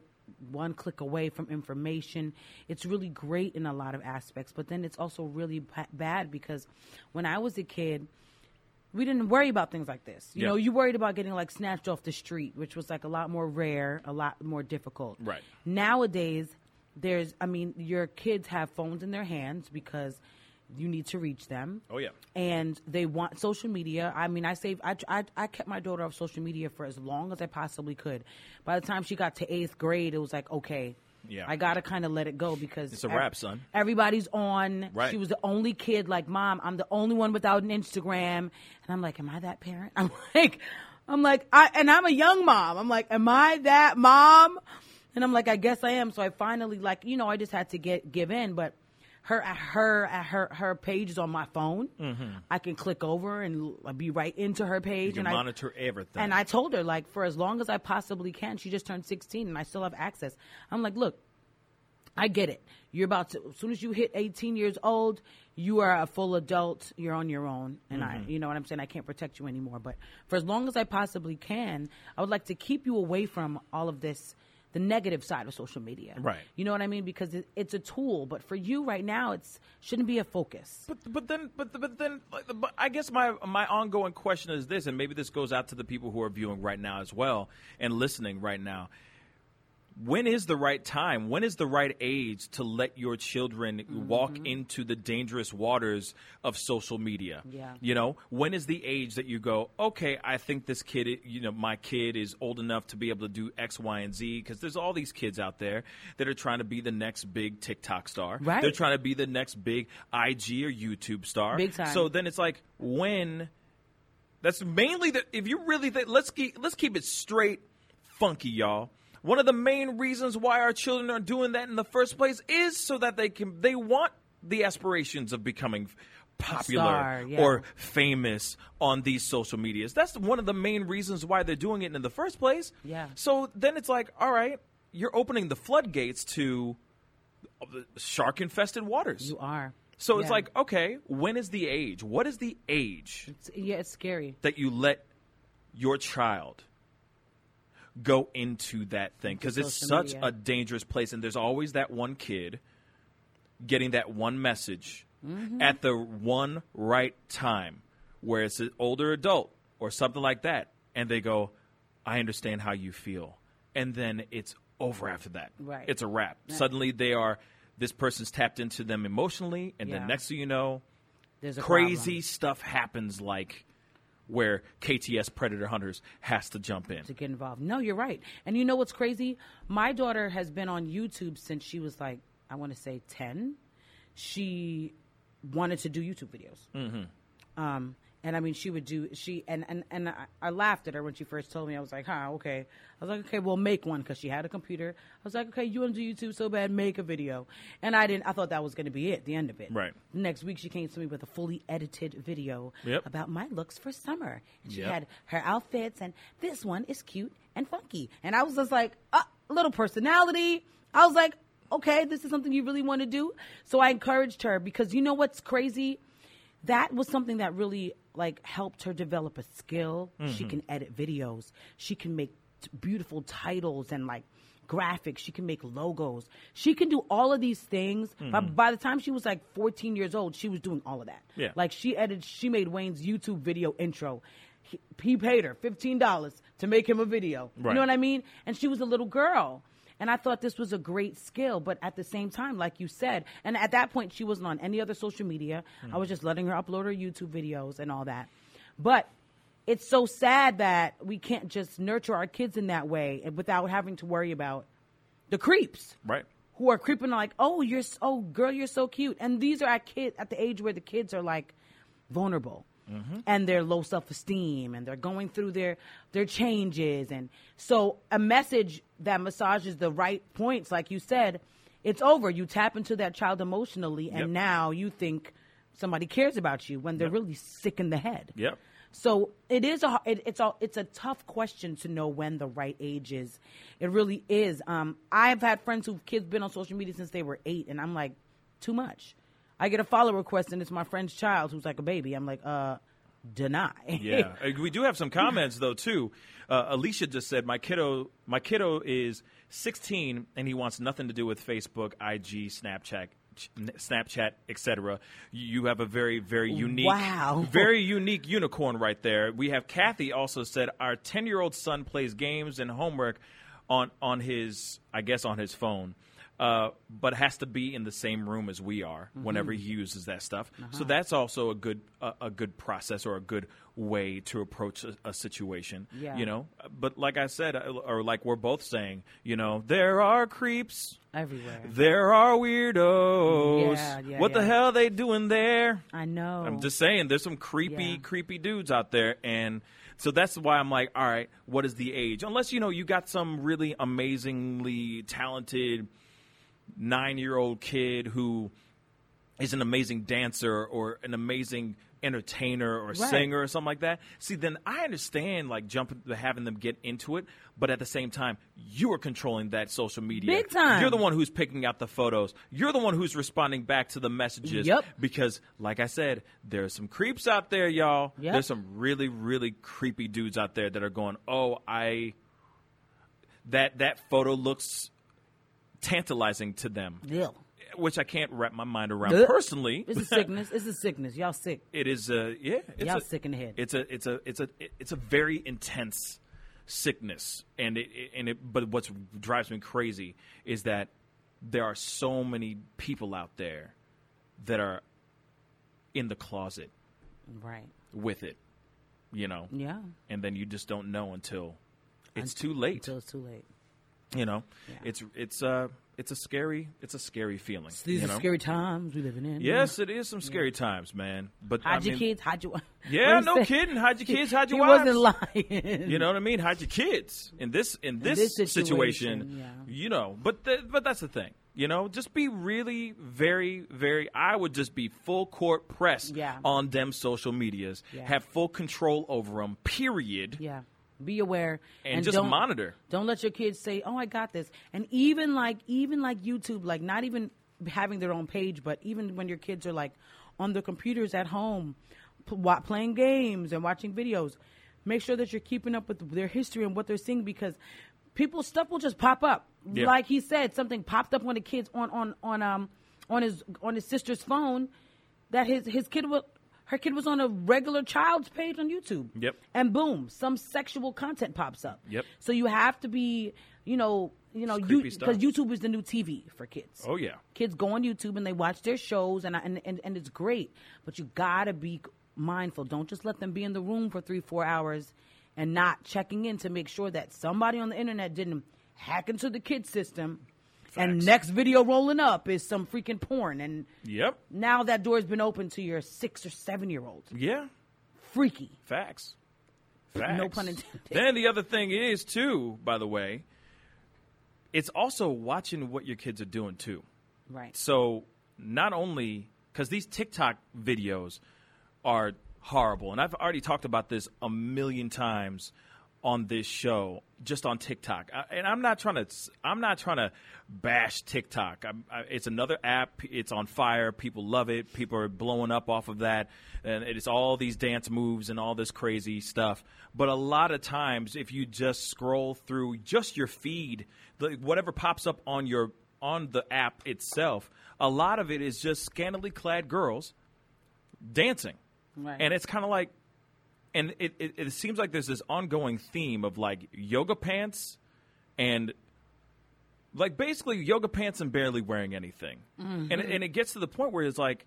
C: one click away from information it's really great in a lot of aspects but then it's also really ba- bad because when i was a kid we didn't worry about things like this. You
B: Yeah.
C: know, you worried about getting like snatched off the street, which was like a lot more rare, a lot more difficult.
B: Right.
C: Nowadays, there's, I mean, your kids have phones in their hands because you need to reach them.
B: Oh, yeah.
C: And they want social media. I mean, I saved, I, I, I kept my daughter off social media for as long as I possibly could. By the time she got to eighth grade, it was like, okay.
B: Yeah.
C: I gotta kind of let it go because
B: It's a
C: ev-
B: wrap, son.
C: Everybody's on.
B: Right.
C: She was the only kid. Like, mom, I'm the only one without an Instagram. And I'm like, am I that parent? I'm like, I'm like, I and I'm a young mom. I'm like, am I that mom? And I'm like, I guess I am. So I finally, like, you know, I just had to get give in. But her, her, her, her page is on my phone. I can click over and l- be right into her page.
B: Mm-hmm. You can
C: and I,
B: monitor everything.
C: and I told her, like, for as long as I possibly can, she just turned 16 and I still have access. I'm like, look, I get it. You're about to, as soon as you hit 18 years old, you are a full adult. You're on your own. And
B: Mm-hmm.
C: I, you know what I'm saying? I can't protect you anymore. But for as long as I possibly can, I would like to keep you away from all of this, the negative side of social media.
B: Right.
C: You know what I mean? Because it, it's a tool. But for you right now, it's shouldn't be a focus.
B: But but then but but then like, but I guess my my ongoing question is this, and maybe this goes out to the people who are viewing right now as well and listening right now. When is the right time? When is the right age to let your children walk into the dangerous waters of social media?
C: Yeah.
B: You know, when is the age that you go, okay, I think this kid, i- you know, my kid is old enough to be able to do X, Y, and Z? Because there's all these kids out there that are trying to be the next big TikTok star.
C: Right.
B: They're trying to be the next big IG or YouTube star.
C: Big time.
B: So then it's like when. That's mainly the. If you really think, let's keep let's keep it straight, funky, y'all. One of the main reasons why our children are doing that in the first place is so that they can they want the aspirations of becoming popular
C: star, yeah.
B: or famous on these social medias. That's one of the main reasons why they're doing it in the first place.
C: Yeah.
B: So then it's like, all right, you're opening the floodgates to shark infested waters.
C: You are.
B: So it's
C: Yeah.
B: like, okay, when is the age? What is the age
C: It's- yeah, it's scary.
B: that you let your child go into that thing because it's
C: Social
B: such
C: media.
B: a dangerous place and there's always that one kid getting that one message
C: Mm-hmm.
B: at the one right time where it's an older adult or something like that and they go i understand how you feel and then it's over after that
C: Right.
B: it's a wrap suddenly they are this person's tapped into them emotionally and
C: Yeah.
B: then next thing you know
C: There's a
B: crazy
C: problem
B: stuff happens like where KTS Predator Hunters has to jump in.
C: to get involved. No, you're right. And you know what's crazy? My daughter has been on YouTube since she was like, I want to say 10. She wanted to do YouTube videos. Mm-hmm. Um, and I mean, she would do, she, and, and, and I, I laughed at her when she first told me. I was like, huh, okay. I was like, okay, well, make one because she had a computer. I was like, okay, you want to do YouTube so bad, make a video. And I didn't, I thought that was going to be it, the end of it.
B: Right.
C: Next week, she came to me with a fully edited video
B: Yep.
C: about my looks for summer. And she
B: Yep.
C: had her outfits, and this one is cute and funky. And I was just like, uh, little personality. I was like, okay, this is something you really want to do. So I encouraged her because you know what's crazy? That was something that really like helped her develop a skill. She
B: Mm-hmm.
C: can edit videos. She can make t- beautiful titles and like graphics. She can make logos. She can do all of these things. But by the time she was like 14 years old, she was doing all of that.
B: Mm-hmm. Yeah.
C: Like she edited, she made Wayne's YouTube video intro. he, he paid her fifteen dollars to make him a video.
B: Right.
C: You know what I mean? And she was a little girl. And I thought this was a great skill, but at the same time, like you said, and at that point she wasn't on any other social media. I was just letting her upload her YouTube videos and all that. But it's so sad that we can't just nurture our kids in that way and without having to worry about the creeps
B: Right.
C: who are creeping like, oh, you're so oh, girl, you're so cute, and these are at kid at the age where the kids are like vulnerable
B: Mm-hmm.
C: and they're low self esteem and they're going through their their changes, and so a message that massages the right points, like you said, it's over. You tap into that child emotionally, and
B: Yep.
C: now you think somebody cares about you when they're really sick in the head.
B: Yep.
C: So it is a har- it, it's a it's a tough question to know when the right age is. It really is. Um, I've had friends who've kids been on social media since they were eight, and I'm like, too much. I get a follow request, and it's my friend's child who's like a baby. I'm like, uh, deny.
B: Yeah, Uh, we do have some comments though too. Uh, Alicia just said, "My kiddo, my kiddo is 16 and he wants nothing to do with Facebook, IG, Snapchat." Snapchat, etc. You have a very, very unique,
C: Wow.
B: very unique unicorn right there. We have Kathy also said our ten-year-old son plays games and homework on on his, I guess, on his phone, uh, but has to be in the same room as we are
C: Mm-hmm.
B: whenever he uses that stuff.
C: Uh-huh.
B: So that's also a good a, a good process or a good way to approach a, a situation.
C: Yeah.
B: You know, but like I said, uh, or like we're both saying, you know, there are creeps.
C: everywhere.
B: There are weirdos.
C: Yeah, yeah,
B: what the
C: yeah.
B: hell are they doing there?
C: I know.
B: I'm just saying, there's some creepy,
C: Yeah.
B: creepy dudes out there, and so that's why I'm like, all right, what is the age? Unless you know you got some really amazingly talented nine year old kid who is an amazing dancer or an amazing entertainer or singer or something like that. See, then I understand like jumping, having them get into it, but at the same time, you are controlling that social media.
C: Big time.
B: You're the one who's picking out the photos. You're the one who's responding back to the messages.
C: Yep.
B: Because, like I said, there are some creeps out there, y'all.
C: Yep.
B: There's some really, really creepy dudes out there that are going, "Oh, I that that photo looks tantalizing to them,"
C: Ew.
B: which I can't wrap my mind around
C: Ugh.
B: personally.
C: It's a sickness. It's a sickness. Y'all sick.
B: It is a yeah. It's
C: Y'all
B: a,
C: sick in the head.
B: It's a it's a it's a it's a very intense sickness, and it it- and it. But what drives me crazy is that there are so many people out there that are in the closet
C: Right.
B: with it, you know.
C: Yeah.
B: And then you just don't know until it's too late.
C: Until it's too late.
B: you know, it's it's uh it's a scary it's a scary feeling.
C: So these
B: you
C: are
B: know?
C: scary times we living in.
B: Yes, it is some scary times, man. But I
C: Hide your
B: mean,
C: kids. Hide your.
B: Yeah,
C: What he
B: no
C: said.
B: kidding. Hide your kids, hide your
C: He
B: wives.
C: wasn't lying.
B: You know what I mean? Hide your kids in this in this,
C: this
B: situation.
C: situation, yeah.
B: You know, but th- but that's the thing. You know, just be really very very. I would just be full court press
C: Yeah.
B: on them social medias.
C: Yeah.
B: Have full control over them. Period.
C: Yeah. Be aware
B: And, just
C: don't,
B: monitor.
C: Don't let your kids say, "Oh, I got this." And even like even like YouTube, like not even having their own page, but even when your kids are like on their computers at home, p- wa- playing games and watching videos, make sure that you're keeping up with their history and what they're seeing because people's stuff will just pop up.
B: Yeah.
C: Like he said, something popped up on the kids on on on um on his on his sister's phone that his his kid was her kid was on a regular child's page on YouTube.
B: Yep.
C: And boom, some sexual content pops up.
B: Yep.
C: So you have to be, you know, you know,
B: creepy stuff.
C: because YouTube is the new TV for kids.
B: Oh, yeah.
C: Kids go on YouTube and they watch their shows, and I- and and, and it's great. But you gotta be mindful. Don't just let them be in the room for three four hours, and not checking in to make sure that somebody on the internet didn't hack into the kid system. And
B: Facts.
C: next video rolling up is some freaking porn, and
B: Yep.
C: now that door's been open to your six or seven year old.
B: Yeah.
C: Freaky.
B: Facts. Facts.
C: No pun intended.
B: Then the other thing is too, by the way, it's also watching what your kids are doing too.
C: Right.
B: So not only because these TikTok videos are horrible, and I've already talked about this a million times on this show, just on TikTok. I, and I'm not trying to I'm not trying to bash TikTok. I'm, I, it's another app. It's on fire. People love it. People are blowing up off of that, and it is all these dance moves and all this crazy stuff. But a lot of times, if you just scroll through just your feed, the, whatever pops up on your on the app itself, a lot of it is just scantily clad girls dancing.
C: Right.
B: And it's kind of like, and it, it, it seems like there's this ongoing theme of like yoga pants and like basically yoga pants and barely wearing anything. And,
C: Mm-hmm.
B: it- and it gets to the point where it's like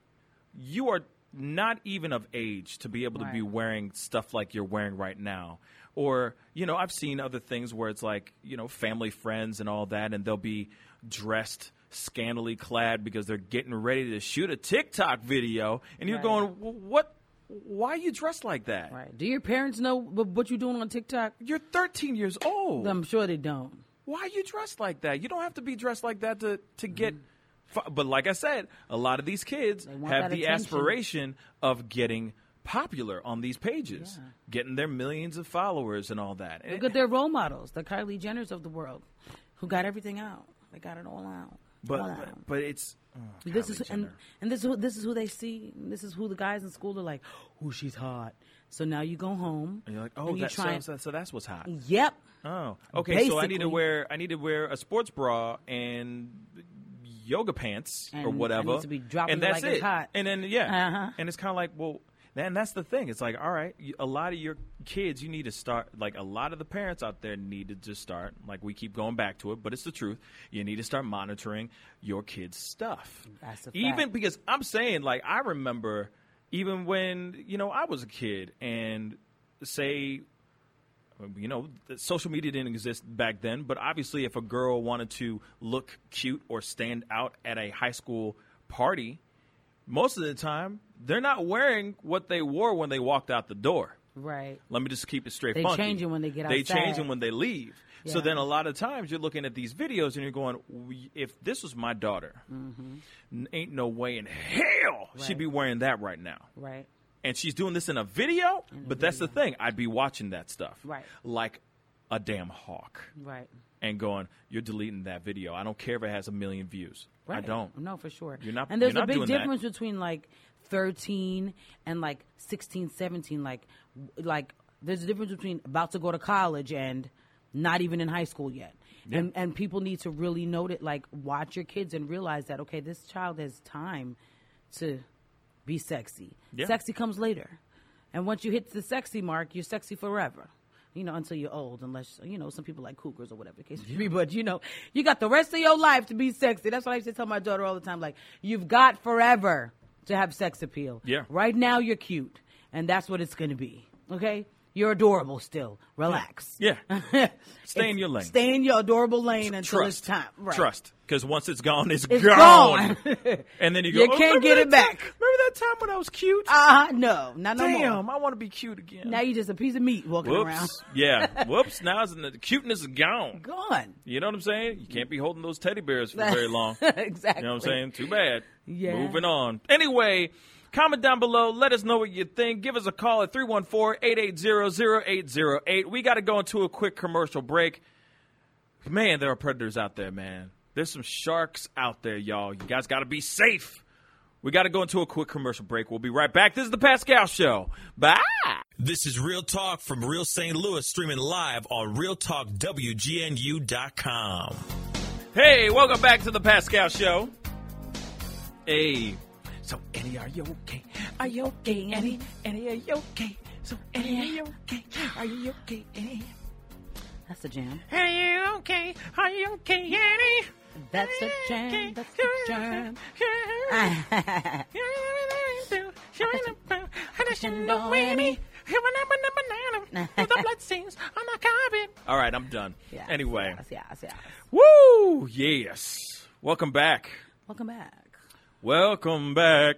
B: you are not even of age to be able to be
C: Right.
B: wearing stuff like you're wearing right now. Or, you know, I've seen other things where it's like, you know, family friends and all that, and they'll be dressed scantily clad because they're getting ready to shoot a TikTok video. And you're
C: Right.
B: going, "W- what? Why are you dressed like that?
C: Right. Do your parents know wh- what you're doing on TikTok?
B: You're 13 years old.
C: I'm sure they don't.
B: Why are you dressed like that? You don't have to be dressed like that to to
C: Mm-hmm.
B: get. fu- But like I said, a lot of these kids
C: want
B: have
C: that
B: the
C: attention.
B: aspiration of getting popular on these pages, getting their millions of followers and all that.
C: Look at their role models, the Kylie Jenners of the world, who got everything out. They got it all out. all
B: but,
C: out.
B: but but it's oh,
C: this is
B: Kylie
C: and,
B: Jenner.
C: and this is who, this is who they see. This is who the guys in school are like. Oh, she's hot. So now you go home
B: and you're like, oh,
C: and you
B: that,
C: try.
B: so, so, so that's what's hot.
C: Yep.
B: Oh, okay. So I need to
C: Basically-
B: wear I need to wear a sports bra and yoga pants
C: And I
B: or
C: need
B: whatever,
C: to be dropping
B: and
C: it
B: that's
C: like it's
B: it.
C: hot.
B: And then yeah,
C: Uh-huh.
B: and it's kind of like well, and that's the thing. It's like all right, you- a lot of your kids, you need to start like a lot of the parents out there need to just start like we keep going back to it, but it's the truth. You need to start monitoring your kids' stuff,
C: That's a
B: even
C: fact.
B: because I'm saying like I remember even when you know I was a kid and say you know, th- social media didn't exist back then, but obviously, if a girl wanted to look cute or stand out at a high school party, most of the time they're not wearing what they wore when they walked out the door.
C: Right.
B: Let me just keep it straight.
C: They
B: funky.
C: change it when they get
B: They
C: outside.
B: change it when they leave. So
C: Yeah.
B: then, a lot of times, you're looking at these videos and you're going, "We- "If this was my daughter, n- ain't no way in hell she'd
C: Mm-hmm. Right.
B: be wearing that right now."
C: Right.
B: and she's doing this in a video, but that's the thing. I'd be watching that stuff.
C: Right.
B: Like a damn hawk
C: Right.
B: and going, you're deleting that video. I don't care if it has a million views.
C: Right.
B: I don't.
C: No, for sure.
B: You're not-
C: And there's
B: you're
C: a
B: not
C: big
B: doing that.
C: difference between like 13 and like 16, 17. Like, w- like there's a difference between about to go to college and not even in high school yet. And and people need to really note it. Like, watch your kids and realize that okay, this child has time to be sexy.
B: Yeah.
C: Sexy comes later, and once you hit the sexy mark, you're sexy forever. You know, until you're old, unless you know some people like cougars or whatever the case may be. But you know, you got the rest of your life to be sexy. That's what I used to tell my daughter all the time. Like, you've got forever to have sex appeal.
B: Yeah.
C: Right now, you're cute, and that's what it's going to be. Okay. You're adorable still. Relax.
B: Yeah. Stay in your lane.
C: Stay in your adorable lane until
B: Trust.
C: it's time. Right.
B: Trust. Because once it's gone, it's,
C: It's
B: gone.
C: gone.
B: and then you go,
C: You
B: "Oh,
C: can't
B: remember
C: get
B: that
C: it back."
B: time- remember that time when I was cute?
C: Uh huh. No, not no more.
B: damn, I want to be cute again.
C: Now you're just a piece of meat walking around.
B: Whoops. yeah. Whoops. Now it's, the cuteness is gone.
C: Gone.
B: You know what I'm saying? You can't be holding those teddy bears for very long.
C: exactly.
B: You know what I'm saying? Too bad.
C: Yeah.
B: Moving on. Anyway, comment down below. Let us know what you think. Give us a call at 314-880-0808. We got to go into a quick commercial break. Man, there are predators out there, man. There's some sharks out there, y'all. You guys got to be safe. We got to go into a quick commercial break. We'll be right back. This is the Pascal Show. Bye.
E: This is Real Talk from Real St. Louis, streaming live on RealTalkWGNU.com.
B: Hey, welcome back to the Pascal Show. Hey. So, Eddie, are you okay? Are you okay, Eddie? Eddie, are you okay? So, Eddie, are you okay? Are you okay, Eddie?
C: That's a jam.
B: Are you okay? Are you okay, Eddie?
C: That's a jam. That's a jam.
B: Ah.
C: I
B: uh, All right, I'm done.
C: Yes,
B: anyway,
C: yes, yes, yes.
B: woo, yes. Welcome back.
C: Welcome back.
B: Welcome back.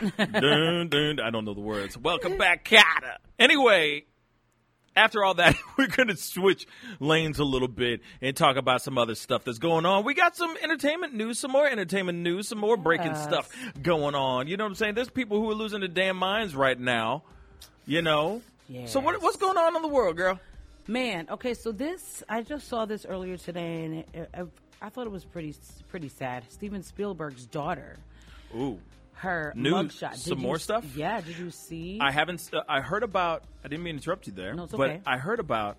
B: dun, dun, I don't know the words. Welcome back, Kata. Anyway, after all that, we're going to switch lanes a little bit and talk about some other stuff that's going on. We got some entertainment news, some more entertainment news, some more breaking
C: Yes.
B: stuff going on. You know what I'm saying? There's people who are losing their damn minds right now. You know? So what,
C: Yes.
B: what's going on in the world, girl?
C: Man, okay, so this I just saw this earlier today, and it, I, I thought it was pretty pretty sad. Steven Spielberg's daughter,
B: Ooh.
C: her
B: News.
C: mugshot. Did
B: Some
C: you
B: more
C: s-
B: stuff?
C: Yeah, did you see?
B: I haven't. St- I heard about. I didn't mean to interrupt you there.
C: No, it's
B: but
C: okay.
B: I heard about.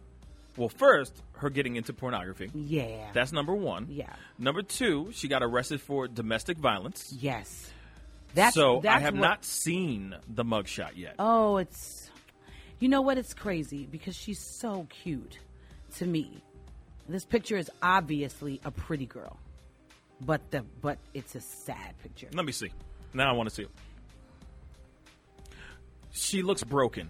B: Well, first, her getting into pornography.
C: yeah.
B: That's number one.
C: Yeah.
B: Number two, she got arrested for domestic violence.
C: yes. That's
B: so
C: that's
B: I have
C: what-
B: not seen the mugshot yet.
C: Oh, it's You know what? It's crazy because she's so cute to me. This picture is obviously a pretty girl, but the but it's a sad picture.
B: Let me see. Now I want to see it. She looks broken,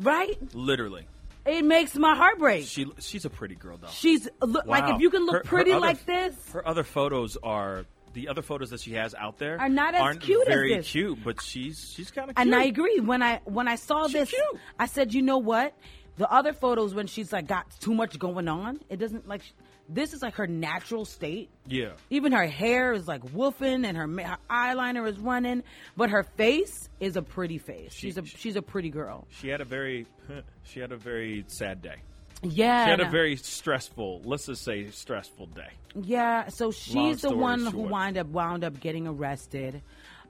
C: Right?
B: literally.
C: It makes my heart break.
B: She she's a pretty girl though.
C: She's look, like
B: Wow.
C: if you can look
B: Her- her
C: pretty
B: other-
C: like this.
B: Her other photos are the other photos that she has out there
C: Are not as
B: aren't
C: cute as
B: very
C: this.
B: cute, but she's she's kind of cute.
C: And I agree. When I when I saw
B: She
C: this,
B: cute.
C: I said, you know what? The other photos when she's like got too much going on, it doesn't like. sh- This is like her natural state.
B: Yeah.
C: Even her hair is like woofing, and her, ma- her eyeliner is running, but her face is a pretty face. she's a she's a pretty girl.
B: She had a very she had a very sad day.
C: Yeah.
B: She had a
C: no.
B: very stressful, let's just say stressful day.
C: Yeah, so
B: Long
C: she's the
B: story
C: one who
B: short.
C: wind up wound up getting arrested.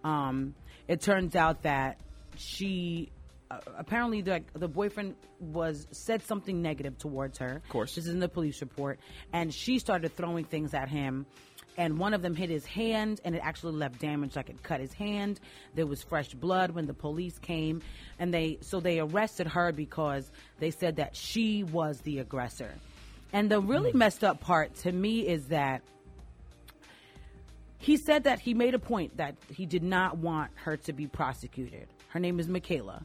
C: Um, it turns out that she uh, apparently the, the boyfriend was said something negative towards her. Of
B: course.
C: this is in the police report, and she started throwing things at him. And one of them hit his hand, and it actually left damage. Like it cut his hand. There was fresh blood when the police came, and they so they arrested her because they said that she was the aggressor. And the really messed up part to me is that he said that he made a point that he did not want her to be prosecuted. Her name is Michaela,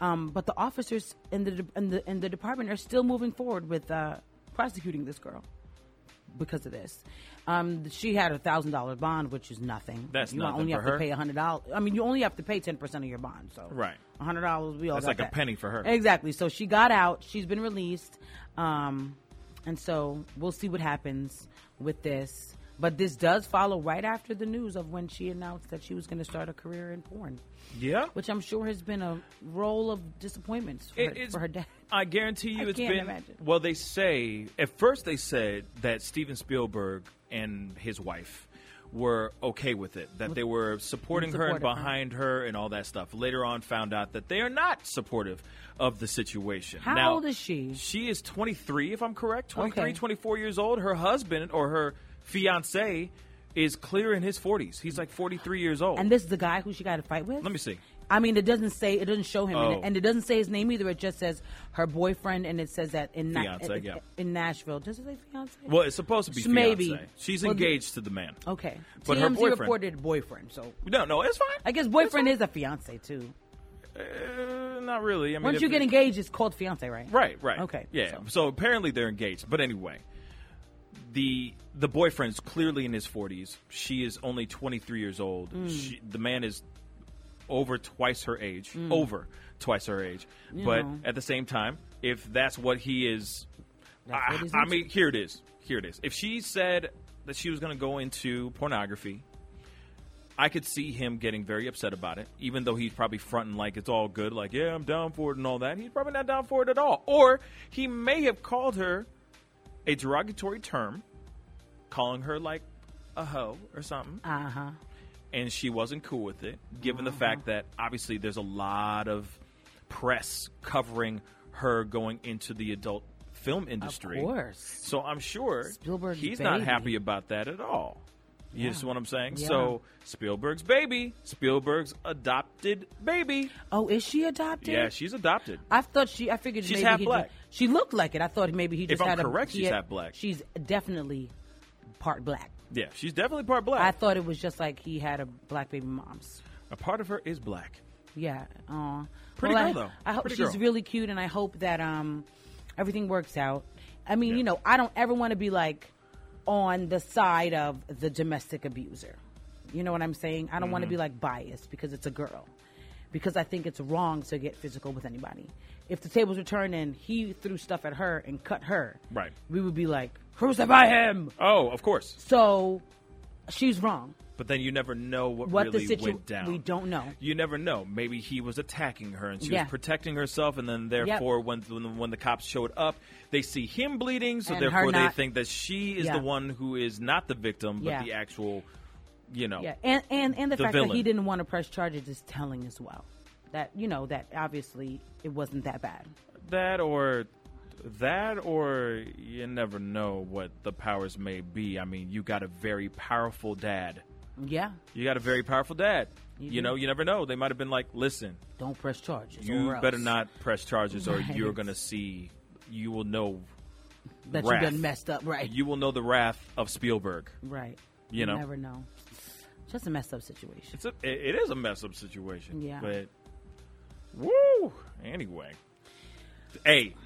C: um, but the officers in the de- in the in the department are still moving forward with uh, prosecuting this girl because of this. Um, she had a thousand dollar bond, which is nothing.
B: That's
C: you
B: nothing
C: only
B: for
C: have to
B: her.
C: pay a hundred dollars. I mean, you only have to pay ten percent of your bond. So
B: Right.
C: a hundred dollars. We all
B: That's
C: got
B: like a
C: that.
B: penny for her.
C: Exactly. So she got out. She's been released. Um, and so we'll see what happens with this. But this does follow right after the news of when she announced that she was going to start a career in porn,
B: Yeah.
C: which I'm sure has been a roll of disappointments for,
B: It-
C: her, for her dad.
B: I guarantee you
C: I
B: it's
C: can't
B: been.
C: imagine.
B: Well, they say at first they said that Steven Spielberg and his wife were okay with it, that they were supporting her and
C: supportive, huh?
B: behind her and all that stuff. Later on, found out that they are not supportive of the situation.
C: How
B: Now,
C: old is she?
B: She is 23, if I'm correct, 23,
C: Okay.
B: 24 years old. Her husband or her fiance is clear in his 40s. He's like 43 years old.
C: And this is the guy who she got to fight with?
B: Let me see.
C: I mean, it doesn't say, it doesn't show him, in
B: Oh.
C: it, and it doesn't say his name either. It just says her boyfriend, and it says that in, Na-
B: Fiance,
C: in,
B: yeah.
C: in Nashville. Does it say fiance?
B: well, it's supposed to be
C: Maybe.
B: fiance. She's
C: Well, the-
B: engaged to the man.
C: Okay.
B: But
C: TMZ
B: her boyfriend-
C: reported boyfriend, so
B: No, no, it's fine.
C: I guess
B: It's
C: boyfriend
B: fine.
C: is a fiance too.
B: Uh, not really. I mean,
C: Once
B: if
C: you get
B: it-
C: engaged, it's called fiance, right?
B: right, right,
C: Okay,
B: yeah.
C: so-
B: So. apparently they're engaged, but anyway, the the boyfriend's clearly in his forties. She is only twenty three years old.
C: Hmm.
B: She, the man is over twice her age,
C: Mm.
B: over twice her age. but
C: know.
B: at the same time, if that's what he is,
C: That's what
B: I-
C: he's
B: I
C: into.
B: mean, here it is. Here it is. If she said that she was going to go into pornography, I could see him getting very upset about it, even though he's probably fronting like it's all good, like, yeah, I'm down for it and all that. He's probably not down for it at all. Or he may have called her a derogatory term, calling her like a hoe or something
C: Uh huh.
B: and she wasn't cool with it, given
C: Uh-huh.
B: the fact that obviously there's a lot of press covering her going into the adult film industry.
C: course.
B: So I'm sure
C: Spielberg's
B: he's not
C: baby.
B: happy about that at all. You see what I'm saying?
C: Yeah.
B: So Spielberg's baby, Spielberg's adopted baby.
C: Oh, is she adopted?
B: Yeah, she's adopted.
C: I thought she. I figured
B: She's
C: maybe
B: half
C: he
B: black.
C: ju- she looked like it. I thought maybe he just
B: I'm
C: had a.
B: correct,
C: he
B: she's
C: had-
B: half black.
C: She's definitely part black.
B: Yeah, she's definitely part black.
C: I thought it was just like he had a black baby mom's.
B: a part of her is black.
C: Yeah. Aw.
B: Pretty
C: well,
B: girl,
C: I,
B: though.
C: I hope
B: Pretty
C: she's
B: girl.
C: really cute, and I hope that um everything works out. I mean,
B: Yeah.
C: you know, I don't ever want to be like on the side of the domestic abuser. You know what I'm saying? I don't want to
B: Mm-hmm.
C: be like biased because it's a girl. Because I think it's wrong to get physical with anybody. If the tables were turned and he threw stuff at her and cut her,
B: Right.
C: We would be like, crucify him.
B: Oh, of course.
C: So she's wrong.
B: But then you never know what,
C: What
B: really
C: the situation?
B: went down.
C: We don't know.
B: you never know. Maybe he was attacking her and she
C: Yeah.
B: was protecting herself, and then therefore, when, when when the cops showed up, they see him bleeding, so
C: And her
B: therefore
C: not-
B: they think that she is
C: Yeah.
B: the one who is not the victim, but
C: Yeah.
B: the actual, you know,
C: Yeah, and and, and
B: Oh.
C: the,
B: The
C: fact that he
B: villain.
C: didn't want to press charges is telling as well. That you know that obviously it wasn't that bad.
B: that or that or you never know what the powers may be. I mean, you got a very powerful dad.
C: Yeah,
B: You got a very powerful dad. You know, you never know. They might have been like, "Listen,
C: Don't press charges.
B: you
C: or
B: better
C: else.
B: not press charges, or
C: Right.
B: you're gonna see. You will know.
C: That
B: wrath.
C: you done messed up, right?
B: You will know the wrath of Spielberg.
C: right.
B: You know.
C: never know. Just a messed up situation.
B: It's a. It it is a mess up situation.
C: Yeah.
B: But. Woo. Anyway. Hey.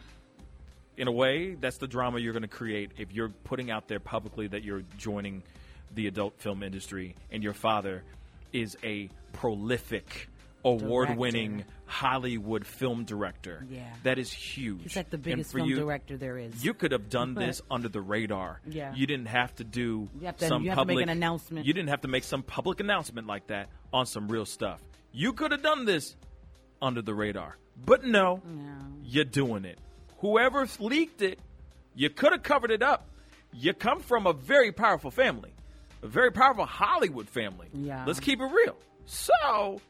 B: In a way, that's the drama you're going to create if you're putting out there publicly that you're joining the adult film industry and your father is a prolific, award winning
C: Director.
B: Hollywood film director.
C: Yeah.
B: That is huge.
C: He's like the
B: And
C: biggest
B: for
C: film
B: you-
C: director there is.
B: You could have done this
C: But-
B: under the radar.
C: Yeah.
B: You didn't have to do
C: You have to-
B: some
C: you have to make
B: public
C: an announcement.
B: You didn't have to make some public announcement like that on some real stuff. You could have done this under the radar. But no,
C: Mm.
B: you're doing it. Whoever leaked it, you could have covered it up. You come from a very powerful family, a very powerful Hollywood family.
C: Yeah.
B: Let's keep it real. So,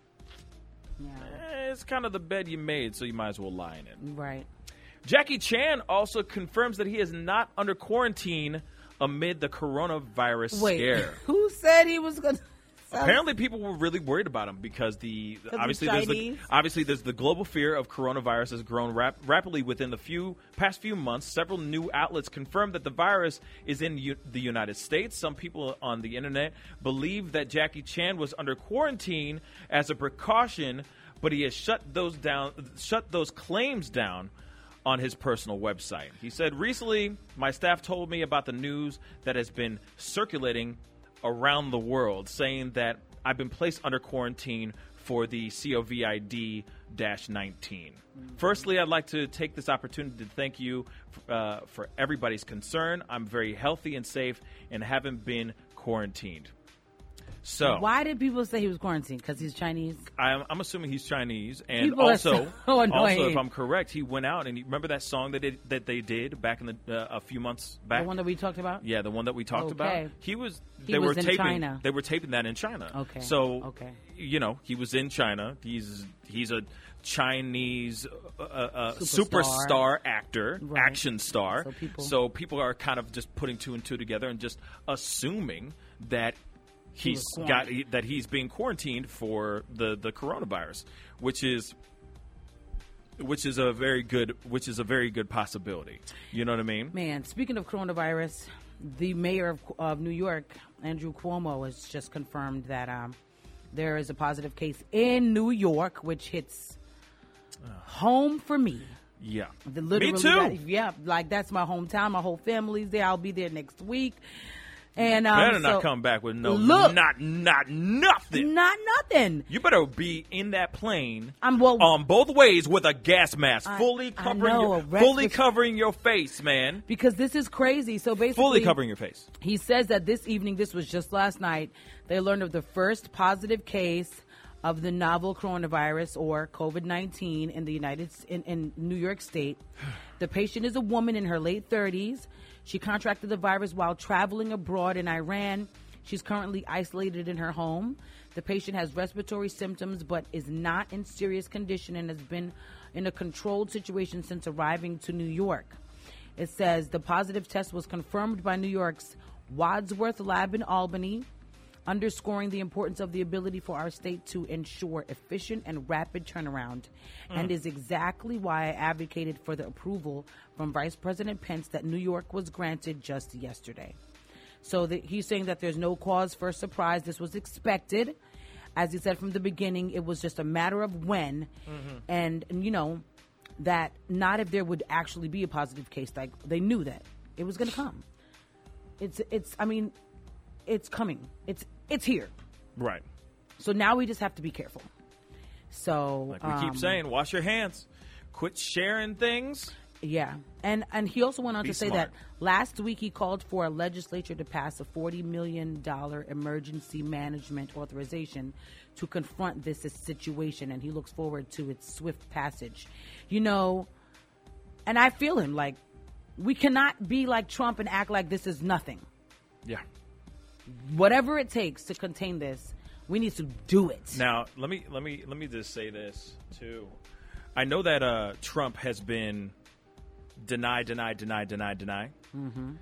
C: Yeah.
B: eh, it's kind of the bed you made, so you might as well lie in it.
C: Right.
B: Jackie Chan also confirms that he is not under quarantine amid the coronavirus
C: Wait.
B: scare.
C: Who said he was gonna?
B: Apparently, people were really worried about him because the
C: he's
B: obviously there's the
C: Chinese.
B: obviously there's the global fear of coronavirus has grown rap- rapidly within the few past few months. Several new outlets confirmed that the virus is in U- the United States. Some people on the internet believe that Jackie Chan was under quarantine as a precaution, but he has shut those down shut those claims down on his personal website. He said, Recently, my staff told me about the news that has been circulating around the world, saying that I've been placed under quarantine for the COVID 19. Firstly, I'd like to take this opportunity to thank you uh, for everybody's concern. I'm very healthy and safe and haven't been quarantined. So,
C: Why did people say he was quarantined? Because he's Chinese.
B: I'm, I'm assuming he's Chinese, and
C: People are
B: also,
C: so annoying.
B: also, if I'm correct, he went out and you remember that song that it, that they did back in the uh, a few months back.
C: The one that we talked about.
B: yeah, the one that we talked
C: Okay.
B: about. He was.
C: He
B: They
C: was
B: were
C: in
B: taping.
C: China.
B: They were taping that in China.
C: Okay.
B: So
C: Okay.
B: you know, he was in China. He's he's a Chinese uh, uh,
C: Superstar.
B: superstar. actor,
C: Right.
B: action star.
C: So people-
B: so people are kind of just putting two and two together and just assuming that he's
C: was quarant-
B: got that he's being quarantined for the the coronavirus, which is which is a very good which is a very good possibility. You know what I mean?
C: Man, speaking of coronavirus, the mayor of, of New York, Andrew Cuomo, has just confirmed that um, there is a positive case in New York, which hits home for me.
B: Yeah.
C: The literally,
B: Me too.
C: that- yeah, like that's my hometown. My whole family's there. I'll be there next week. And um,
B: Better
C: so-
B: not come back with no
C: Look.
B: not not nothing.
C: Not nothing.
B: You better be in that plane
C: I'm well.
B: on both ways with a gas mask,
C: I- I
B: fully covering
C: know, a
B: your,
C: respir-
B: fully covering your face, man.
C: because this is crazy. So basically,
B: Fully covering your face.
C: He says that this evening, this was just last night, they learned of the first positive case of the novel coronavirus or COVID nineteen in the United in, in New York State. The patient is a woman in her late thirties. She contracted the virus while traveling abroad in Iran. She's currently isolated in her home. The patient has respiratory symptoms but is not in serious condition and has been in a controlled situation since arriving to New York. It says the positive test was confirmed by New York's Wadsworth Lab in Albany, underscoring the importance of the ability for our state to ensure efficient and rapid turnaround, and is exactly why I advocated for the approval from Vice President Pence that New York was granted just yesterday. So that he's saying that there's no cause for surprise. This was expected. As he said from the beginning, it was just a matter of when. And, and, you know, that not if there would actually be a positive case. Like, they knew that it was going to come. It's, it's, I mean, it's coming. It's, it's here.
B: Right.
C: So now we just have to be careful. So,
B: Like we
C: um,
B: keep saying, wash your hands. Quit sharing things.
C: Yeah, and and he also went on
B: Be
C: to say
B: smart.
C: that last week he called for a legislature to pass a forty million dollar emergency management authorization to confront this situation, and he looks forward to its swift passage. You know, and I feel him. Like we cannot be like Trump and act like this is nothing.
B: Yeah.
C: Whatever it takes to contain this, we need to do it.
B: Now let me let me let me just say this too. I know that uh, Trump has been deny, deny, deny, deny, deny. Mm-hmm.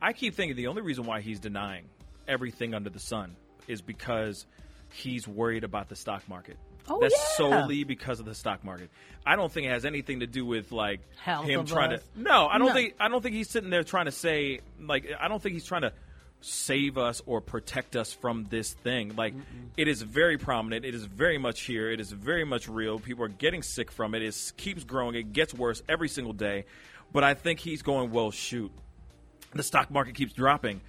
B: I keep thinking the only reason why he's denying everything under the sun is because he's worried about the stock market.
C: Oh,
B: That's
C: yeah.
B: solely because of the stock market. I don't think it has anything to do with like
C: Health
B: him
C: of
B: trying
C: us.
B: to. No, I don't
C: No.
B: think I don't think he's sitting there trying to say like I don't think he's trying to save us or protect us from this thing. Like it is very prominent. It is very much here. It is very much real. People are getting sick from it. It is- keeps growing. It gets worse every single day. But I think he's going well. Shoot, the stock market keeps dropping.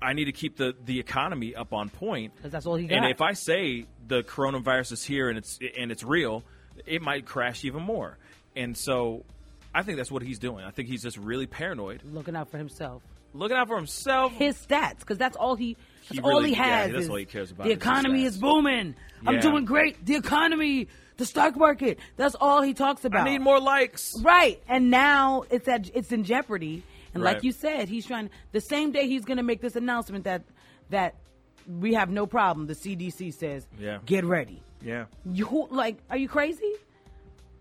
B: I need to keep the, the economy up on point.
C: 'Cause that's all he
B: And
C: got.
B: if I say the coronavirus is here and it's and it's real, it might crash even more. And so I think that's what he's doing. I think he's just really paranoid.
C: looking out for himself.
B: Looking out for himself.
C: His stats, because that's all he. That's
B: He
C: all
B: really-
C: he
B: yeah,
C: has.
B: that's
C: is
B: all he cares about
C: The
B: is his
C: economy
B: stats.
C: is booming.
B: Yeah.
C: I'm doing great. The economy, the stock market. That's all he talks
B: I
C: about.
B: need more likes.
C: Right, and now it's at it's in jeopardy. And
B: Right.
C: like you said, he's trying. The same day he's going to make this announcement that that we have no problem. The CDC says,
B: Yeah.
C: get ready."
B: Yeah.
C: You who- like, are you crazy?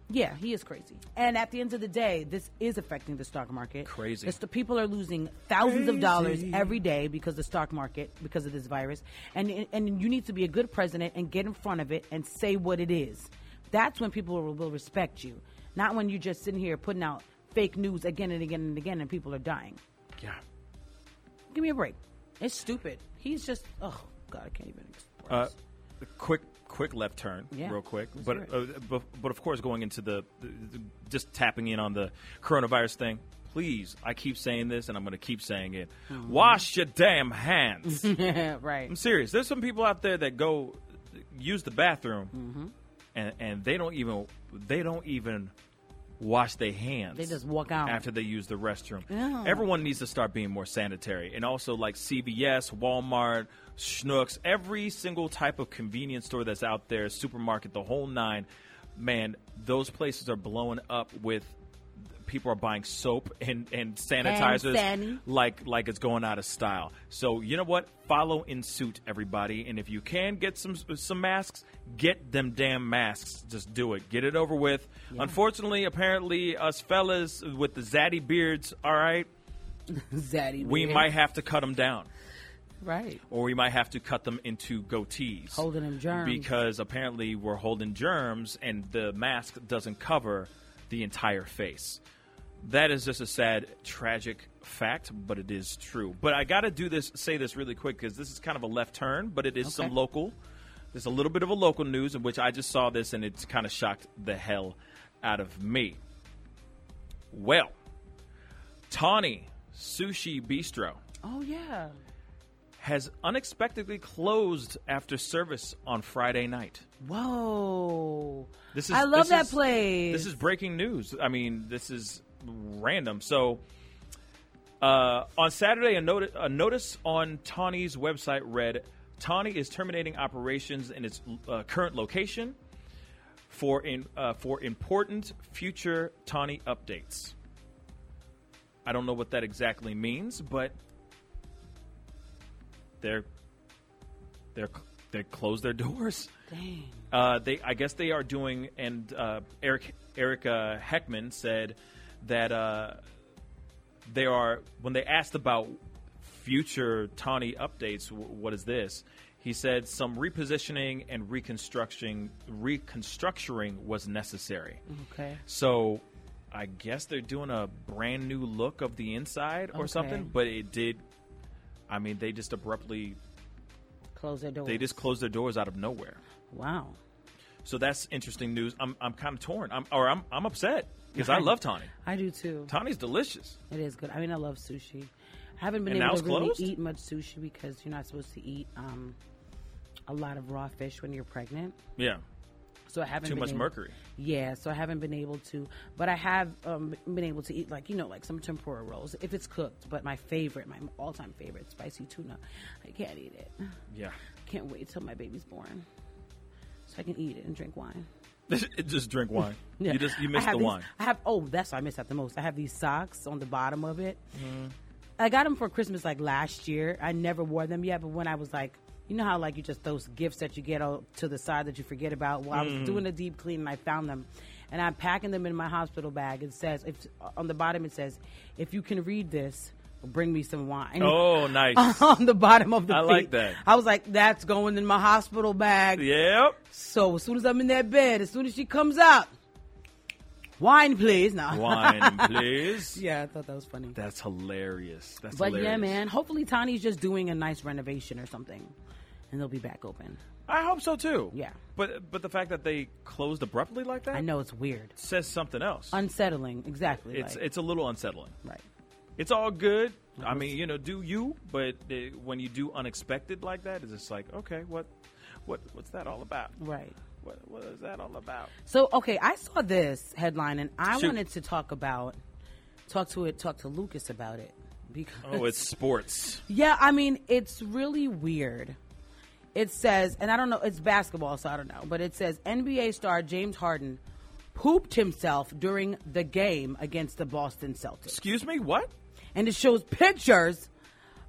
C: Yeah, he is crazy. And at the end of the day, this is affecting the stock market.
B: Crazy.
C: It's the people are losing thousands of dollars every day because the stock market because of this virus. And and you need to be a good president and get in front of it and say what it is. That's when people will, will respect you, not when you're just sitting here putting out fake news again and again and again and people are dying.
B: Yeah.
C: Give me a break. It's stupid. He's just oh god, I can't even express.
B: Uh, quick, quick left turn,
C: Yeah,
B: real quick.
C: let's
B: But,
C: do
B: uh, but but of course, going into the, the, the just tapping in on the coronavirus thing. Please, I keep saying this, and I'm going to keep saying it.
C: Oh,
B: Wash your damn hands. I'm
C: Yeah, right.
B: serious. There's some people out there that go use the bathroom,
C: Mm-hmm.
B: and and they don't even they don't even wash their hands.
C: They just walk out.
B: after they use the restroom. Everyone needs to start being more sanitary. And also, like CVS, Walmart, Schnucks, every single type of convenience store that's out there, supermarket, the whole nine, man, those places are blowing up with. People are buying soap and, and sanitizers
C: sanny.
B: like like it's going out of style. So you know what? Follow in suit, everybody. And if you can get some some masks, get them damn masks. Just do it. Get it over with. Unfortunately, apparently, us fellas with the zaddy beards, all right,
C: Zaddy.
B: we
C: man.
B: might have to cut them down,
C: right.
B: or we might have to cut them into goatees,
C: Holding them germs.
B: because apparently we're holding germs, and the mask doesn't cover the entire face. That is just a sad, tragic fact, but it is true. But I got to do this, say this really quick because this is kind of a left turn, but it is some local. There's a little bit of a local news in which I just saw this and it's kind of shocked the hell out of me. Well, Tawny Sushi Bistro
C: Oh yeah.
B: has unexpectedly closed after service on Friday night.
C: Whoa.
B: This is
C: I love
B: this
C: that
B: is-
C: place.
B: This is breaking news. I mean, this is random. So uh, on Saturday, a, noti- a notice on Tawny's website read Tawny is terminating operations in its uh, current location for in uh, for important future Tawny updates. I don't know what that exactly means, but they're they're cl- they closed their doors.
C: Dang.
B: Uh, they, I guess they are doing, and uh, Eric Erica Heckman said that uh, they are when they asked about future Tawny updates. W- what is this? He said some repositioning and reconstructing reconstructuring was necessary.
C: Okay.
B: So I guess they're doing a brand new look of the inside or
C: Okay.
B: something. But it did. I mean, they just abruptly
C: Close their door.
B: they just closed their doors out of nowhere.
C: Wow.
B: So that's interesting news. I'm I'm kind of torn. I'm or I'm I'm upset because I love Tawny.
C: I do too.
B: Tawny's delicious.
C: It is good. I mean, I love sushi. I haven't been
B: And now
C: able
B: it's
C: to really
B: closed?
C: eat much sushi because you're not supposed to eat um, a lot of raw fish when you're pregnant.
B: Yeah.
C: So I haven't
B: Too
C: been
B: much
C: able-
B: mercury.
C: Yeah, so I haven't been able to, but I have um, been able to eat like you know like some tempura rolls if it's cooked. But my favorite, my all-time favorite, spicy tuna. I can't eat it.
B: Yeah.
C: Can't wait till my baby's born, so I can eat it and drink wine.
B: just drink wine.
C: Yeah.
B: You just you
C: I
B: missed
C: have
B: the
C: these-
B: wine.
C: I have oh, that's why I miss out the most. I have these socks on the bottom of it.
B: Mm-hmm.
C: I got them for Christmas like last year. I never wore them yet, but when I was like, you know how like you just those gifts that you get all to the side that you forget about. Well, I was
B: Mm-hmm.
C: doing a deep clean and I found them, and I'm packing them in my hospital bag. It says if on the bottom it says if you can read this, bring me some wine.
B: Oh, nice.
C: on the bottom of the
B: I
C: feet.
B: like that.
C: I was like, that's going in my hospital bag.
B: Yep.
C: So as soon as I'm in that bed, as soon as she comes out, wine, please. Now,
B: Wine, please.
C: yeah, I thought that was funny.
B: That's hilarious. That's
C: but
B: hilarious.
C: yeah, man. Hopefully, Tani's just doing a nice renovation or something, and they'll be back open.
B: I hope so too.
C: Yeah.
B: But but the fact that they closed abruptly like that
C: I know it's weird,
B: says something else.
C: unsettling. Exactly.
B: it's
C: like-
B: it's a little unsettling.
C: right.
B: It's all good. I mean, you know, do you? But uh, when you do unexpected like that, it's just like, okay, what, what, what's that all about?
C: Right.
B: What, what is that all about?
C: So okay, I saw this headline and I
B: Shoot.
C: wanted to talk about talk to it talk to Lucas about it because
B: Oh, it's sports.
C: yeah, I mean it's really weird. It says, and I don't know, it's basketball, so I don't know, but it says NBA star James Harden pooped himself during the game against the Boston Celtics,
B: Excuse me, what?
C: and it shows pictures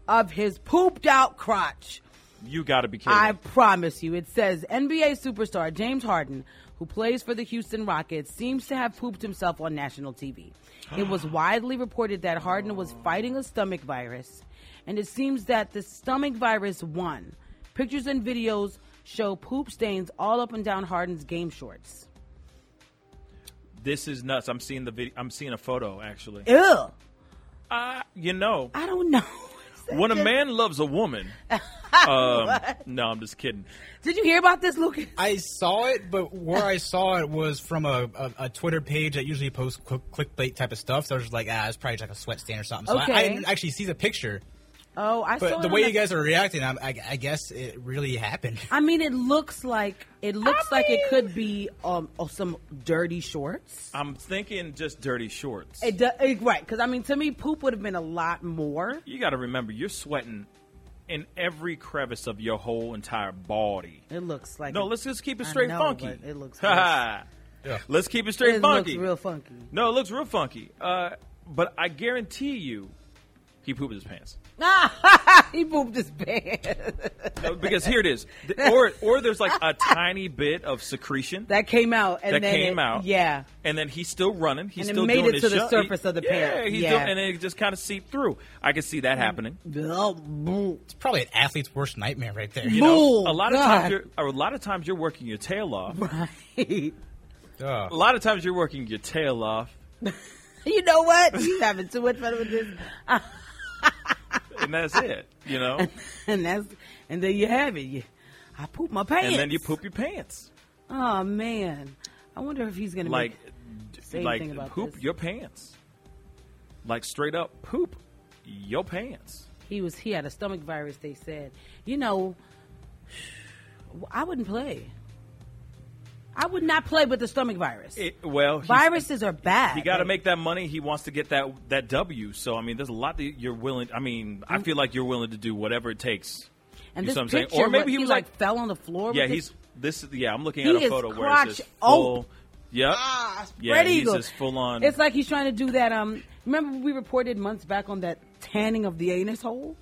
C: of his pooped out crotch.
B: You got to be kidding!
C: I
B: me.
C: promise you. It says NBA superstar James Harden, who plays for the Houston Rockets, seems to have pooped himself on national TV. It was widely reported that Harden was fighting a stomach virus, and it seems that the stomach virus won. Pictures and videos show poop stains all up and down Harden's game shorts.
B: This is nuts. I'm seeing the video. I'm seeing a photo actually.
C: Ew.
B: Uh, you know,
C: I don't know.
B: when a man loves a woman. Um, no, I'm just kidding.
C: Did you hear about this, Lucas?
D: I saw it, but where I saw it was from a, a, a Twitter page that usually posts click, clickbait type of stuff. So I was just like, ah, it's probably just like a sweat stain or something. So I, I
C: Okay.
D: didn't actually see the picture,
C: Oh, I saw
D: but
C: it
D: the
C: on
D: way
C: the-
D: you guys are reacting, I'm, I, I guess it really happened.
C: I mean, it looks like it looks like it could be um oh, some dirty shorts.
B: I'm thinking just dirty shorts.
C: It do, it, right, because I mean, to me, poop would have been a lot more.
B: You got to remember, you're sweating in every crevice of your whole entire body.
C: It looks like
B: No,
C: it-
B: let's just keep it
C: I
B: straight
C: know,
B: funky.
C: but It looks. gross.
B: Ha ha. Let's keep it straight
C: it
B: funky.
C: looks real funky.
B: no, it looks real funky. Uh, but I guarantee you, he pooped his pants.
C: he pooped his pants.
B: No, Uh, because here it is, Th- or or there's like a tiny bit of secretion,
C: That came out, and
B: That
C: then
B: came
C: it-
B: out.
C: Yeah,
B: and then he's still running. He's
C: And it
B: still
C: made
B: doing
C: it
B: his
C: to the
B: sho-
C: surface of the
B: yeah,
C: pant.
B: He's
C: Yeah. Mm.
B: Doing, and then it just kind of seeped through. I could see that happening.
D: It's probably an athlete's worst nightmare right there.
B: You know,
C: Oh,
B: a lot of
C: God.
B: times, you're, a lot of times you're working your tail off.
C: right.
D: Duh.
B: A lot of times you're working your tail off,
C: You know what? She's having too much fun with this,
B: and that's it. You know,
C: and that's and there you have it. You, I pooped my pants.
B: and then you poop your pants.
C: Oh man, I wonder if he's gonna
B: like
C: Make,
B: d-
C: say anything
B: like
C: about
B: poop
C: this.
B: your pants like straight up poop your pants
C: he was he had a stomach virus. They said, you know, I wouldn't play. I would not play with the stomach virus.
B: it, well he's-
C: Viruses are bad.
B: he got to
C: Like,
B: make that money he wants to get that that w so i mean there's a lot that you're willing i mean i feel like you're willing to do whatever it takes
C: And
B: you
C: this
B: see what I'm saying?
C: picture,
B: Or maybe
C: what,
B: he
C: he
B: was
C: like,
B: like-
C: fell on the floor.
B: yeah
C: with
B: he's this is- yeah i'm looking
C: He
B: at a
C: is
B: photo where it
C: crotch
B: says
C: open.
B: full yep
C: Ah,
B: yeah
C: spread
B: he's
C: eagle.
B: just full on
C: It's like he's trying to do that. Um, remember we reported months back on that tanning of the anus hole.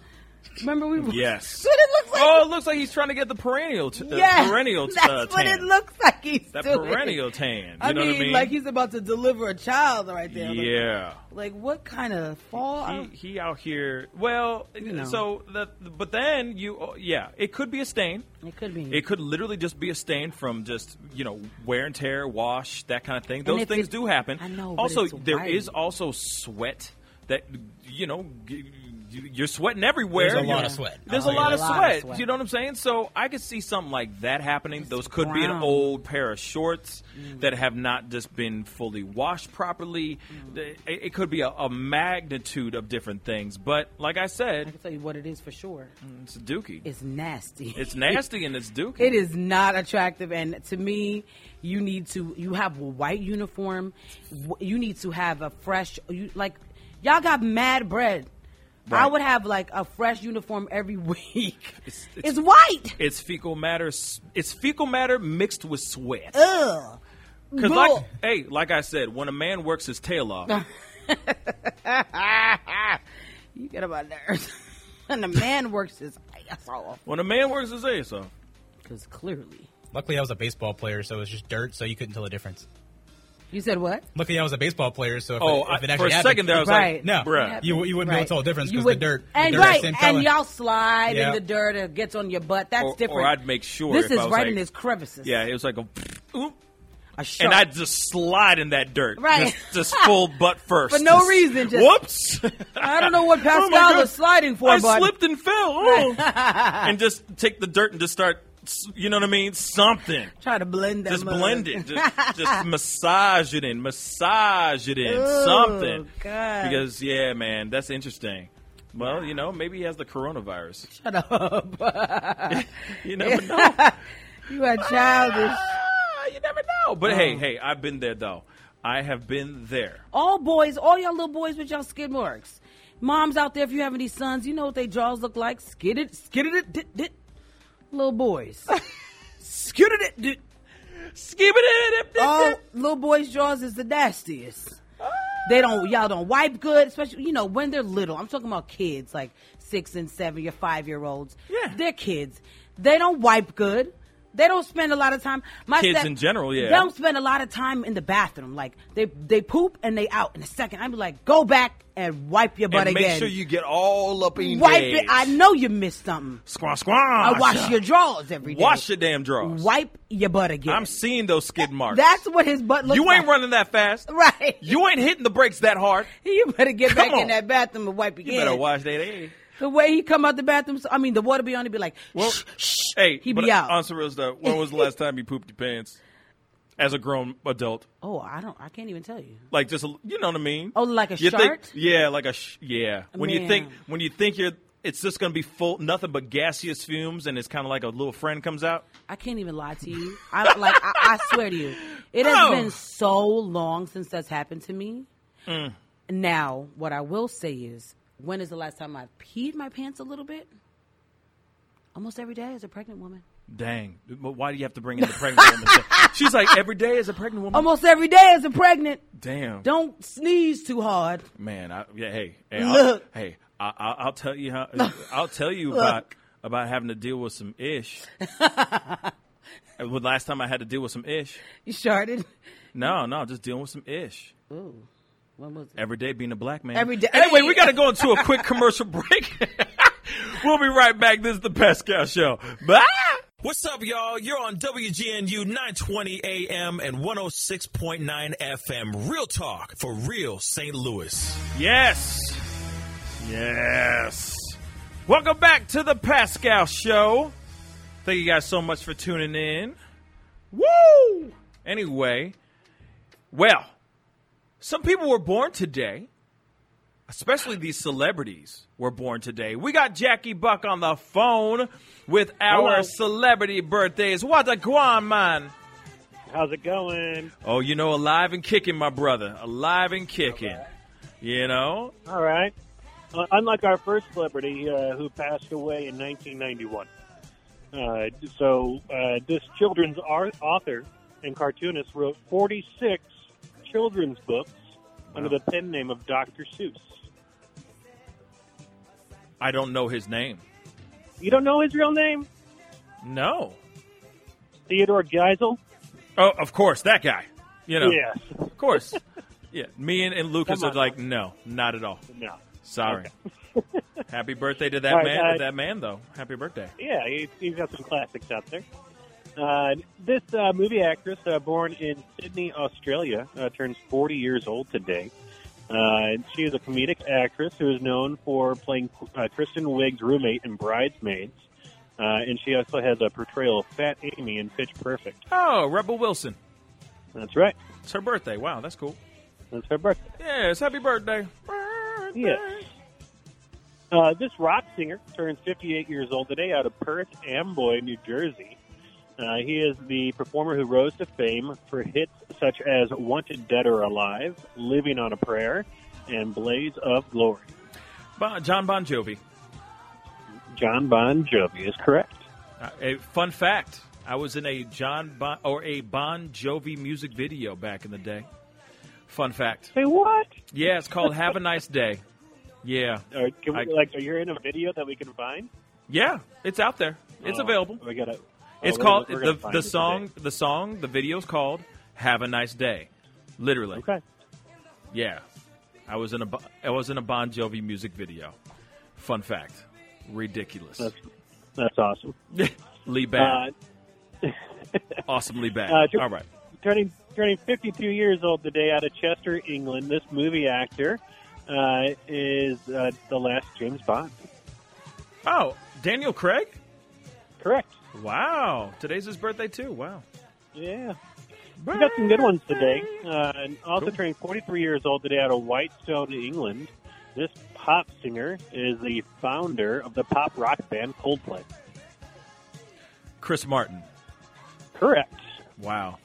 C: Remember we?
B: Yes.
C: That's what it looks like.
B: oh it looks like he's trying to get the perennial t- uh,
C: yeah,
B: perennial t-
C: That's
B: uh,
C: what
B: tan.
C: it looks like. He's
B: that
C: doing.
B: perennial tan you
C: I
B: know
C: mean,
B: what i mean
C: like he's about to deliver a child right there. Like,
B: yeah
C: Like, what kind of fall?
B: he, he out here. Well,
C: know.
B: so the but then you oh, yeah, it could be a stain.
C: it could be.
B: It could literally just be a stain from just you know wear and tear, wash that kind of thing. Those
C: if
B: things
C: it-
B: do happen.
C: I know, but
B: Also,
C: it's
B: there is
C: white.
B: also sweat that you know g- you- you're sweating everywhere.
D: There's a lot
B: You-
D: of sweat.
B: There's
D: Oh,
B: a lot,
D: yeah.
B: of,
C: A lot of
B: sweat.
C: sweat.
B: You know what I'm saying? So I could see something like that happening. Those could be an
C: brown. Mm.
B: old pair of shorts that have not just been fully washed properly.
C: Mm.
B: It, it could be a, a magnitude of different things. But like I
C: I
B: said,
C: can tell you what it is for sure.
B: it's a dookie. It's,
C: It's nasty.
B: nasty and Mm. it's dookie.
C: It is not attractive, and to me, you need to. You have a white uniform. W- You need to have a fresh. You like, y'all got mad bread. I
B: Right.
C: would have like a fresh uniform every week. It's,
B: it's-
C: white.
B: It's fecal matter. s- It's fecal matter mixed with sweat.
C: Ugh.
B: Because like,
C: Bull.
B: hey, like I said, when a man works his tail off,
C: You get on my nerves. and the man works his ass off
B: when a man works his ass off,
C: because clearly,
D: Luckily, I was a baseball player, so it was just dirt, so you couldn't tell the difference.
C: You said what?
D: Luckily, I was a baseball player, so if,
B: Oh,
D: it, if it
B: I-
D: actually
B: for a
D: happened,
B: second there, I was
C: Right.
B: like, no,
D: no,
B: bruh.
D: you you wouldn't be able to tell the difference
C: You
D: because the
C: would-
D: dirt, the
C: and
D: dirt is
C: right,
D: the same color.
C: and y'all slide in
D: Yeah.
C: the dirt and gets on your butt. That's
B: Or- or
C: different.
B: I'd make sure
C: this
B: if
C: is
B: I was
C: right
B: like-
C: in his crevices.
B: Yeah, it was like a, oop,
C: a shark.
B: and I just slide in that dirt,
C: Right.
B: Just, just full butt first
C: For no
B: Just-
C: reason, just-
B: whoops.
C: I don't know what
B: Oh my
C: Pascal
B: God.
C: was sliding for,
B: I
C: but
B: slipped and fell, oh. and just take the dirt and just start, s- you know what I mean? Something.
C: try to blend that.
B: Just
C: mud.
B: blend it. Just, just massage it in. Massage it in.
C: Oh,
B: something.
C: God.
B: Because yeah, man, that's interesting. Well, you know, maybe he has the coronavirus.
C: Shut up.
B: You never know.
C: you are childish.
B: Ah, you never know. But
C: Oh.
B: hey, hey, I've been there though. I have been there.
C: all boys, all y'all little boys with y'all skid marks. Moms out there, if you have any sons, you know what they jaws look like. Skidded, skidded it, dit, dit. Little boys. skidded it, dit. All little boys' jaws is the nastiest. They don't, y'all don't wipe good, especially, you know, when they're little. I'm talking about kids, like six and seven, your five year olds.
B: Yeah.
C: They're kids. They don't wipe good. They don't spend a lot of time. My
B: Kids in general, yeah.
C: They don't spend a lot of time in the bathroom. Like they they poop and they out in a second. I'm like, go back and wipe your butt
B: and
C: again.
B: make sure you get all up in
C: wipe
B: there.
C: it. I know you missed something.
B: squash
C: I
B: squash.
C: wash your drawers every day.
B: Wash your damn drawers.
C: Wipe your butt again.
B: I'm seeing those skid marks.
C: That's what his butt looks
B: you
C: like.
B: ain't running that fast.
C: Right.
B: You ain't hitting the brakes that hard.
C: You better get
B: Come
C: back
B: on.
C: in that bathroom and wipe again.
B: You better wash that ass.
C: The way he come out the bathroom, so, I mean, the water be on. He be like, shh, shh.
B: Hey,
C: he
B: but uh,
C: be out.
B: On some real stuff, when was the last time you pooped your pants as a grown adult?
C: oh, I don't. I can't even tell you.
B: Like just a, you know what I mean?
C: Oh, like a
B: you Think,
C: shart?
B: yeah, like a sh- yeah. When you
C: Man.
B: think when you think you're, it's just gonna be full nothing but gaseous fumes, and it's kind of like a little friend comes out.
C: I can't even lie to you. I like. I, I swear to you, it has
B: Oh.
C: been so long since that's happened to me.
B: Mm.
C: Now, what I will say is, when is the last time I peed my pants a little bit? Almost every day as a pregnant woman.
B: Dang, but why do you have to bring in the pregnant woman? She's like every day is a pregnant woman.
C: Almost every day as a pregnant.
B: Damn,
C: Oh Don't sneeze too hard.
B: man. I, yeah, hey, hey, I'll,
C: Look.
B: hey, I, I, I'll tell you how. I'll tell you about about having to deal with some ish. Uh, well, Last time I had to deal with some ish.
C: You started.
B: No, no, just dealing with some ish.
C: Ooh, when was it?
B: Every day being a black man.
C: Every day-
B: Anyway,
C: Hey!
B: we got to go into a quick commercial break. we'll be right back. This is the Pascal Show. Bye.
E: What's up, y'all? You're on WGNU 920 AM and 106.9 FM. Real talk for real St. Louis.
B: Yes. Yes. Welcome back to the Pascal Show. Thank you guys so much for tuning in. Woo! Anyway, well, some people were born today, especially these celebrities were born today. We got Jackie Buck on the phone with our
H: Hello.
B: celebrity birthdays. What a guan man.
H: How's it going?
B: Oh, you know, alive and kicking, my brother. Alive and kicking. You know?
H: All right. Uh, unlike our first celebrity uh, who passed away in 1991. Uh, so, uh, this children's ar- author and cartoonist wrote 46 children's books under the pen name of Dr. Seuss.
B: I don't know his name.
H: You don't know his real name?
B: No.
H: Theodore Geisel?
B: Oh, of course, that guy. You know,
H: Yes.
B: of course. Yeah, me and, and Lucas
H: Come
B: are
H: on.
B: like, no, not at all.
H: No.
B: Sorry. Happy birthday to that
H: All right,
B: man.
H: uh,
B: to that man, though. Happy birthday.
H: Yeah, he's, he's got some classics out there. Uh, this uh, movie actress, uh, born in Sydney, Australia, uh, turns 40 years old today. Uh, and she is a comedic actress who is known for playing uh, Kristen Wiig's roommate in Bridesmaids. Uh, and she also has a portrayal of Fat Amy in Pitch Perfect.
B: Oh, Rebel Wilson.
H: That's right.
B: It's her birthday. Wow, that's cool.
H: That's her birthday.
B: Yes, happy birthday. Birthday.
H: Yes. Uh, this rock singer turns 58 years old today out of Perth Amboy, New Jersey. Uh, he is the performer who rose to fame for hits such as Wanted Dead or Alive, Living on a Prayer, and Blaze of Glory.
B: Bon, John Bon Jovi.
H: John Bon Jovi is correct.
B: Uh, a fun fact: I was in a John bon, or a Bon Jovi music video back in the day. Fun fact.
H: Say what?
B: Yeah, it's called "Have a Nice Day." Yeah,
H: Or Uh, can we,
B: I-
H: like, are you in a video that we can find?
B: yeah, it's out there. It's
H: Oh,
B: available.
H: We gotta,
B: It's
H: oh, we're
B: called
H: gonna- we're gonna
B: the
H: find
B: the
H: it today.
B: song. The song. The video's called "Have a Nice Day." Literally.
H: Okay.
B: Yeah. I was in a Bo- I was in a Bon Jovi music video. Fun fact. Ridiculous.
H: That's, that's awesome.
B: Lee
H: Uh,
B: Bad. Awesomely bad.
H: uh, Ju-
B: All right.
H: turning turning 52 years old today out of Chester, England. This movie actor uh, is uh, the last James Bond.
B: Oh, Daniel Craig?
H: Correct.
B: Wow. Today's his birthday too. Wow.
H: Yeah. We got some good ones today. Uh, and also
B: Cool.
H: turning 43 years old today out of Whitestone, England. This pop singer is the founder of the pop rock band Coldplay.
B: Chris Martin.
H: Correct.
B: Wow.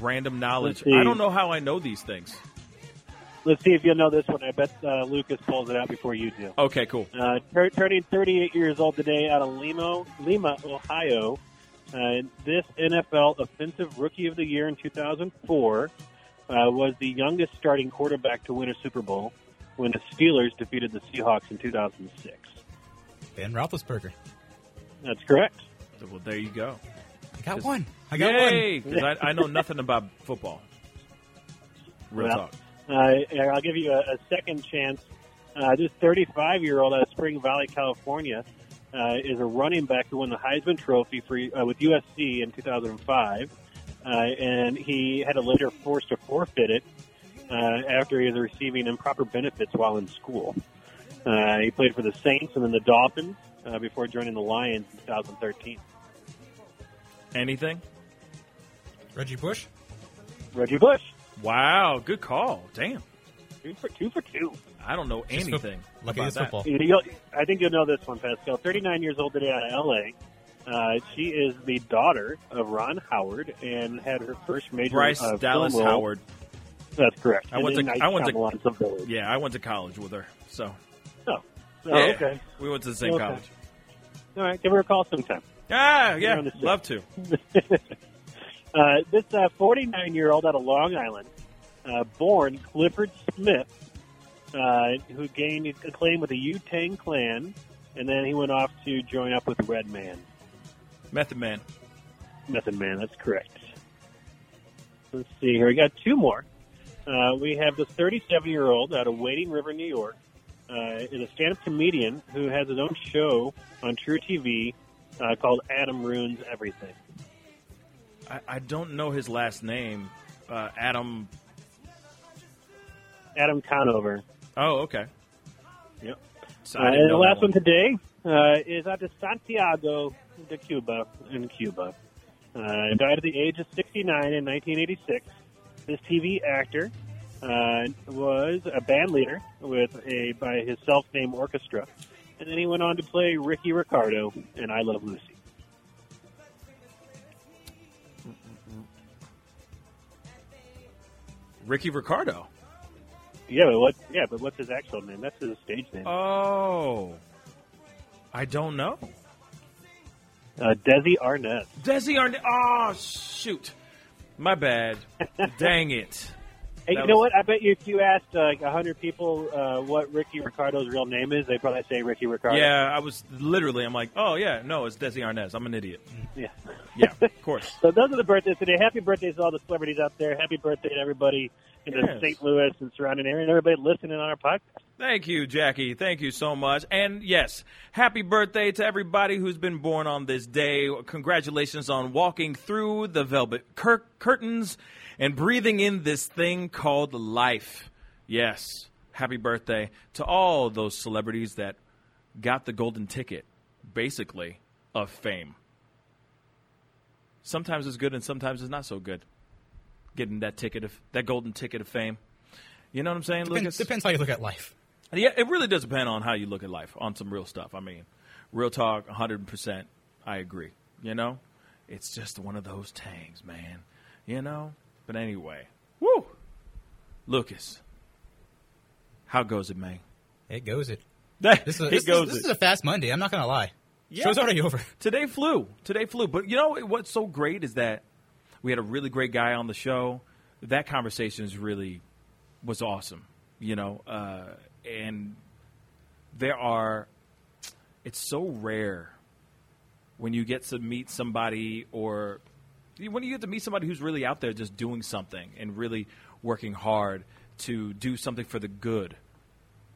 B: Random knowledge.
H: Let's see.
B: I don't know how I know these things.
H: Let's see if you'll know this one. I bet uh, Lucas pulls it out before you do.
B: Okay, cool.
H: Uh, tur turning 38 years old today out of Lima, Lima, Ohio. Uh, this NFL Offensive Rookie of the Year in 2004 uh, was the youngest starting quarterback to win a Super Bowl when the Steelers defeated the Seahawks in 2006.
D: Ben Roethlisberger.
H: That's correct.
B: Well, there you go.
D: I got
B: Just-
D: one. I got one.
B: Yay! Because I, I know nothing about football. Real
H: Well,
B: talk.
H: Uh, and I'll give you a, a second chance. Uh, this 35 year old out of Spring Valley, California, uh, is a running back who won the Heisman Trophy for uh, with USC in 2005, uh, and he had to later forced to forfeit it uh, after he was receiving improper benefits while in school. Uh, he played for the Saints and then the Dolphins uh, before joining the Lions in 2013.
B: Anything?
D: Reggie Bush.
H: Reggie Bush,
B: Wow, good call. Damn.
H: two for two for two.
B: I don't know
D: Just
B: anything.
D: Fo- lucky
B: about
D: it's
B: that.
D: football.
H: You- You'll, I think you'll know this one, Pascal. 39 years old today out of LA. Uh, she is the daughter of Ron Howard and had her first major
B: Bryce
H: uh, film
B: Dallas
H: role-
B: Howard.
H: That's correct.
B: I went
H: and
B: to-
H: then
B: I went to-
H: Camelot and Village.
B: Yeah, I went to college with her. So
H: Oh,
B: Yeah.
H: okay.
B: we went to the same
H: Okay.
B: college.
H: All right. Give her a call sometime.
B: Ah, yeah,
H: on the same.
B: love to.
H: Uh, this 49 year old out of Long Island, uh, born Clifford Smith, uh, who gained acclaim with the Wu Tang Clan, and then he went off to join up with Red Man.
B: Method Man.
H: Method Man, that's correct. Let's see here. We got two more. Uh, we have this 37 year old out of Wading River, New York, uh, is a stand up comedian who has his own show on True TV uh, called Adam Ruins Everything.
B: I, I don't know his last name. Uh, Adam.
H: Adam Conover.
B: Oh, okay.
H: Yep.
B: So
H: Uh,
B: I didn't
H: and the
B: know
H: last
B: that
H: one today uh, is out of Santiago de Cuba in Cuba. Uh, died at the age of 69 in 1986. This TV actor uh, was a band leader with a by his self-named orchestra, and then he went on to play Ricky Ricardo in I Love Lucy.
B: Ricky Ricardo.
H: Yeah, but what? Yeah, but what's his actual name? That's his stage name.
B: Oh, I don't know.
H: Uh, Desi Arnaz.
B: Desi Arnaz. Oh, shoot. My bad. Dang it.
H: Hey,
B: That
H: you know
B: was-
H: what? I bet you if you asked uh, like 100 people uh, what Ricky Ricardo's real name is, they probably say Ricky Ricardo.
B: Yeah, I was literally. I'm like, oh yeah, no, it's Desi Arnaz. I'm an idiot.
H: Yeah.
B: Yeah, of course.
H: So those are the birthdays today. Happy birthdays to all the celebrities out there. Happy birthday to everybody in
B: Yes.
H: the St. Louis and surrounding area, and everybody listening on our podcast.
B: Thank you, Jackie. Thank you so much. And yes, happy birthday to everybody who's been born on this day. Congratulations on walking through the velvet cur- curtains and breathing in this thing called life. Yes, happy birthday to all those celebrities that got the golden ticket, basically, of fame. Sometimes it's good and sometimes it's not so good. Getting that ticket of that golden ticket of fame. You know what I'm saying,
D: Depends,
B: Lucas?
D: depends how you look at life.
B: Yeah, it really does depend on how you look at life, on some real stuff. I mean, real talk, 100%. I agree. You know? It's just one of those tangs, man. You know? But anyway, woo! Lucas, how goes it, man?
D: It goes it. This is a,
B: it
D: this,
B: goes
D: is,
B: it.
D: this is a fast Monday. I'm not gonna lie. Show's already over.
B: Today flew. Today flew. But you know what's so great is that we had a really great guy on the show. That conversation is really was awesome. You know, uh, and there are. It's so rare when you get to meet somebody or You- When you get to meet somebody who's really out there just doing something and really working hard to do something for the good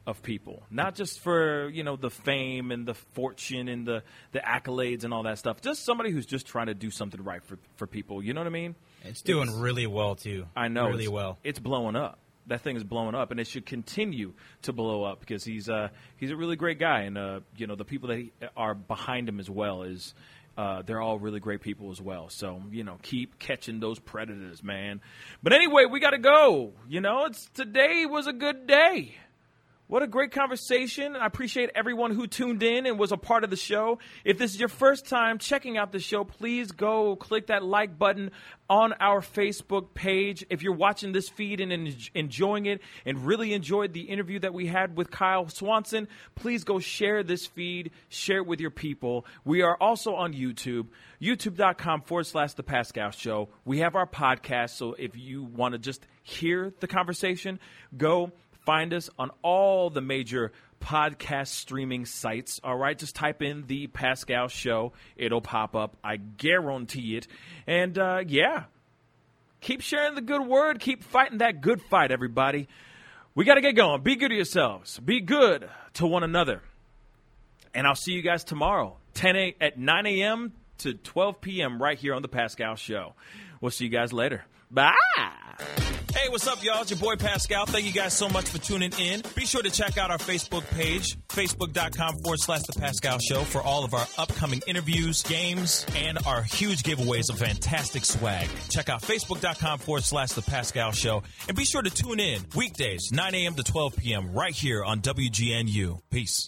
B: of people, not just for you know the fame and the fortune and the the accolades and all that stuff, just somebody who's just trying to do something right for for people. You know what I mean?
D: It's doing really well too.
B: I know
D: really
B: it's,
D: well.
B: It's blowing up. That thing is blowing up, and it should continue to blow up because he's uh, he's a really great guy, and uh, you know the people that he, are behind him as well is uh, they're all really great people as well. So you know keep catching those predators, man. But anyway, we got to go. You know it's today was a good day. What a great conversation. I appreciate everyone who tuned in and was a part of the show. If this is your first time checking out the show, please go click that like button on our Facebook page. If you're watching this feed and en- enjoying it and really enjoyed the interview that we had with Kyle Swanson, please go share this feed, share it with your people. We are also on YouTube, youtube.com forward slash The Pascal Show. We have our podcast, so if you want to just hear the conversation, go Find us on all the major podcast streaming sites. All right, just type in the Pascal Show, it'll pop up. I guarantee it. And uh, yeah, keep sharing the good word. Keep fighting that good fight, everybody. We got to get going. Be good to yourselves. Be good to one another. And I'll see you guys tomorrow, 10 a- at 9 a.m. to 12 p.m. right here on the Pascal Show. We'll see you guys later. Bye.
E: Hey, what's up, y'all? It's your boy Pascal. Thank you guys so much for tuning in. Be sure to check out our Facebook page, facebook.com forward slash The Pascal Show, for all of our upcoming interviews, games, and our huge giveaways of fantastic swag. Check out facebook.com forward slash The Pascal Show. And be sure to tune in weekdays, 9 a.m. to 12 p.m., right here on WGNU. Peace.